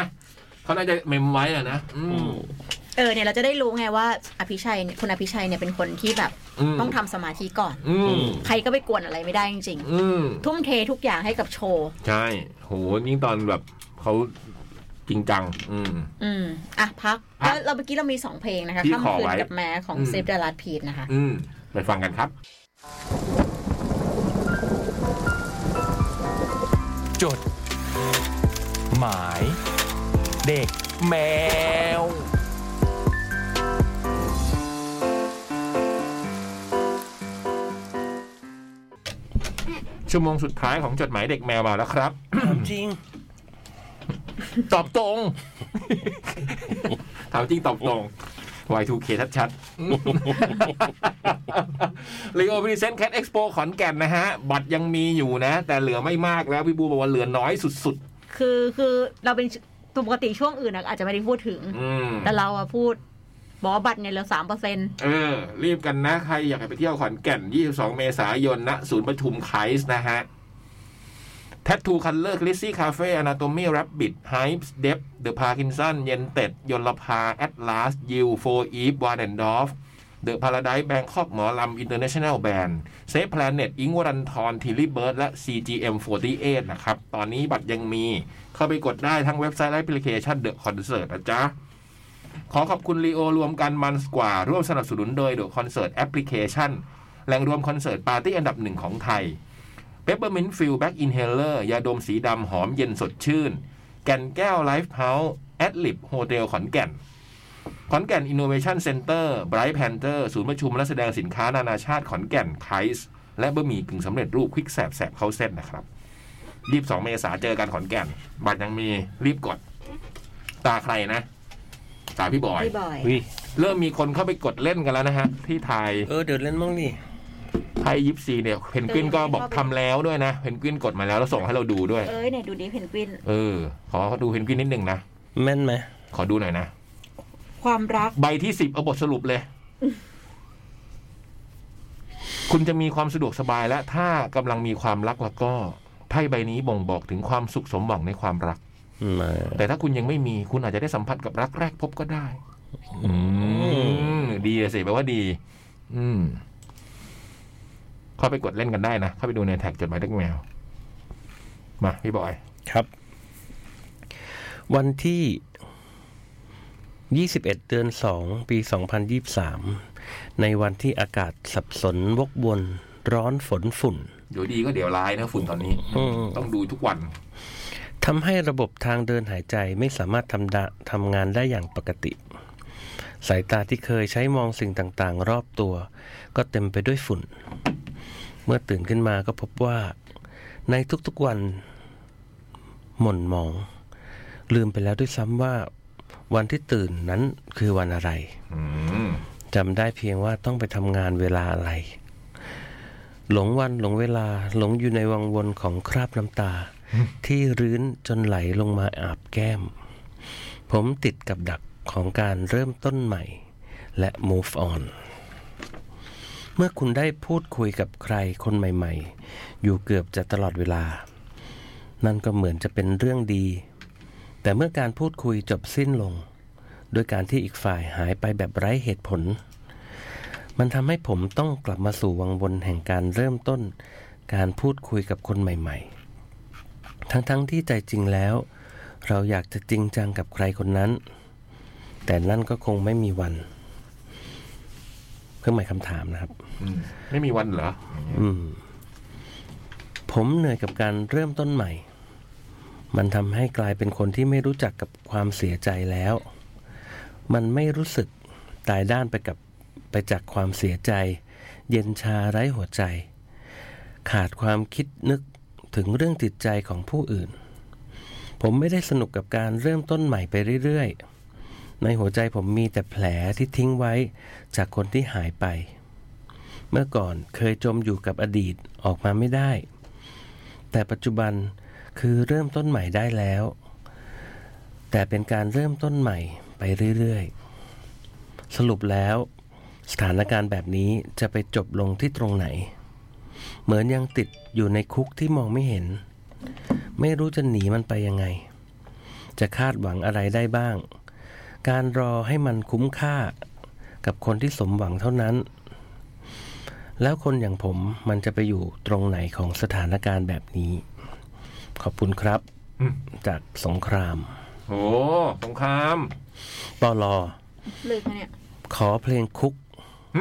เขาน่าจะเมมไว้อะนะอืม เออเนี่ยเราจะได้รู้ไงว่าอภิชัยเนี่ยคุณอภิชัยเนี่ยเป็นคนที่แบบ ม ต้องทำสมาธิก่อน อืม ใครก็ไปกวนอะไรไม่ได้จริง อืม ๆ ทุ่มเททุกอย่างให้กับโชว์ ใช่โหยิ่งตอนแบบเขาจริงจัง อืม อืมอ่ะพัก พัก แล้วเราเมื่อกี้เรามีสองเพลงนะคะ ที่ ค่ำคื ขอนไว้ กับแม้ของ อืม เซฟเดลัดพีทนะคะ อืมไปฟังกันครับ จด หมาย เด็กแมว ชั่วโมงสุดท้ายของจดหมายเด็กแมวมาแล้วครับ จริง ตอบตรง [laughs] ถามจริงตอบตรง Y2K ชัด [laughs] ๆ ลีโอพรีเซนต์แคทเอ็กซ์โปขอนแก่นนะฮะ บัตรยังมีอยู่นะ แต่เหลือไม่มากแล้ว พี่บูบอกว่าเหลือน้อยสุด คือคือเราเป็นตัวปกติช่วงอื่นอะอาจจะไม่ได้พูดถึง ๆ อืม แต่เราอะพูดบอกว่าบัตรเนี่ยเหลือสามเปอร์เซ็นต์ เออ รีบกันนะ ใครอยากไปเที่ยวขอนแก่น 22 เมษายนณศูนย์ประชุมไคส์นะฮะ Tattoo Color c l i s s y Cafe Anatomy Rabbit Hypes Depth The Parkinson เยนเต็ดยนลภา Atlas Yield For Eve w a n e n d o r f The Paradise Bangkok หมอลำ International Band Safe Planet อิงวรันทรทิลิเบิร์ดและ CGM 48นะครับ ตอนนี้บัตรยังมี เข้าไปกดได้ทั้งเว็บไซต์และแอปพลิเคชัน The Concert นะจ๊ะ ขอขอบคุณลีโอรวมกันมันสกว่า ร่วมสนับสนุนโดยเดอะคอนเสิร์ตแอปพลิเคชันแหล่งรวมคอนเสิร์ตปาร์ตี้อันดับหนึ่งของไทยเ e ปเปอร์มินต์ฟิลแบ็กอินเฮเลอร์ยาดมสีดำหอมเย็นสดชื่น แก่นแก้วไลฟ์เฮาส์แอดลิบโฮเทลขอนแก่น ขอนแก่นอินโนเวชันเซ็นเตอร์ไบรท์แพนเตอร์ศูนย์ประชุมและแสดงสินค้านานาชาติขอนแก่นไคส์และบะหมี่กึ่งสำเร็จรูปควิกแสบแสบเข้าเส้นนะครับรีบสองเมษาเจอกันขอนแก่น บัตรยังมีรีบกด ตาใครนะ ตาพี่บอย พี่บอย อุ้ย เริ่มมีคนเข้าไปกดเล่นกันแล้วนะฮะ ที่ไทย เออเดี๋ยวเล่นบ้างดิ ไทยยิปซีเนี่ยเพนกวินก็บอกทำแล้วด้วยนะเพนกวินกดมาแล้วแล้วส่งให้เราดูด้วย เอ้ยเนี่ยดูดิเพนกวิน เออ ขอดูเพนกวินนิดหนึ่งนะ แม่นไหม ขอดูหน่อยนะ ความรั [laughs] ก ใบที่สิบเอาบทสรุปเลย คุณจะมีความสะดวกสบายและถ้ากำลังมีความรักแล้วก็ไพ่ใบนี้บ่งบอกถึงความสุขสมหวังในความรัก มา แต่ถ้าคุณยังไม่มีคุณอาจจะได้สัมผัสกับรักแรกพบก็ได้ อืม ดีอะสิแปลว่าดี อืม เข้าไปกดเล่นกันได้นะ เข้าไปดูในแท็กจดหมายเด็กแมว มาพี่บอย ครับ วันที่ 21 เดือน 2 ปี 2023 ในวันที่อากาศสับสนวกวนร้อนฝนฝุ่น เดี๋ยวดีก็เดี๋ยวร้ายนะฝุ่นตอนนี้ อืม ต้องดูทุกวัน ทำให้ระบบทางเดินหายใจไม่สามารถทำดะทำงานได้อย่างปกติ สายตาที่เคยใช้มองสิ่งต่างๆ รอบตัว ก็เต็มไปด้วยฝุ่น เมื่อตื่นขึ้นมาก็พบว่า ในทุกๆวัน หม่นหมอง ลืมไปแล้วด้วยซ้ำว่า วันที่ตื่นนั้นคือวันอะไร อืม จำได้เพียงว่าต้องไปทำงานเวลาอะไร หลงวันหลงเวลาหลงอยู่ในวังวนของคราบน้ำตา ที่รื้นจนไหลลงมาอาบแก้ม ผมติดกับดักของการเริ่มต้นใหม่ และ move on เมื่อคุณได้พูดคุยกับใครคนใหม่ๆ อยู่เกือบจะตลอดเวลา นั่นก็เหมือนจะเป็นเรื่องดี แต่เมื่อการพูดคุยจบสิ้นลง ด้วยการที่อีกฝ่ายหายไปแบบไร้เหตุผล มันทำให้ผมต้องกลับมาสู่วังวนแห่งการเริ่มต้น การพูดคุยกับคนใหม่ๆ ทั้งๆทที่ใจจริงแล้ว เราอยากจะจริงจังกับใครคนนั้น แต่นั่นก็คงไม่มีวัน เพื่องหมายคำถามนะครับ ไม่มีวันเหรอ อืม ผมเหนื่อยกับการเริ่มต้นใหม่ มันทำให้กลายเป็นคนที่ไม่รู้จักกับความเสียใจแล้ว มันไม่รู้สึกตายด้านไปกับไปจากความเสียใจ เย็นชาไร้หัวใจ ขาดความคิดนึกถึงเรื่องจิตใจของผู้อื่น ผมไม่ได้สนุกกับการเริ่มต้นใหม่ไปเรื่อยๆ ในหัวใจผมมีแต่แผลที่ทิ้งไว้จากคนที่หายไป เมื่อก่อนเคยจมอยู่กับอดีตออกมาไม่ได้ แต่ปัจจุบันคือเริ่มต้นใหม่ได้แล้ว แต่เป็นการเริ่มต้นใหม่ไปเรื่อยๆ สรุปแล้ว สถานการณ์แบบนี้จะไปจบลงที่ตรงไหน เหมือนยังติดอยู่ในคุกที่มองไม่เห็น ไม่รู้จะหนีมันไปยังไง จะคาดหวังอะไรได้บ้าง การรอให้มันคุ้มค่า กับคนที่สมหวังเท่านั้น แล้วคนอย่างผมมันจะไปอยู่ตรงไหนของสถานการณ์แบบนี้ ขอบคุณครับ อืม จากสงคราม โอ้สงคราม ปอลอ ลึกนะเนี่ย ขอเพลงคุก หึ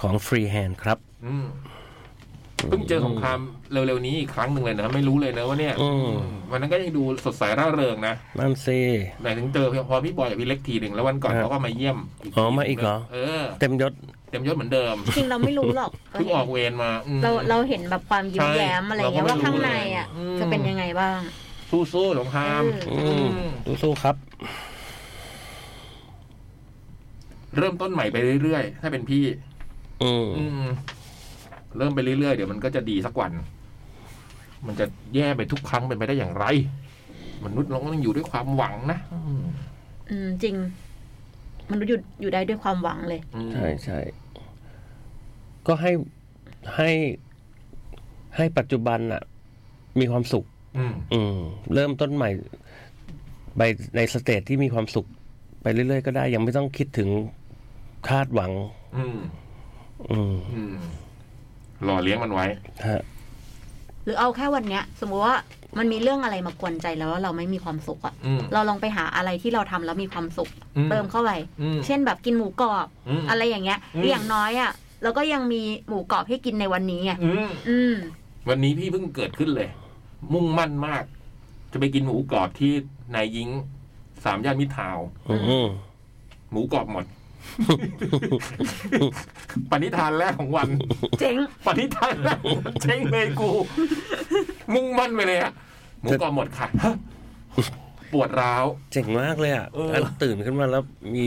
ของฟรีแฮนครับ อืมเพิ่งเจอสงครามเร็วๆนี้อีกครั้งหนึ่งเลยนะ ไม่รู้เลยนะว่าเนี่ย อืม วันนั้นก็ยังดูสดใสร่าเริงนะ นั่นเซ ไหนถึงเจอพอพี่บอยกับพี่เล็กทีหนึ่งแล้ววันก่อน ครับ เขาก็มาเยี่ยมก อ๋อมาอีกเหรอ เออ เต็มยศ เต็มยศเหมือนเดิม จริงเราไม่รู้หร [laughs] อก เพิ่งออกเวรมาอืม เราเราเห็นแบบความยิ้มแย้มอะไรอย่างเงี้ย ใช่ ว่าข้างในอ่ะ อืม จะเป็นยังไงบ้าง สู้ๆสงคราม อื อื ม ม สู้ๆครับ เริ่มต้นใหม่ไปเรื่อยๆ ถ้าเป็นพี่ อืม อืม เริ่มไปเรื่อยๆ เดี๋ยวมันก็จะดีสักวัน มันจะแย่ไปทุกครั้งเป็นไปได้อย่างไร มนุษย์เราก็ต้องอยู่ด้วยความหวังนะอืม อืมจริง มันรู้อยู่อยู่ได้ด้วยความหวังเลย อืม ใช่ใช่ก็ให้ให้ให้ปัจจุบันอะมีความสุข อืม อืม เริ่มต้นใหม่ ไปในสเตจที่มีความสุข ไปเรื่อยๆก็ได้ ยังไม่ต้องคิดถึงคาดหวัง อืม อืม อืมหล่อเลี้ยงมันไว้ ฮะ หรือเอาแค่วันเนี้ย สมมติว่ามันมีเรื่องอะไรมากวนใจแล้วแล้วเราไม่มีความสุขอ่ะ อืม เราลองไปหาอะไรที่เราทำแล้วมีความสุข อืม เติมเข้าไป อืม เช่นแบบกินหมูกรอบ อืม อะไรอย่างเงี้ย อืม หรืออย่างน้อยอ่ะเราก็ยังมีหมูกรอบให้กินในวันนี้อ่ะ อืม อืม วันนี้พี่เพิ่งเกิดขึ้นเลย มุ่งมั่นมาก จะไปกินหมูกรอบที่นายยิงสามย่านมิตรทาวน์ อืม หมูกรอบหมด [laughs] ปณิธานแรกของ [laughs] วัน เจ๊ง ปณิธานแล้วเจ๊งเลยกู มุ่งมั่นไปเลยอะหมูกรอบหมดค่ะ ปวดร้าว เจ๋งมากเลยอ่ะ เออ แล้วตื่นขึ้นมาแล้วมี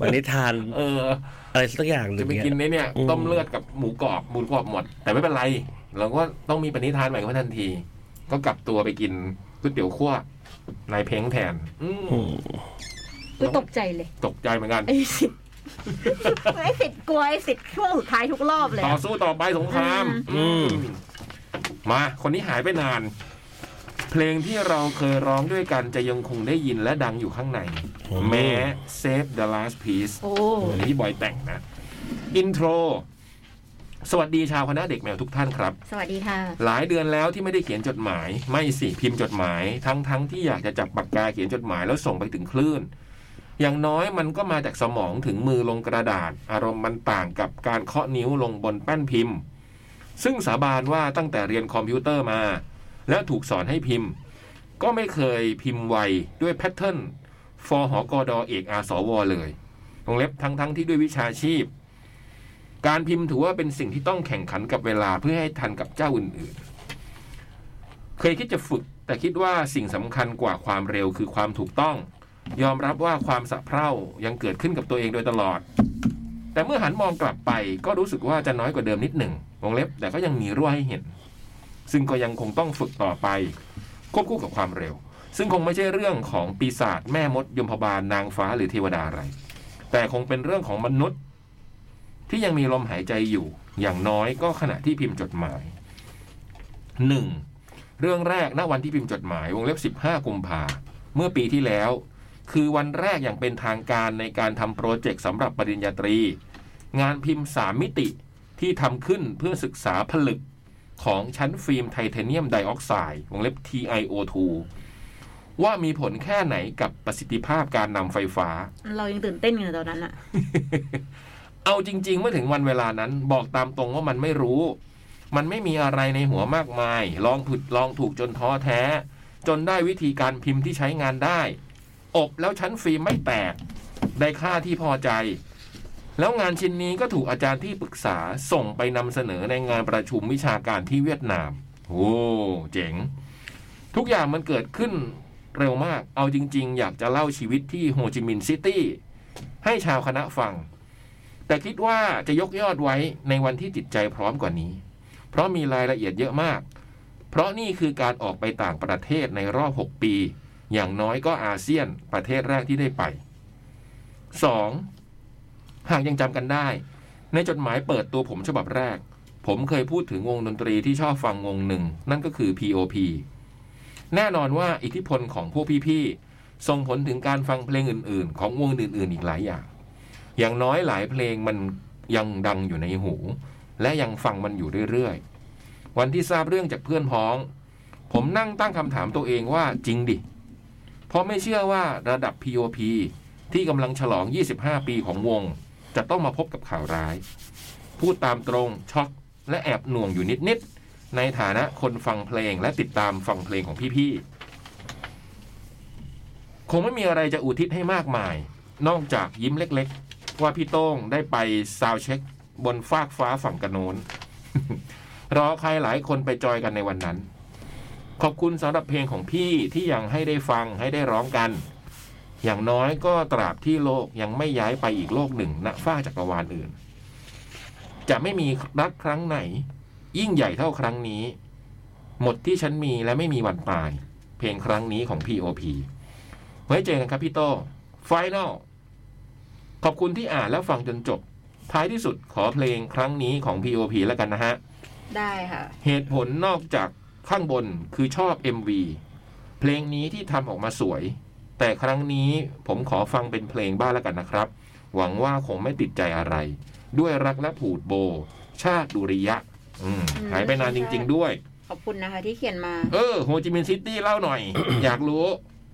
ปณิธาน เออ อะไรสักอย่างหนึ่ จะ ง ไป เงี้ กิน ย ในเนี่ย อืม ต้มเลือดกับหมูกรอบหมูกรอบหมด แต่ไม่เป็นไร เราก็ต้องมีปณิธานใหม่ขึ้นมาทันที ก็กลับตัวไปกินก๋วยเตี๋ยวคั่วนายเพ้งแทน อืม อืม อุ๊ยตกใจเลย ตกใจเหมือนกัน ไอ้สิท [laughs] ธิ์ไอ้สิทธิ์กลัวไอ้สิทธิ์ช่วงสุดท้ายทุกรอบเลย ต่อ อะ สู้ต่อไปสงคราม อืม มา คนนี้หายไปนาน เพลงที่เราเคยร้องด้วยกันจะยังคงได้ยินและดังอยู่ข้างใน แม้ Save the Last Piece โอ้ อันนี้พี่บอยแต่งนะ อินโทร สวัสดีชาวคณะเด็กแมวทุกท่านครับ สวัสดีค่ะ หลายเดือนแล้วที่ไม่ได้เขียนจดหมาย ไม่สิพิมพ์จดหมาย ทั้งทั้งที่อยากจะจับปากกาเขียนจดหมายแล้วส่งไปถึงคลื่น อย่างน้อยมันก็มาจากสมองถึงมือลงกระดาษ อารมณ์มันต่างกับการเคาะนิ้วลงบนแป้นพิมพ์ ซึ่งสาบานว่าตั้งแต่เรียนคอมพิวเตอร์มา แล้วถูกสอนให้พิมพ์ ก็ไม่เคยพิมพ์ไวด้วยแพทเทิร์นฟอหอกอดอเอกอาสวเลยตรงเล็บทั้งทั้งที่ด้วยวิชาชีพ การพิมพ์ถือว่าเป็นสิ่งที่ต้องแข่งขันกับเวลาเพื่อให้ทันกับเจ้าอื่นๆ เคยคิดจะฝึก แต่คิดว่าสิ่งสำคัญกว่าความเร็วคือความถูกต้อง ยอมรับว่าความสะเพร่ายังเกิดขึ้นกับตัวเองโดยตลอด แต่เมื่อหันมองกลับไปก็รู้สึกว่าจะน้อยกว่าเดิมนิดหนึ่งวงเล็บแต่ก็ยังมีรั่วให้เห็น ซึ่งก็ยังคงต้องฝึกต่อไปควบคู่กับความเร็ว ซึ่งคงไม่ใช่เรื่องของปีศาจแม่มดยมพบาลนางฟ้าหรือเทวดาอะไร แต่คงเป็นเรื่องของมนุษย์ ที่ยังมีลมหายใจอยู่ อย่างน้อยก็ขณะที่พิมพ์จดหมาย 1. เรื่องแรกณวันที่พิมพ์จดหมายวงเล็บ 15 กุมภาเมื่อปีที่แล้ว คือวันแรกอย่างเป็นทางการในการทำโปรเจกต์สำหรับปริญญาตรี งานพิมพ์สามมิติที่ทำขึ้นเพื่อศึกษาผลึกของชั้นฟิล์มไทเทเนียมไดออกไซด์วงเล็บ TiO2 ว่ามีผลแค่ไหนกับประสิทธิภาพการนำไฟฟ้า เรายังตื่นเต้นอยู่ตอนนั้นอ่ะ เอาจริง ๆ เมื่อถึงวันเวลานั้นบอกตามตรงว่ามันไม่รู้ มันไม่มีอะไรในหัวมากมาย ลองผิดลองถูกจนท้อแท้ จนได้วิธีการพิมพ์ที่ใช้งานได้ อบแล้วชั้นฟิล์มไม่แตก ได้ค่าที่พอใจ แล้วงานชิ้นนี้ก็ถูกอาจารย์ที่ปรึกษาส่งไปนำเสนอในงานประชุมวิชาการที่เวียดนาม โอ้เจ๋ง ทุกอย่างมันเกิดขึ้นเร็วมาก เอาจริง ๆ อยากจะเล่าชีวิตที่โฮจิมินห์ซิตี้ให้ชาวคณะฟัง แต่คิดว่าจะยกยอดไว้ในวันที่จิตใจพร้อมกว่านี้ เพราะมีรายละเอียดเยอะมาก เพราะนี่คือการออกไปต่างประเทศในรอบ 6 ปี อย่างน้อยก็อาเซียนประเทศแรกที่ได้ไป 2. หากยังจำกันได้ ในจดหมายเปิดตัวผมฉบับแรก ผมเคยพูดถึงวงดนตรีที่ชอบฟังวงหนึ่ง นั่นก็คือ P.O.P แน่นอนว่าอิทธิพลของพวกพี่ๆส่งผลถึงการฟังเพลงอื่น ๆ ของวงอื่น ๆ อีกหลายอย่าง อย่างน้อยหลายเพลงมันยังดังอยู่ในหู และยังฟังมันอยู่เรื่อยๆ วันที่ทราบเรื่องจากเพื่อนพ้อง ผมนั่งตั้งคำถามตัวเองว่าจริงดิ เพราะไม่เชื่อว่าระดับ P.O.P ที่กำลังฉลอง 25 ปีของวง จะต้องมาพบกับข่าวร้าย พูดตามตรงช็อกและแอบหน่วงอยู่นิด ๆ ในฐานะคนฟังเพลงและติดตามฟังเพลงของพี่ ๆ คงไม่มีอะไรจะอุทิศให้มากมาย นอกจากยิ้มเล็ก ๆ ว่าพี่โต้งได้ไปซาวด์เช็ค บนฟากฟ้าฝั่งกระโน้น [laughs] รอใครหลายคนไปจอยกันในวันนั้น ขอบคุณสำหรับเพลงของพี่ที่ยังให้ได้ฟังให้ได้ร้องกัน อย่างน้อยก็ตราบที่โลกยังไม่ย้ายไปอีกโลกหนึ่งณฝ้ากจักรวาลอื่น จะไม่มีรักครั้งไหน ยิ่งใหญ่เท่าครั้งนี้ หมดที่ฉันมีและไม่มีวันตาย เพลงครั้งนี้ของ P.O.P ไว้เจอกันครับพี่โต้ไฟนอลขอบคุณที่อ่านและฟังจนจบ ท้ายที่สุดขอเพลงครั้งนี้ของ P.O.P แล้วกันนะฮะ ได้ค่ะ เหตุผลนอกจากข้างบนคือชอบ MV เพลงนี้ที่ทำออกมาสวย แต่ครั้งนี้ผมขอฟังเป็นเพลงบ้างแล้วกันนะครับ หวังว่าคงไม่ติดใจอะไร ด้วยรักและผูดโบ ชาติดุริยะ อืม อืม หายไปนานจริง ๆ ด้วย ขอบคุณนะคะที่เขียนมา เออโฮจิมินห์ซิตี้เล่าหน่อย อยากรู้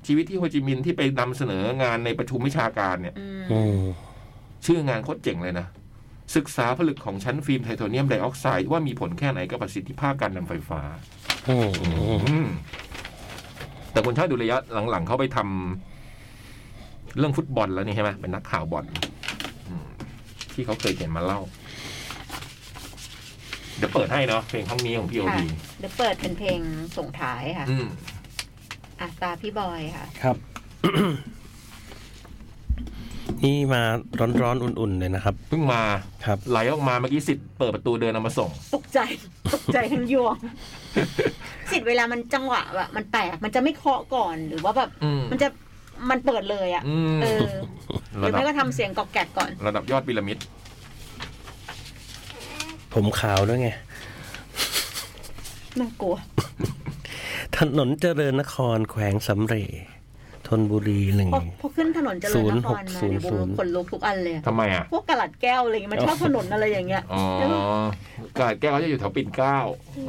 ชีวิตที่โฮจิมินห์ที่ไปนำเสนองานในประชุมวิชาการเนี่ย อืม อืม ชื่องานโคตรเจ๋งเลยนะ ศึกษาผลึกของชั้นฟิล์มไทโทเนียมไดออกไซด์ว่ามีผลแค่ไหนกับประสิทธิภาพการนำไฟฟ้า อืมอืม อืมแต่คนชาติดุริยะหลังๆ เขาไปทำเรื่องฟุตบอลแล้วนี่ใช่ไหมเป็นนักข่าวบอลอืมที่เขาเคยเขียนมาเล่า เดี๋ยวเปิดให้เนาะเพลงครั้งนี้ของพี่โอ ค่ะ บี เดี๋ยวเปิดเป็นเพลงส่งท้ายค่ะ อืม อ่ะตาพี่บอยค่ะ ครับ นี่มาร้อนๆอุ่นๆเลยนะครับ เพิ่งมา ครับ ไหลออกมาเมื่อกี้สิทธิ์เปิดประตูเดินเอามาส่ง ตกใจ ตกใจทั้ง [laughs] ยวง สิทธิ์เวลามันจังหวะแบบมันแปลกมันจะไม่เคาะก่อนหรือว่าแบบ อืม มันจะมันเปิดเลยอ่ะ อืม เออหรื ระ อ ดับ ไม่ก็ทำเสียงกอกแกกก่อน ระดับยอดพีระมิด ผมขาวด้วยไง น่ากลัว ถนนเจริญนครแขวงสำเรจธนบุรีหนึ่ง พอพอขึ้นถนนเจริญนครมาเนี่ย 0600 ผมขนลุกทุกอันเลยอะ ทำไมอ่ะ พวกกระหลัดแก้วอะไรอย่างเงี้ยมันชอบถนนอะไรอย่างเงี้ย อ๋อ กาดแก้วจะอยู่แถวปิ่นเกล้า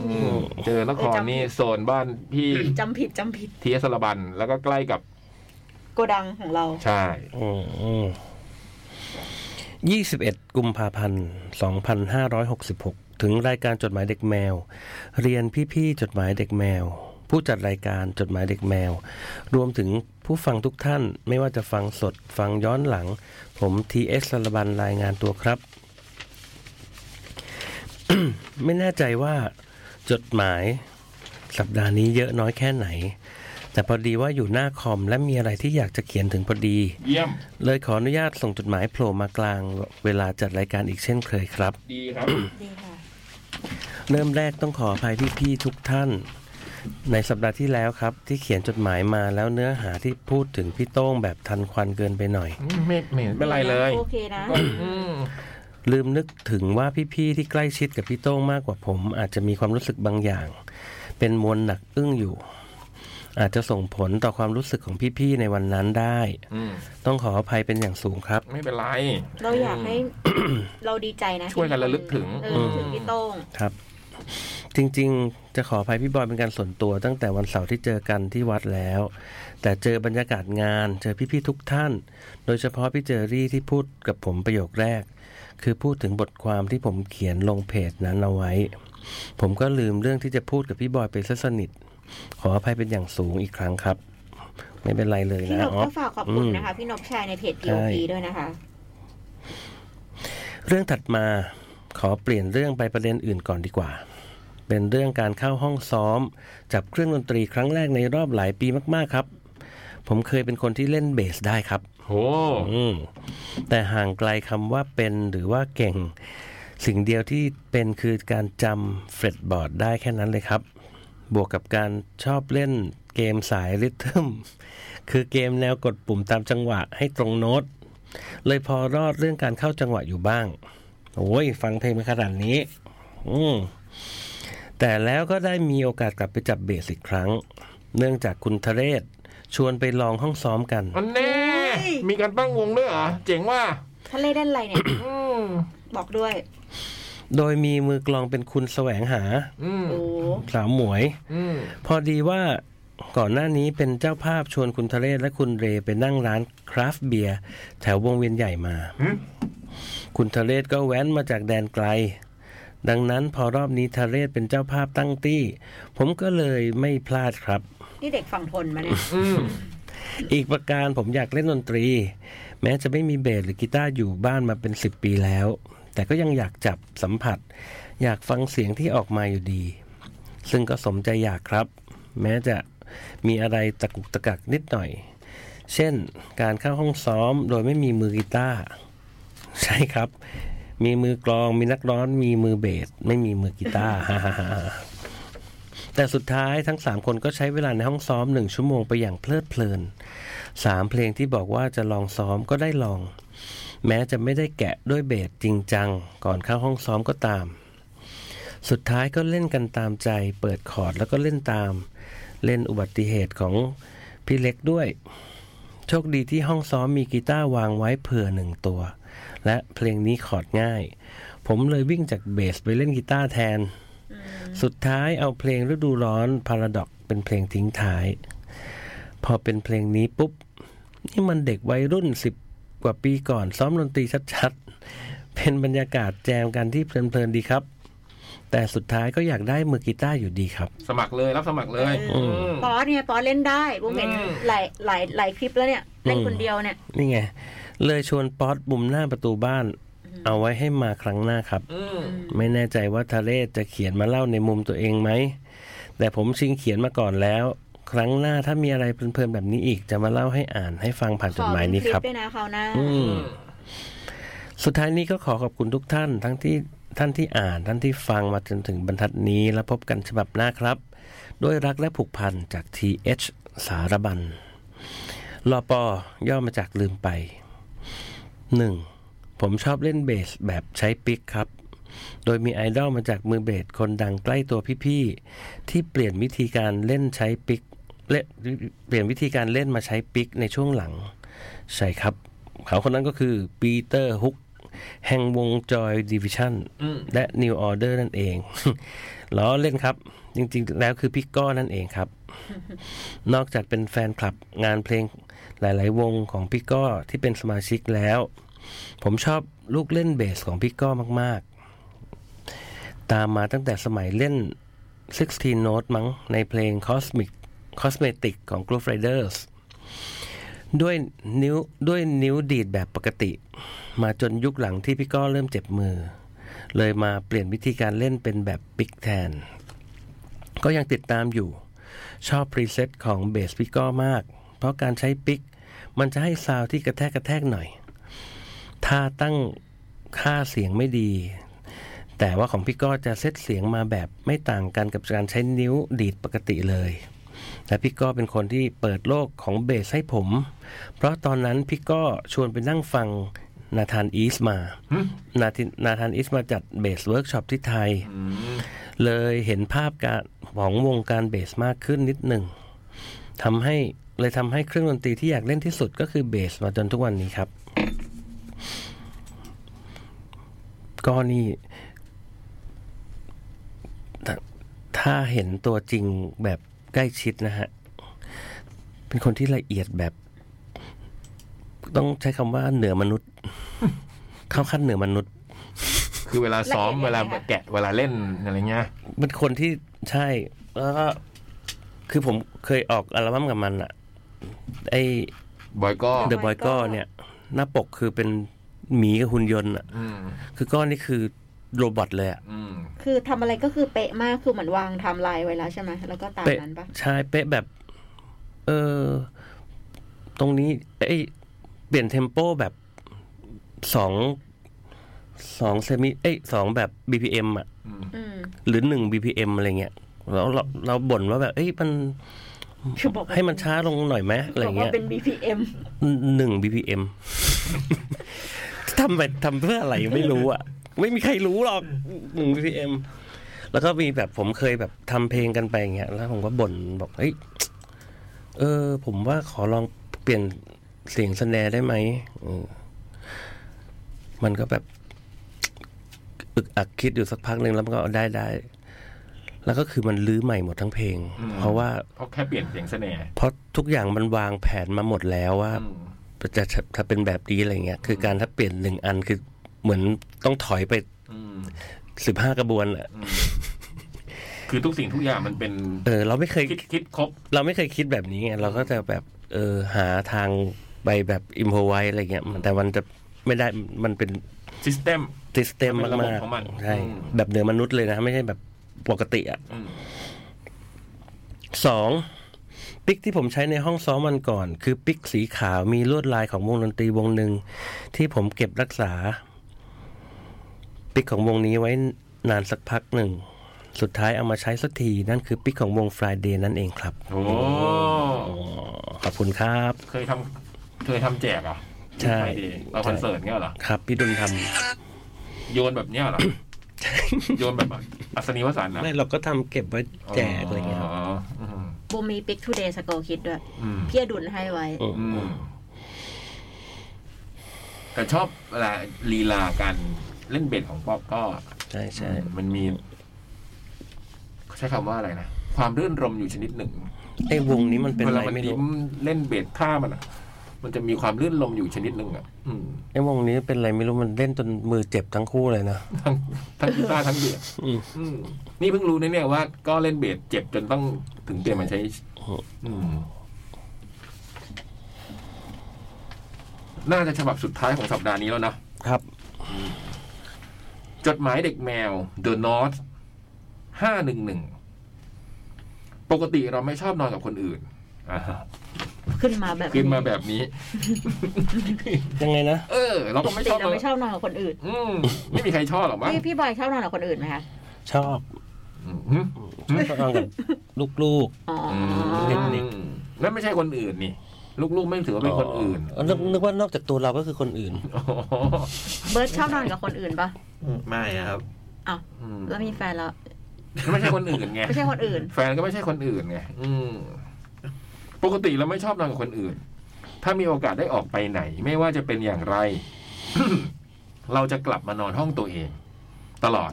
อืมเจอนครนี่โซนบ้านพี่ จำผิดจำผิด ทีเอสระบัน แล้วก็ใกล้กับ โกดังของเรา ใช่ ยี่สิบเอ็ดกุมภาพันธ์สองพันห้าร้อยหกสิบหกถึงรายการจดหมายเด็กแมว เรียนพี่ๆจดหมายเด็กแมว ผู้จัดรายการจดหมายเด็กแมว รวมถึงผู้ฟังทุกท่านไม่ว่าจะฟังสดฟังย้อนหลัง ผมทีเอสลบันรายงานตัวครับ [coughs] ไม่แน่ใจว่าจดหมายสัปดาห์นี้เยอะน้อยแค่ไหน แต่พอดีว่าอยู่หน้าคอมและมีอะไรที่อยากจะเขียนถึงพอดี เยี่ยม เลยขออนุญาตส่งจดหมายโผล่มากลางเวลาจัดรายการอีกเช่นเคยครับ ดีครับ ดีค่ะ เริ่มแรกต้องขออภัยพี่ๆทุกท่าน ในสัปดาห์ที่แล้วครับ ที่เขียนจดหมายมาแล้วเนื้อหาที่พูดถึงพี่โต้งแบบทันควันเกินไปหน่อย ไม่ไม่เป็นไรเลย โอเคนะ อืม ลืมนึกถึงว่าพี่ๆที่ใกล้ชิดกับพี่โต้งมากกว่าผม อาจจะมีความรู้สึกบางอย่าง เป็นมวลหนักอึ้งอยู่ อาจจะส่งผลต่อความรู้สึกของพี่ๆในวันนั้นได้ อืม ต้องขออภัยเป็นอย่างสูงครับ ไม่เป็นไร เราอยากให้ เราดีใจนะ ช่วยกันระลึกถึง เออถึงพี่โต้ง ครับ จริงๆ จะขออภัยพี่บอยเป็นการส่วนตัวตั้งแต่วันเสาร์ที่เจอกันที่วัดแล้ว แต่เจอบรรยากาศงาน เจอพี่ๆทุกท่าน โดยเฉพาะพี่เจอรี่ที่พูดกับผมประโยคแรก คือพูดถึงบทความที่ผมเขียนลงเพจนั้นเอาไว้ ผมก็ลืมเรื่องที่จะพูดกับพี่บอยไปซะสนิท ขออภัยเป็นอย่างสูงอีกครั้งครับ ไม่เป็นไรเลย พี่ นะ นพ อ๋อ ก็ฝากขอบคุณนะคะ พี่นพชายในเพจ POP ใช่ ด้วยนะคะ เรื่องถัดมาขอเปลี่ยนเรื่องไปประเด็นอื่นก่อนดีกว่า เป็นเรื่องการเข้าห้องซ้อม จับเครื่องดนตรีครั้งแรกในรอบหลายปีมากๆครับ ผมเคยเป็นคนที่เล่นเบสได้ครับ โห อืมแต่ห่างไกลคำว่าเป็นหรือว่าเก่ง สิ่งเดียวที่เป็นคือการจำเฟรดบอร์ดได้แค่นั้นเลยครับ บวกกับการชอบเล่นเกมสายริทึม [laughs] คือเกมแนวกดปุ่มตามจังหวะให้ตรงโน้ต เลยพอรอดเรื่องการเข้าจังหวะอยู่บ้าง โอ้ย ฟังเพลงมาขนาดนี้ อืมแต่แล้วก็ได้มีโอกาสกลับไปจับเบสอีกครั้ง เนื่องจากคุณทะเรศ ชวนไปลองห้องซ้อมกัน อันแน่มีการตั้งวงด้วยเหรอ เจ๋งว่า ทะเลเล่นอะไรเนี่ย อืม บอกด้วย โดยมีมือกลองเป็นคุณแสวงหา อืม โอ้ สาวหมวย อืม พอดีว่าก่อนหน้านี้เป็นเจ้าภาพชวนคุณทะเลศและคุณเรไปนั่งร้านคราฟต์เบียร์แถววงเวียนใหญ่มา คุณทะเลศก็แว้นมาจากแดนไกล ดังนั้นพอรอบนี้ทะเลศเป็นเจ้าภาพตั้งตี้ ผมก็เลยไม่พลาดครับ นี่เด็กฝั่งทนมาเนี่ย อืม อีกประการผมอยากเล่นดนตรี แม้จะไม่มีเบสหรือกีตาร์อยู่บ้านมาเป็น 10 ปีแล้ว แต่ก็ยังอยากจับสัมผัส อยากฟังเสียงที่ออกมาอยู่ดี ซึ่งก็สมใจอยากครับ แม้จะมีอะไรตะกุกตะกักนิดหน่อย เช่นการเข้าห้องซ้อมโดยไม่มีมือกีตาร์ใช่ครับ มีมือกลองมีนักร้อนมีมือเบส ไม่มีมือกีตาร์ [laughs] แต่สุดท้ายทั้งสามคนก็ใช้เวลาในห้องซ้อมหนึ่งชั่วโมงไปอย่างเพลิดเพลิน สามเพลงที่บอกว่าจะลองซ้อมก็ได้ลอง แม้จะไม่ได้แกะด้วยเบสจริงจัง ก่อนเข้าห้องซ้อมก็ตาม สุดท้ายก็เล่นกันตามใจ เปิดคอร์ดแล้วก็เล่นตาม เล่นอุบัติเหตุของพี่เล็กด้วย โชคดีที่ห้องซ้อมมีกีตาร์วางไว้เผื่อหนึ่งตัว และเพลงนี้คอร์ดง่าย ผมเลยวิ่งจากเบสไปเล่นกีตาร์แทน สุดท้ายเอาเพลงฤดูร้อน Paradox เป็นเพลงทิ้งท้าย พอเป็นเพลงนี้ปุ๊บ นี่มันเด็กวัยรุ่นสิบกว่าปีก่อนซ้อมดนตรีชัดๆ เป็นบรรยากาศแจมกันที่เพลินๆดีครับ แต่สุดท้ายก็อยากได้มือกีตาร์อยู่ดีครับ สมัครเลยรับสมัครเลย อืม อืม ป๊อสเนี่ยป๊อสเล่นได้บูมเห็น อืม หลายหลายหลายคลิปแล้วเนี่ย เล่นคนเดียวเนี่ย นี่ไง เลยชวนป๊อตบุมหน้าประตูบ้าน เอาไว้ให้มาครั้งหน้าครับ อืม ไม่แน่ใจว่าทะเลจะเขียนมาเล่าในมุมตัวเองไหม แต่ผมชิงเขียนมาก่อนแล้ว ครั้งหน้าถ้ามีอะไรเพลินๆแบบนี้อีกจะมาเล่าให้อ่านให้ฟังผ่านจดหมายนี้ครับ ขอเป็ลิปด้วยนะคราวหน้า อืม อืม สุดท้ายนี้ก็ขอขอบคุณทุกท่าน ทั้งที่ท่านที่อ่านท่านที่ฟังมาจนถึงบรรทัดนี้แล้วพบกันฉบับหน้าครับ ด้วยรักและผูกพันจาก TH สารบันลอปอย่อมาจากลืมไป 1. ผมชอบเล่นเบสแบบใช้ปิกครับ โดยมีไอดอลมาจากมือเบสคนดังใกล้ตัวพี่ๆ ที่เปลี่ยนวิธีการเล่นใช้ปิกเล่นเปลี่ยนวิธีการเล่นมาใช้ปิกในช่วงหลัง ใช่ครับ เขาคนนั้นก็คือปีเตอร์ฮุก แห่งวงจอยดิวิชั่น อืม และ New Order นั่นเอง [laughs] ล้อเล่นครับ จริงๆ แล้วคือพี่ก้อนั่นเองครับ [laughs] นอกจากเป็นแฟนคลับงานเพลงหลาย ๆ วงของพี่ก้อที่เป็นสมาชิกแล้ว ผมชอบลูกเล่นเบสของพี่ก้อมาก ๆ ตามมาตั้งแต่สมัยเล่น 16 Note มั้งในเพลง Cosmic Cosmetic ของ Groove Riders ด้วยนิ้วด้วยนิ้วดีดแบบปกติ มาจนยุคหลังที่พี่ก้อเริ่มเจ็บมือ เลยมาเปลี่ยนวิธีการเล่นเป็นแบบปิกแทน ก็ยังติดตามอยู่ ชอบพรีเซตของเบสพี่ก้อมาก เพราะการใช้ปิก มันจะให้ซาวด์ที่กระแทกกระแทกหน่อย ถ้าตั้งค่าเสียงไม่ดี แต่ว่าของพี่ก้อจะเซตเสียงมาแบบไม่ต่างกันกับการใช้นิ้วดีดปกติเลย และพี่ก้อเป็นคนที่เปิดโลกของเบสให้ผม เพราะตอนนั้นพี่ก้อชวนไปนั่งฟังนาธานอีสมานาธินาธานอีสมาจัดเบสเวิร์กช็อปที่ไทย เลยเห็นภาพการของวงการเบสมากขึ้นนิดหนึ่งทำให้เลยทำให้เครื่องดนตรีที่อยากเล่นที่สุดก็คือเบสมาจนทุกวันนี้ครับ ก็นี่ถ้าถ้าเห็นตัวจริงแบบใกล้ชิดนะฮะ เป็นคนที่ละเอียดแบบ ต้องใช้คำว่าเหนือมนุษย์ เข้าขั้นเหนือมนุษย์ คือเวลาซ้อมเวลาแกะเวลาเล่นอะไรเงี้ย เป็นคนที่ใช่แล้วก็คือผมเคยออกอัลบั้มกับมันอะไอ บอยก็ The Boy ก็เนี่ย หน้าปกคือเป็นหมีกับหุ่นยนต์อะ อืม คือก้อนนี่คือโรบอทเลยอะ อืม คือทำอะไรก็คือเป๊ะมาก คือเหมือนวางไทำลายไว้แล้วใช่ไหม แล้วก็ตาม เป๊ะ นั้นปะ ใช่เป๊ะแบบ เออ ตรงนี้ไอยเปลี่ยนเทมโปแบบสองสองเซมิเอ้ยสองแบบ BPM อะ อืม หรือหนึ่ง BPM อะไรเงี้ยแล้วเราเราบ่นว่าแบบ เอ้ยมัน คือบอกว่า ให้มันช้าลงหน่อยไหมอะไร บอก เงี้ ว่าย เป็น BPM [laughs] หนึ่ง BPM ทำไปทำเพื่ออะไรไม่รู้อ่ะ ไม่มีใครรู้หรอกหนึ่ง BPM แล้วก็มีแบบผมเคยแบบทำเพลงกันไปอย่างเงี้ยแล้วผมก็บ่นบอกเฮ้ยเออ ผมว่าขอลองเปลี่ยนเสียงสแนร์ได้ไหมเออมันก็แบบ อึกอักคิดอยู่สักพักหนึ่งแล้วมันก็เอาได้ได้แล้วก็คือมันลื้อใหม่หมดทั้งเพลง อืม เพราะว่า เพราะแค่เปลี่ยนเสียงเสน่ห์ เพราะทุกอย่างมันวางแผนมาหมดแล้วว่า อืม จะจะถ้าเป็นแบบนี้อะไรเงี้ย คือการถ้าเปลี่ยนหนึ่งอันคือเหมือนต้องถอยไป อืม สิบห้ากระบวนอ่ะ อืมคือทุกสิ่งทุกอย่างมันเป็น เออ เราไม่เคย คิดคิดครบ เราไม่เคยคิดแบบนี้ไงเราก็จะแบบเออหาทางไปแบบอิมพอไว้อะไรเงี้ยแต่มันจะไม่ได้มันเป็น s ิสเต็ม ซิสเต็ม มันเป็นระบบ มาก ของมัน ๆใช่ อืม แบบเหนือมนุษย์เลยนะ ไม่ใช่แบบปกติอ่ะ สองปิกที่ผมใช้ในห้องซ้อมวันก่อน คือปิกสีขาวมีลวดลายของวงดนตรีวงหนึ่ง ที่ผมเก็บรักษา ปิกของวงนี้ไว้นานสักพักหนึ่ง สุดท้ายเอามาใช้สักที นั่นคือปิกของวง Friday นั่นเองครับ โอ้ ขอบคุณครับ เคยทำเคยทำแจกเหรอ่ะ ใช่ เราคอนเสิร์ตเงี้ยเหรอ ครับ พี่ดุลท โยนแบบ [laughs] เนี้ยเหรอ โยนแบบอัศนีวสันต์ ำ นะ ไม่เราก็ทำเก็บไว้แจกอะไรเงี้ยครับ ออืม บูมมีปิกทูเดย์สโกคิดด้วย อืม พี่อดุลให้ไว้ อืมแต่ชอบเวลาลีลาการเล่นเบสของป๊อปก็ ใช่ใช่ มันมีใช้คำว่าอะไรนะ ความรื่นรมอยู่ชนิดหนึ่ง ไอ้วงนี้มันเป็น เว อะไร ลามัน ไม่ ดิ้ รู้ มเล่นเบสท่ามันอ่ะ มันจะมีความรื่นรมอยู่ชนิดหนึ่งอ่ะอืม ไอ้วงนี้เป็นอะไรไม่รู้มันเล่นจนมือเจ็บทั้งคู่เลยนะ ทั้งทั้งกีตาร์ทั้งเบส อืม อืมนี่เพิ่งรู้นะเนี่ยว่าก็เล่นเบสเจ็บจนต้องถึงเปลี่ยนมาใช้ อืม น่าจะฉบับสุดท้ายของสัปดาห์นี้แล้วนะ ครับ จดหมายเด็กแมว The North ห้าหนึ่งหนึ่ง ปกติเราไม่ชอบนอนกับคนอื่นอ่าฮะ ขึ้นมาแบบ ขึ้นมาแบบนี้ ยังไงนะ เออ เรา ป ก็ ก ไม่ ติ ชอบน เรา อน ไม่ชอบนอนกับคนอื่น อืม ไม่มีใครชอบหรอกมั้ง พี่พี่บอยชอบนอนกับคนอื่นไหมคะ ชอบ อืมอืม ชอบนอนกับลูก อ๋ออ เด็ก นั่นไม่ใช่คนอื่นนี่ ลูกๆไม่ถือว่าเป็นคนอื่น ๆเออนึกนึกว่านอกจากตัวเราก็คือคนอื่น อ๋อ เบิร์ดชอบนอนกับคนอื่นปะ ไม่อะครับ อืม แล้วมีแฟนแล้ว ไม่ใช่คนอื่นไง ไม่ใช่คนอื่น แฟนก็ไม่ใช่คนอื่นไงอืม ปกติเราไม่ชอบนอนกับคนอื่น ถ้ามีโอกาสได้ออกไปไหน ไม่ว่าจะเป็นอย่างไร [coughs] เราจะกลับมานอนห้องตัวเอง ตลอด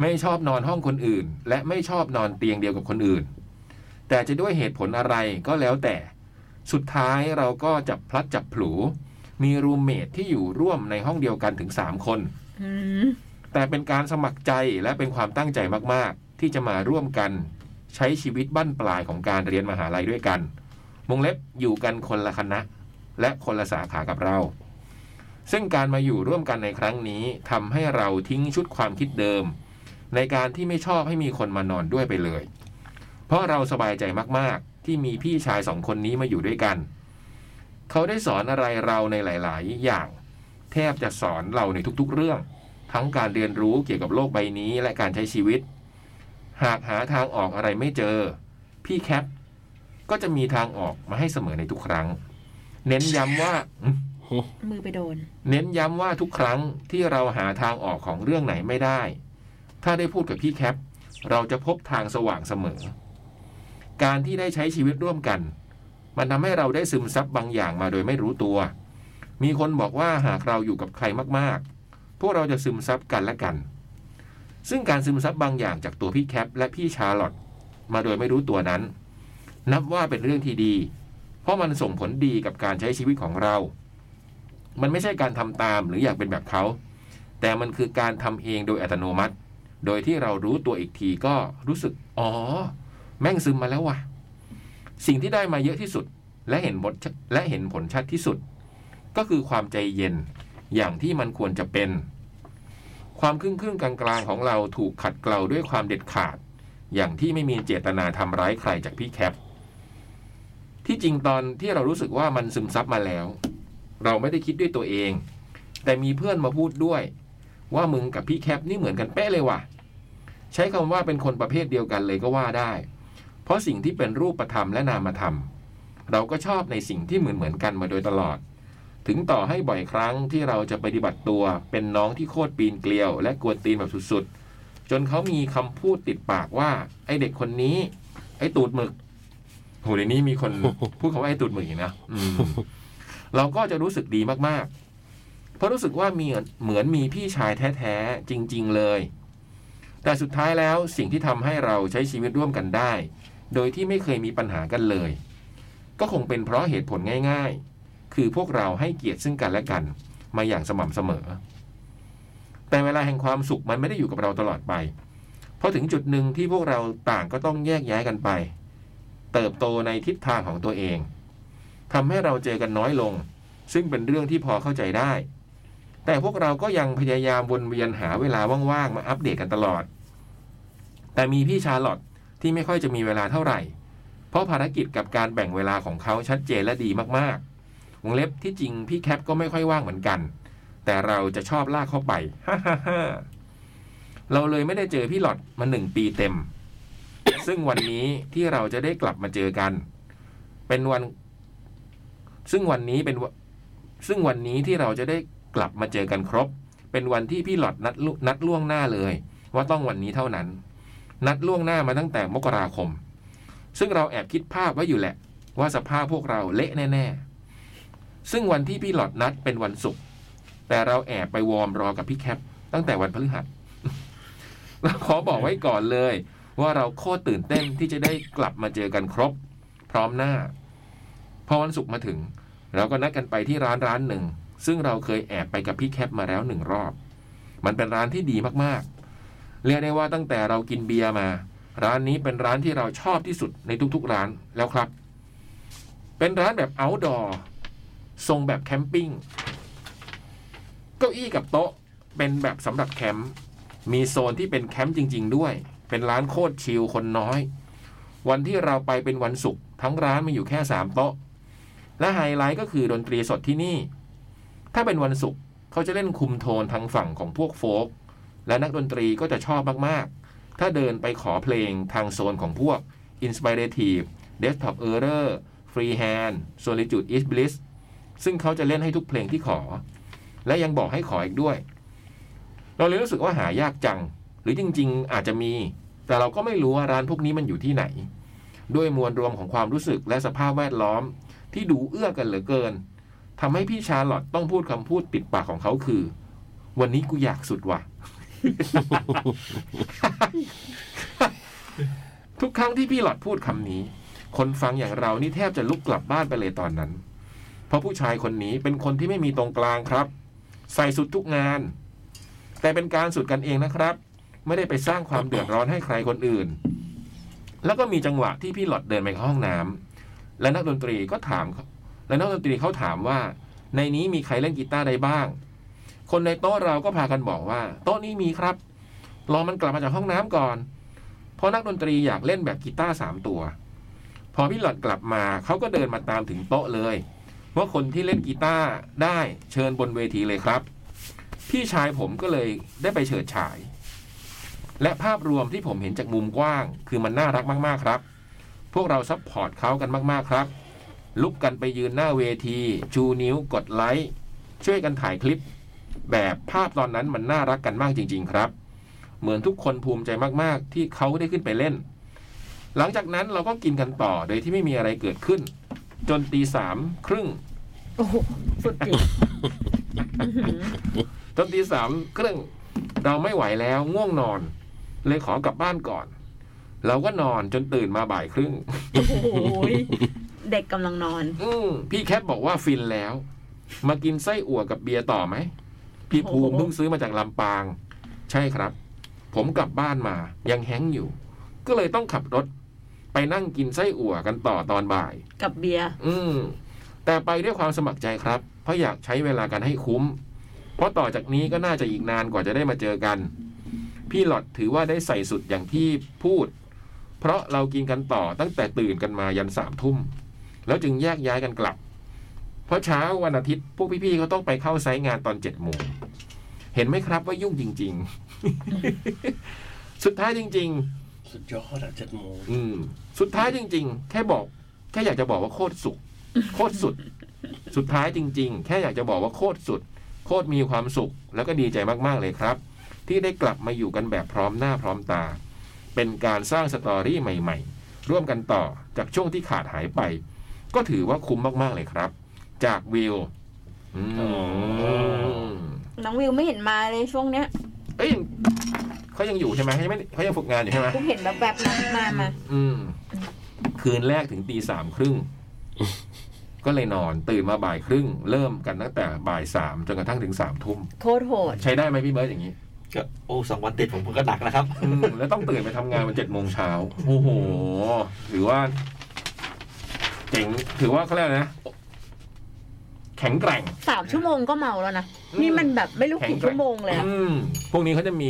ไม่ชอบนอนห้องคนอื่น และไม่ชอบนอนเตียงเดียวกับคนอื่น แต่จะด้วยเหตุผลอะไรก็แล้วแต่ สุดท้ายเราก็จับพลัดจับผลู มีรูมเมทที่อยู่ร่วมในห้องเดียวกันถึงสามคน อืม แต่เป็นการสมัครใจและเป็นความตั้งใจมาก ๆ ที่จะมาร่วมกันใช้ชีวิตบั้นปลายของการเรียนมหาลัยด้วยกันวงเล็บอยู่กันคนละคณะ และคนละสาขากับเรา ซึ่งการมาอยู่ร่วมกันในครั้งนี้ทำให้เราทิ้งชุดความคิดเดิม ในการที่ไม่ชอบให้มีคนมานอนด้วยไปเลย เพราะเราสบายใจมาก ๆ ที่มีพี่ชายสองคนนี้มาอยู่ด้วยกัน เขาได้สอนอะไรเราในหลาย ๆ อย่าง แทบจะสอนเราในทุก ๆ เรื่อง ทั้งการเรียนรู้เกี่ยวกับโลกใบนี้และการใช้ชีวิต หากหาทางออกอะไรไม่เจอ พี่แคปก็จะมีทางออกมาให้เสมอในทุกครั้ง เน้นย้ำว่า มือไปโดน เน้นย้ำว่าทุกครั้งที่เราหาทางออกของเรื่องไหนไม่ได้ ถ้าได้พูดกับพี่แคป เราจะพบทางสว่างเสมอ การที่ได้ใช้ชีวิตร่วมกัน มันทำให้เราได้ซึมซับบางอย่างมาโดยไม่รู้ตัว มีคนบอกว่าหากเราอยู่กับใครมากๆ พวกเราจะซึมซับกันและกัน ซึ่งการซึมซับบางอย่างจากตัวพี่แคป และพี่ชาร์ลอตมาโดยไม่รู้ตัวนั้น นับว่าเป็นเรื่องที่ดี เพราะมันส่งผลดีกับการใช้ชีวิตของเรา มันไม่ใช่การทำตามหรืออยากเป็นแบบเขา แต่มันคือการทำเองโดยอัตโนมัติ โดยที่เรารู้ตัวอีกทีก็รู้สึก อ๋อ แม่งซึมมาแล้วว่ะ สิ่งที่ได้มาเยอะที่สุด และเห็นผลและเห็นผลชัดที่สุด ก็คือความใจเย็นอย่างที่มันควรจะเป็น ความครึ่งครึ่งๆกลางๆของเราถูกขัดเกลาด้วยความเด็ดขาด อย่างที่ไม่มีเจตนาทำร้ายใครจากพี่แคป ที่จริงตอนที่เรารู้สึกว่ามันซึมซับมาแล้ว เราไม่ได้คิดด้วยตัวเอง แต่มีเพื่อนมาพูดด้วย ว่ามึงกับพี่แคปนี่เหมือนกันเป๊ะเลยว่ะ ใช้คำว่าเป็นคนประเภทเดียวกันเลยก็ว่าได้ เพราะสิ่งที่เป็นรูปธรรมและนามธรรม เราก็ชอบในสิ่งที่เหมือนเหมือนๆกันมาโดยตลอด ถึงต่อให้บ่อยครั้งที่เราจะปฏิบัติตัว เป็นน้องที่โคตรปีนเกลียว และกวนตีนแบบสุดๆ จนเขามีคำพูดติดปากว่า ไอเด็กคนนี้ ไอตูดหมึกโหในนี้มีคน พูดคำว่าไอตูดหมึกอีกนะอืมเราก็จะรู้สึกดีมากๆ เพราะรู้สึกว่ามีเหมือนมีพี่ชายแท้ๆจริง ๆเลย แต่สุดท้ายแล้วสิ่งที่ทำให้เราใช้ชีวิตร่วมกันได้ โดยที่ไม่เคยมีปัญหากันเลย ก็คงเป็นเพราะเหตุผลง่าย ๆ คือพวกเราให้เกียรติซึ่งกันและกัน มาอย่างสม่ำเสมอ แต่เวลาแห่งความสุขมันไม่ได้อยู่กับเราตลอดไป เพราะถึงจุดหนึ่งที่พวกเราต่างก็ต้องแยกย้ายกันไป เติบโตในทิศทางของตัวเองทำให้เราเจอกันน้อยลง ซึ่งเป็นเรื่องที่พอเข้าใจได้ แต่พวกเราก็ยังพยายามวนเวียนหาเวลาว่างๆมาอัปเดตกันตลอด แต่มีพี่ชาลอตที่ไม่ค่อยจะมีเวลาเท่าไหร่ เพราะภารกิจกับการแบ่งเวลาของเขาชัดเจนและดีมากๆ วงเล็บที่จริงพี่แคปก็ไม่ค่อยว่างเหมือนกัน แต่เราจะชอบลากเข้าไป ฮ่าฮ่าฮ่าเราเลยไม่ได้เจอพี่หลอดมาหนึ่งปีเต็ม ซึ่งวันนี้ที่เราจะได้กลับมาเจอกัน เป็นวัน ซึ่งวันนี้เป็นวะซึ่งวันนี้ที่เราจะได้กลับมาเจอกันครบ เป็นวันที่พี่หลอดนัดลุนัดล่วงหน้าเลย ว่าต้องวันนี้เท่านั้น นัดล่วงหน้ามาตั้งแต่มกราคม ซึ่งเราแอบคิดภาพไว้อยู่แหละ ว่าสภาพพวกเราเละแน่ๆ ซึ่งวันที่พี่หลอดนัดเป็นวันศุกร์แต่เราแอบไปวอร์มรอกับพี่แคป ตั้งแต่วันพฤหัส เราขอบอกไว้ก่อนเลย ว่าเราโคตรตื่นเต้นที่จะได้กลับมาเจอกันครบ พร้อมหน้า พอวันศุกร์มาถึง เราก็นัดกันไปที่ร้านร้านหนึ่ง ซึ่งเราเคยแอบไปกับพี่แคปมาแล้วหนึ่งรอบ มันเป็นร้านที่ดีมากๆ เรียกได้ว่าตั้งแต่เรากินเบียร์มา ร้านนี้เป็นร้านที่เราชอบที่สุดในทุกๆร้านแล้วครับ เป็นร้านแบบ outdoor ทรงแบบแคมปิ้ง เก้าอี้กับโต๊ะเป็นแบบสำหรับแคมป์ มีโซนที่เป็นแคมป์จริง ๆ ด้วย เป็นร้านโคตรชิลคนน้อย วันที่เราไปเป็นวันศุกร์ทั้งร้านมีอยู่แค่สามโต๊ะ และไฮไลท์ก็คือดนตรีสดที่นี่ ถ้าเป็นวันศุกร์เขาจะเล่นคุมโทนทางฝั่งของพวกโฟล์กและนักดนตรีก็จะชอบมาก ๆ ถ้าเดินไปขอเพลงทางโซนของพวก Inspirative Desktop Error Freehand Solitude is Bliss ซึ่งเขาจะเล่นให้ทุกเพลงที่ขอ และยังบอกให้ขออีกด้วย เราเลยรู้สึกว่าหายากจัง หรือจริง ๆ อาจจะมี แต่เราก็ไม่รู้ว่าร้านพวกนี้มันอยู่ที่ไหน ด้วยมวลรวมของความรู้สึกและสภาพแวดล้อม ที่ดูเอื้อกันเหลือเกิน ทำให้พี่ชาร์ลอตต้องพูดคำพูดติดปากของเขาคือ วันนี้กูอยากสุดว่ะ ทุกครั้งที่พี่หลอดพูดคำนี้ คนฟังอย่างเรานี่แทบจะลุกกลับบ้านไปเลยตอนนั้น เพราะผู้ชายคนนี้เป็นคนที่ไม่มีตรงกลางครับ ใส่สุดทุกงาน แต่เป็นการสุดกันเองนะครับ ไม่ได้ไปสร้างความเดือดร้อนให้ใครคนอื่น แล้วก็มีจังหวะที่พี่หลอดเดินไปเข้าห้องน้ำและนักดนตรีก็ถาม และนักดนตรีเขาถามว่า ในนี้มีใครเล่นกีตาร์ได้บ้าง คนในโต๊ะเราก็พากันบอกว่า โต๊ะนี้มีครับ รอมันกลับมาจากห้องน้ำก่อน เพราะนักดนตรีอยากเล่นแบบกีตาร์สามตัว พอพี่หลอดกลับมาเขาก็เดินมาตามถึงโต๊ะเลยว่าคนที่เล่นกีตาร์ได้เชิญบนเวทีเลยครับ พี่ชายผมก็เลยได้ไปเฉิดฉาย และภาพรวมที่ผมเห็นจากมุมกว้าง คือมันน่ารักมากๆครับ พวกเราซัพพอร์ตเขากันมากๆครับ ลุกกันไปยืนหน้าเวที ชูนิ้วกดไลค์ช่วยกันถ่ายคลิป แบบภาพตอนนั้นมันน่ารักกันมากจริง ๆ ครับ เหมือนทุกคนภูมิใจมากๆ ที่เขาได้ขึ้นไปเล่น หลังจากนั้นเราก็กินกันต่อโดยที่ไม่มีอะไรเกิดขึ้น จนตีสามครึ่ง โอ้โหสุดจริง จนตีสามครึ่งเราไม่ไหวแล้วง่วงนอน เลยขอกลับบ้านก่อน เราก็นอนจนตื่นมาบ่ายครึ่ง โอ้โหเด็กกำลังนอน อืมพี่แคปบอกว่าฟินแล้ว มากินไส้อั่วกับเบียร์ต่อไหม พี่ภูมิ โอ้โห เพิ่งซื้อมาจากลำปาง ใช่ครับ ผมกลับบ้านมายังแห้งก์อยู่ ก็เลยต้องขับรถ ไปนั่งกินไส้อั่วกันต่อตอนบ่าย กับเบียร์ อืม แต่ไปด้วยความสมัครใจครับ เพราะอยากใช้เวลากันให้คุ้ม เพราะต่อจากนี้ก็น่าจะอีกนานกว่าจะได้มาเจอกัน พี่หลอดถือว่าได้ใส่สุดอย่างที่พูด เพราะเรากินกันต่อตั้งแต่ตื่นกันมายันสามทุ่ม แล้วจึงแยกย้ายกันกลับ เพราะเช้าวันอาทิตย์พวกพี่ๆเขาต้องไปเข้าไซต์งานตอนเจ็ดโมงเห็นไหมครับว่ายุ่งจริง ๆ [laughs] สุดท้ายจริง ๆ สุดยอดอ่ะเจ็ดโมง อืมสุดท้ายจริง ๆ แค่บอก แค่อยากจะบอกว่าโคตรสุข โคตรสุด สุดท้ายจริง ๆ แค่อยากจะบอกว่าโคตรสุด โคตรมีความสุข แล้วก็ดีใจมากๆเลยครับ ที่ได้กลับมาอยู่กันแบบพร้อมหน้าพร้อมตา เป็นการสร้างสตอรี่ใหม่ ๆ ร่วมกันต่อจากช่วงที่ขาดหายไป ก็ถือว่าคุ้มมากๆเลยครับ จากวิวอืม อ๋อ น้องวิวไม่เห็นมาเลยช่วงเนี้ย เอ้ยเขายังอยู่ใช่ไหมเขายังไม่เขายังฝึกงานอยู่ใช่ไหม กูเห็นแบบแบบๆนะมามา อืม คืนแรกถึงตีสามครึ่ง ก็เลยนอนตื่นมาบ่ายครึ่ง เริ่มกันตั้งแต่บ่ายสามจนกระทั่งถึงสามทุ่ม โคตรโหด ใช้ได้ไหมพี่เบิร์ดอย่างนี้ ก็โอ้สองวันติดผมก็หนักนะครับ อืมแล้วต้องตื่นไปทำงานวันเจ็ดโมงเช้าโอ้โหถือว่า เจ๋งถือว่าเขาเรียกอะไรนะ แข็งแกร่ง สามชั่วโมงก็เมาแล้วนะ นี่มันแบบไม่รู้กี่ชั่วโมงเลยอะ อืม พวกนี้เขาจะมี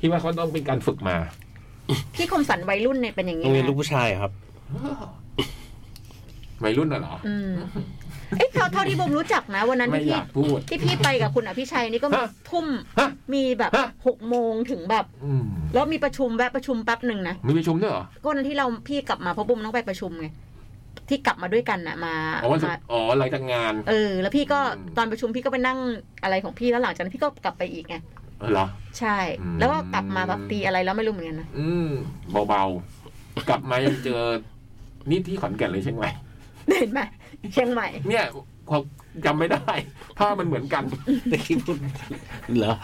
พี่ว่าเขาต้องเป็นการฝึก [gasps] มา พี่คมสันวัยรุ่นเนี่ยเป็นอย่าง โร นี้ งเรียน นะ ลูกผู้ชายครับ วัยรุ่นน่ะเหรอ อืมเอ้ยเท่าเท่าที่บมรู้จักนะ วันนั้น ไม่ ที่พี่อยากพูด ที่พี่ไปกับคุณอภิชัยนี่ก็มี ฮะ ทุ่ม ฮะ มีแบบ ฮะ หกโมงถึงแบบ อืม แล้วมีประชุมแวะประชุมแป๊บหนึ่งนะ มีประชุมด้วยเหรอ ก็วันนั้นที่เราพี่กลับมาเพราะบุมต้องไปประชุมไงที่กลับมาด้วยกันน่ะมา อ๋อวันศุก มา ร์อ๋อหลังจากงาน เออ แล้วพี่ก็ อืม ตอนประชุมพี่ก็ไปนั่งอะไรของพี่แล้วหลังจากนั้นพี่ก็กลับไปอีกไง เหรอ ใช่ อืม แล้วก็กลับมาแบบตีอะไรแล้วไม่รู้เหมือนกันนะ อืมเบาๆ กลับมายังเจอ นี่ที่ขอนแก่นเลยเชียงใหม่ เห็นไหมเชียงใหม่ [laughs] เนี่ยผมจำไม่ได้ภาพมันเหมือนกัน ได้คิดพูดเหรอ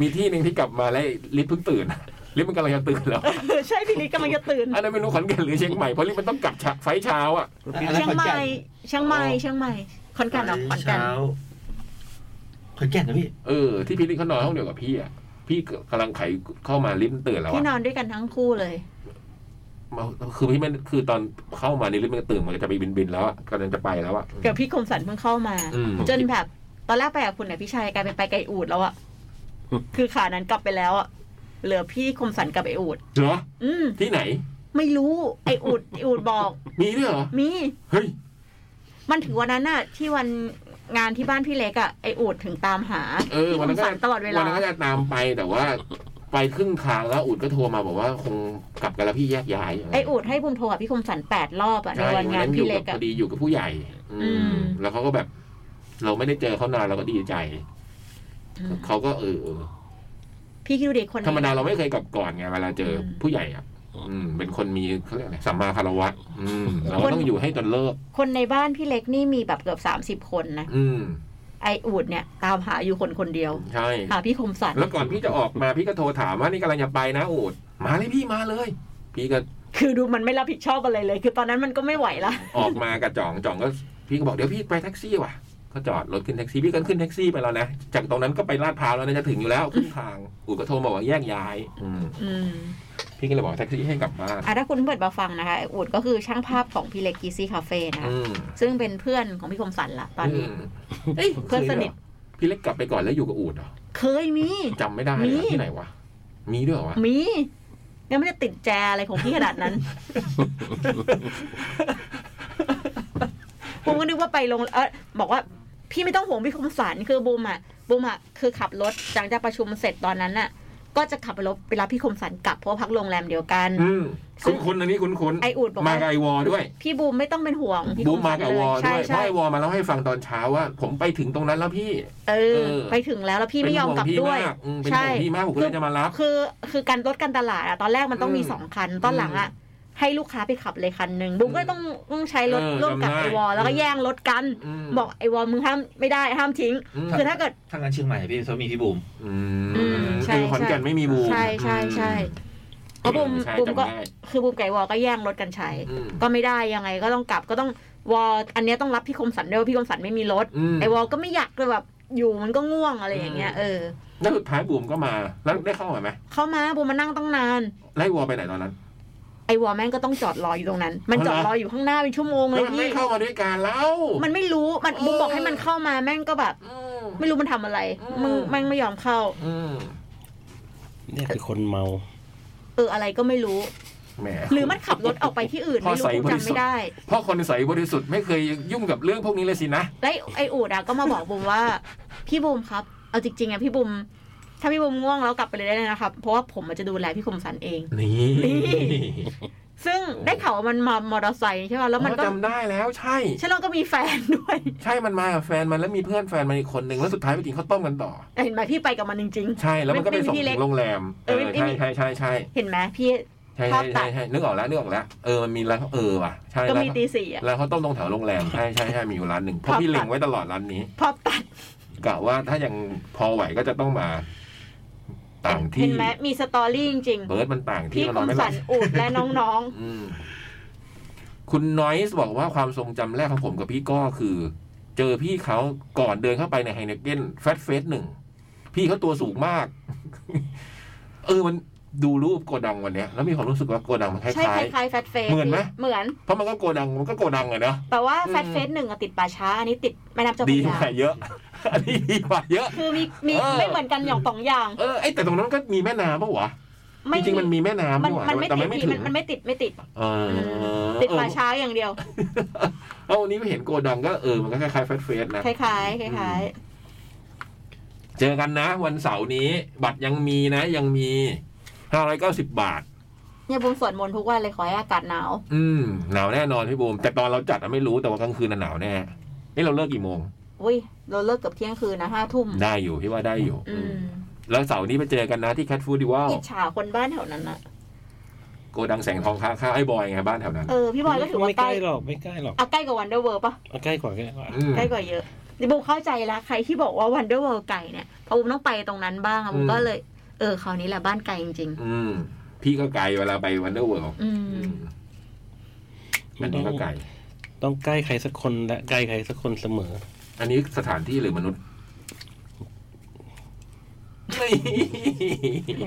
มีที่หนึ่งที่กลับมาแล้วลิฟต์เพิ่งตื่นลิฟต์มันกำลังจะตื่นแล้ว ใช่พี่ลิศกำลังจะตื่น อันนั้นไม่รู้ขอนแก่นหรือเชียงใหม่เพราะลิฟต์มันต้องกลับเช้าไฟล์เช้าอ่ะ เชียงใหม่เชียงใหม่เชียงใหม่ขอนแก่นเหรอขอนแก่น เช้าขอนแก่นนะพี่ เออที่พี่ลิฟต์เขานอนห้องเดียวกับพี่อ่ะพี่กำลังไขเข้ามาลิฟต์มันตื่นแล้ว ที่ อ่ะ นอนด้วยกันทั้งคู่เลย คือพี่ไม่คือตอนเข้ามาในลิฟต์มันก็ตื่นมันจะไปบินๆแล้วอะกำลังจะไปแล้วอ่ะ เกือบพี่คมสันเพิ่งเข้ามา อืม จนแบบ ตอนแรกไปกับคุณเนี่ยพี่ชัยกลายเป็นไปไกบไอ้อูดแล้วอะคือขานั้นกลับไปแล้วอะเหลือพี่คมสันกับไออูด เหรอ อืม ที่ไหน ไม่รู้ไออูดไออูดบอก มีด้วยเหรอ มี เฮ้ย มันถึงวันนั้นน่ะ ที่วันงานที่บ้านพี่เล็กอะไออูดถึงตามหา เออ พี่ วัน คมนั้นก็ สันตลอดเว วั ลาน นั้นก็จะตามไปแต่ว่าไปครึ่งทางแล้วอุดก็โทรมาบอกว่าคงกลับกันแล้วพี่แยกย้าย ไออูดให้บุมโทรกับพี่คมสันแปดรอบอะใน ใช่ วันงาน อ พี่ ยู่ เล็ กักอะบพอดีอยู่กับผู้ใหญ่ อืม อืม แล้วเขาก็แบบ เราไม่ได้เจอเขานานเราก็ดีใจเขาก็เออเออ พี่คิดดูดิคน ธรรม นี้ ดาเราไม่เคยกลับก่อนไงเวลาเจออ ม ผู้ใหญ่อ่ะ อืม เป็นคนมีเขาเรียกอะไรสัมมาคารวะ อืมเราก็ต้องอยู่ให้จนเลิก คนในบ้านพี่เล็กนี่มีแบบเกือบสามสิบ30 คนนะ อืม ไออูดเนี่ย ตามหาอยู่คนคนเดียว ใช่ หาพี่คมสัน แล้วก่อนพี่จะออกมาพี่ก็โทรถามว่านี่กำลังจะไปนะอุดมาเลยพี่มาเลย พี่ก็ คือดูมันไม่รับผิดชอบอะไรเลย คือตอนนั้นมันก็ไม่ไหวละ ออกมากับจ่องจ่องก็พี่ก็บอกเดี๋ยวพี่ไปแท็กซี่ว่ะก็จอดรถขึ้นแท็กซี่พี่ก็ขึ้นแท็กซี่ไปแล้วนะจากตรงนั้นก็ไปลาดพร้าวแล้วนะจะถึงอยู่แล้วขึ้นทางอู่ก็โทรมาบอกว่าแยกย้ายอืม อืม พี่ก็เลยบอกแท็กซี่ให้กลับบ้าน อ่ะถ้าคุณเปิดมาฟังนะคะไออูดก็คือช่างภาพของพี่เล็กกีซี่คาเฟ่นะคะ อืม ซึ่งเป็นเพื่อนของพี่คมสันละตอนนี้ ม เอ้ยเพื่อนสนิท พี่เล็กกลับไปก่อนแล้วอยู่กับอู่เหรอ เคยมี จำไม่ได้เลย มี อะที่ไหนวะมีด้วยเหรอวะ มีงั้นไม่ได้ติดแจอะไรของพี่ขนาด [laughs] นั้น บูมก็นึกว่าไปลงเออบอกว่าพี่ไม่ต้องห่วงพี่คมสันคือบูมอ่ะบูมอ่ะคือขับรถหลังจากประชุมเสร็จตอนนั้นน่ะ ก็จะขับรถไปรับพี่คมสันกลับเพราะว่าพักโรงแรมเดียวกัน อืมคุ้นๆอันนี้คุ้น ไออูดบอก ๆมา ว่า กับไอวอด้วย พี่บูมไม่ต้องเป็นห่วงพี่ บูม ค มา สัน กับ เล วอยด้ ใช่ วยเพ ใช่ ราะไอวอมาเล่าให้ฟังตอนเช้าว่า ผมไปถึงตรงนั้นแล้วพี่ เออ เออ ไปถึงแล้วแล้วพี่ไม่ยอมกลับ เป็นห่ ด้ ว ว ง ย พี่มากอืมเป็นห่วงพี่มากผมก็เลยจะมารับ คือคือการลดการตลาดอะตอนแรกมันต้องมี อืม สองคัน ตอนหลังอะให้ลูกค้าไปขับเลยคันหนึ่งบุ้มก็ต้องต้องใช้รถ เออ ร่วมกับ จำได้ ไอวอลแล้วก็ อืม แย่งรถกัน ม บอกไอวอลมึงห้ามไม่ได้ห้ามทิ้ง ม คือถ้าเกิด ทางนั้นเชียงใหม่พี่ต้องมีพี่บุ๋ม อื อื ม มใช่ คือขอนแก่นไม่มีบูม ใช่ใช่ใช่เพราะบุม ใช่ บุม จำ ก็ ได้ คือบุมไก่วอลก็แย่งรถกันใช้ อืม ก็ไม่ได้ยังไงก็ต้องกลับก็ต้องวอลอันเนี้ยต้องรับพี่คมสันด้วยว่าพี่คมสันไม่มีรถ ม ไอวอลก็ไม่อยากเลยแบบอยู่มันก็ง่วงอะไรอย่างเงี้ย อืม เออ แล้วสุดท้ายบูมก็มา แล้วได้เข้ามาไหม เข้ามาบุมมานั่งตั้งนาน ไล่วอไปไหนตอนนั้น ไอวอลแม่งก็ต้องจอดรออยู่ตรงนั้น มันจอด เอารอเหรออยู่ข้างหน้าเป็นชั่วโมงเล แล้ว ย มัน พี่ ไม่เข้ามาด้วยกันแล้ว มันไม่รู้ มัน เออ บุมบอกให้มันเข้ามาแม่งก็แบบ อืม ไม่รู้มันทำอะไร เออ มึงแม่งไม่ยอมเข้า อืม เนี่ยคือคนเมา เอออะไรก็ไม่รู้ แหม หรือมันขับรถออกไปที่อื่น พ่อ ไม่รู้ ใส่ กู บริ จำ สุทธิ์ ไม่ได้ เพราะคนใสบริสุทธิ์ไม่เคยยุ่งกับเรื่องพวกนี้เลยสินะ แล้วไออูดอะก็มาบอกบุมว่า พี่บุมครับ เอาจริงๆอะพี่บุมถ้าพี่บุมง่วงแล้วกลับไปเลยได้เลยนะครับ เพราะว่าผมมันจะดูแลพี่คมสันเอง นี่ ซึ่งได้ข่าวว่ามันมามอเตอร์ไซค์ใช่ป่ะแล้วมัน อ๋อ ก็ จำได้แล้วใช่ ใช่แล้วก็มีแฟนด้วย [laughs] ใช่มันมากับแฟนมันแล้วมีเพื่อนแฟนมันอีกคนหนึ่งแล้วสุดท้ายไปกินข้าวต้มกันต่อ เห็นไหมพี่ไปกับมันจริง ใช่แล้วมันก็ไปส่ไม่งมีที่เล็ก ถึงโรงแรม เอ เอ อ อ ไม่ ใช่ ไม่มี ใช่ใช่ใช่ ๆ เห็นไหมพี่ ใช่ ภาพตั ใช่ ด ใช่นึกออกแล้วนึกออกแล้วเออมันมีร้านเออว่ะใช่ ก็ แล้ว มีตีสี่อ่ะ ร้านข้าวต้มตรงแถวโรงแร [laughs] มใช่ใช่ใช่มีอยู่ร้านหนึ่งเพราะ ภาพตัด พี่เล็งไว้ตลอดร้านนี้ พอตัด กะว่าถ้ายังพอไหวก็จะต้องมาต่างที่ เห็นไหมมีสตอรี่จริง เบิร์ดมันต่าง ๆ ที่ พี่คมันน อ ม นไม่ห สั ลับ นอูดและน้อง อืมคุณนอยส์บอกว่าความทรงจำแรกของผมกับพี่ก้อคือ เจอพี่เขาก่อนเดินเข้าไปในไฮเนเกนแฟตเฟสหนึ่งพี่เขาตัวสูงมาก [laughs] เออมันดูรูปโกดังวันเนี้ยแล้วมีความรู้สึกว่าโกดังมันค ๆ ใช่ ล้า ค ย ล้ายๆแฟตเฟส เหมือนไหม เหมือน เพราะมันก็โกดังมันก็โกดังอะเนาะ แต่ว่า อืม แฟตเฟสหนึ่งอะติดป่าช้า อันนี้ติดแม่น้ำเจ้าพ ดี ระยากว่าเยอะ [laughs] อันนี้ดีกว่าเยอะ คือมีมี เออ ไม่เหมือนกันอย่างสองอย่าง เออไอแต่ตรงนั้นก็มีแม่น้ำปะวะจริงๆมันมีแม่น้ำ มัน ด้วย มันไม่ แต่ ติดไม่ไม่ พี่ ถึ มั ง นมันไม่ติดไม่ติด เออ ติด เออ ป่าช้าอย่างเดียว เอาวันนี้ไปเห็นโกดังก็เออมันก็คล้ายๆแฟตเฟสนะ คล้ายๆคล้าย เจอกันนะ วันเสาร์นี้ บัตรยังมีนะ ยังมีห้าร้อยเก้าสิบบาท ๆเนี่ยบุมสวดมนต์ทุกวันเลยขอให้อากาศหนาว อืมหนาวแน่นอนพี่บูมแต่ตอนเราจัดอะไม่รู้แต่ว่ากลางคืนน่ะหนาวแน่นี่เราเลิกกี่โมง อุ้ยเราเลิกเกับเที่ยงคืนนะห้าทุ่ม ได้อยู่พี่ว่าได้อยู่ อืม แล้วเสาร์นี้ไปเจอกันนะที่แคทฟูดิวัล อิจฉาคนบ้านแถวนั้นอะ โกดังแสงทองค้างข้างไอ้บอยไงบ้านแถวนั้น เออพี่บอยก็ถือว่า ไม่ ใก ใก ล้ ล้หรอกไม่ใกล้หรอก เอาใกล้กว่าวันเดอร์เวิร์ปะ เอาใกล้กว่าใกล้กว่า อืม ใกล้กว่าเยอะนี่บุมเข้าใจละใครที่บอกว่าวันเดอร์เวิร์ไก่เนี่ยพอบุมต้องไปตรงนั้นบ้างอะบุมก็เลย เออคราวนี้แหละบ้านไกลจริง อืม พี่ก็ไกลเวลาไปวันเดอร์เวิลด์ ๆ อืม อันนี้ก็ไกล ต้องใกล้ใครสักคนและไกลใครสักคนเสมอ อันนี้สถานที่หรือมนุษย์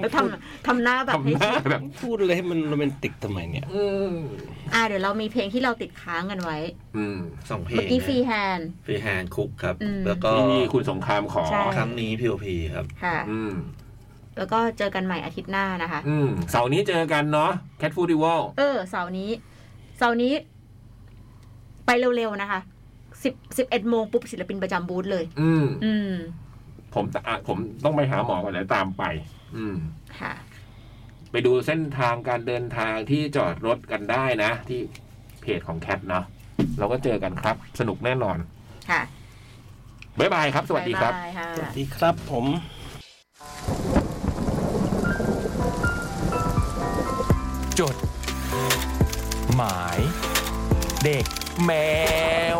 แล้วทำทำหน้าแบบ ทำ ให้ หน้าแบบ พูดเลยให้มันโรแมนติกทำไมเนี่ย อืม อ่าเดี๋ยวเรามีเพลงที่เราติดค้างกันไว้ อืม สองเพลง เมื่อกี้ฟรีแฮน ฟรีแฮนด์คุกครับ อืม แล้วก็ นี่คุณสงครามขอ ใช่ ครั้งนี้พีโอพีครับ ค่ะ อืม แล้วก็เจอกันใหม่อาทิตย์หน้านะคะ อืมเสาร์นี้เจอกันเนาะแคทฟูดิวัล เออเสาร์นี้เสาร์นี้ ไปเร็วๆนะคะสิบสิบเอ็ดโมงปุ๊บศิลปินประจำบูธเลย อืม อืม ผมตะอ่ะผมต้องไปหาหมอก่อนแล้วตามไป อืม ค่ะ ไปดูเส้นทางการเดินทางที่จอดรถกันได้นะ ที่เพจของแคทเนาะเราก็เจอกันครับ สนุกแน่นอน ค่ะ บ๊ายบายครับ สวัสดีครับ ายายค่ะ สวัสดีครับผม จด หมาย เด็กแมว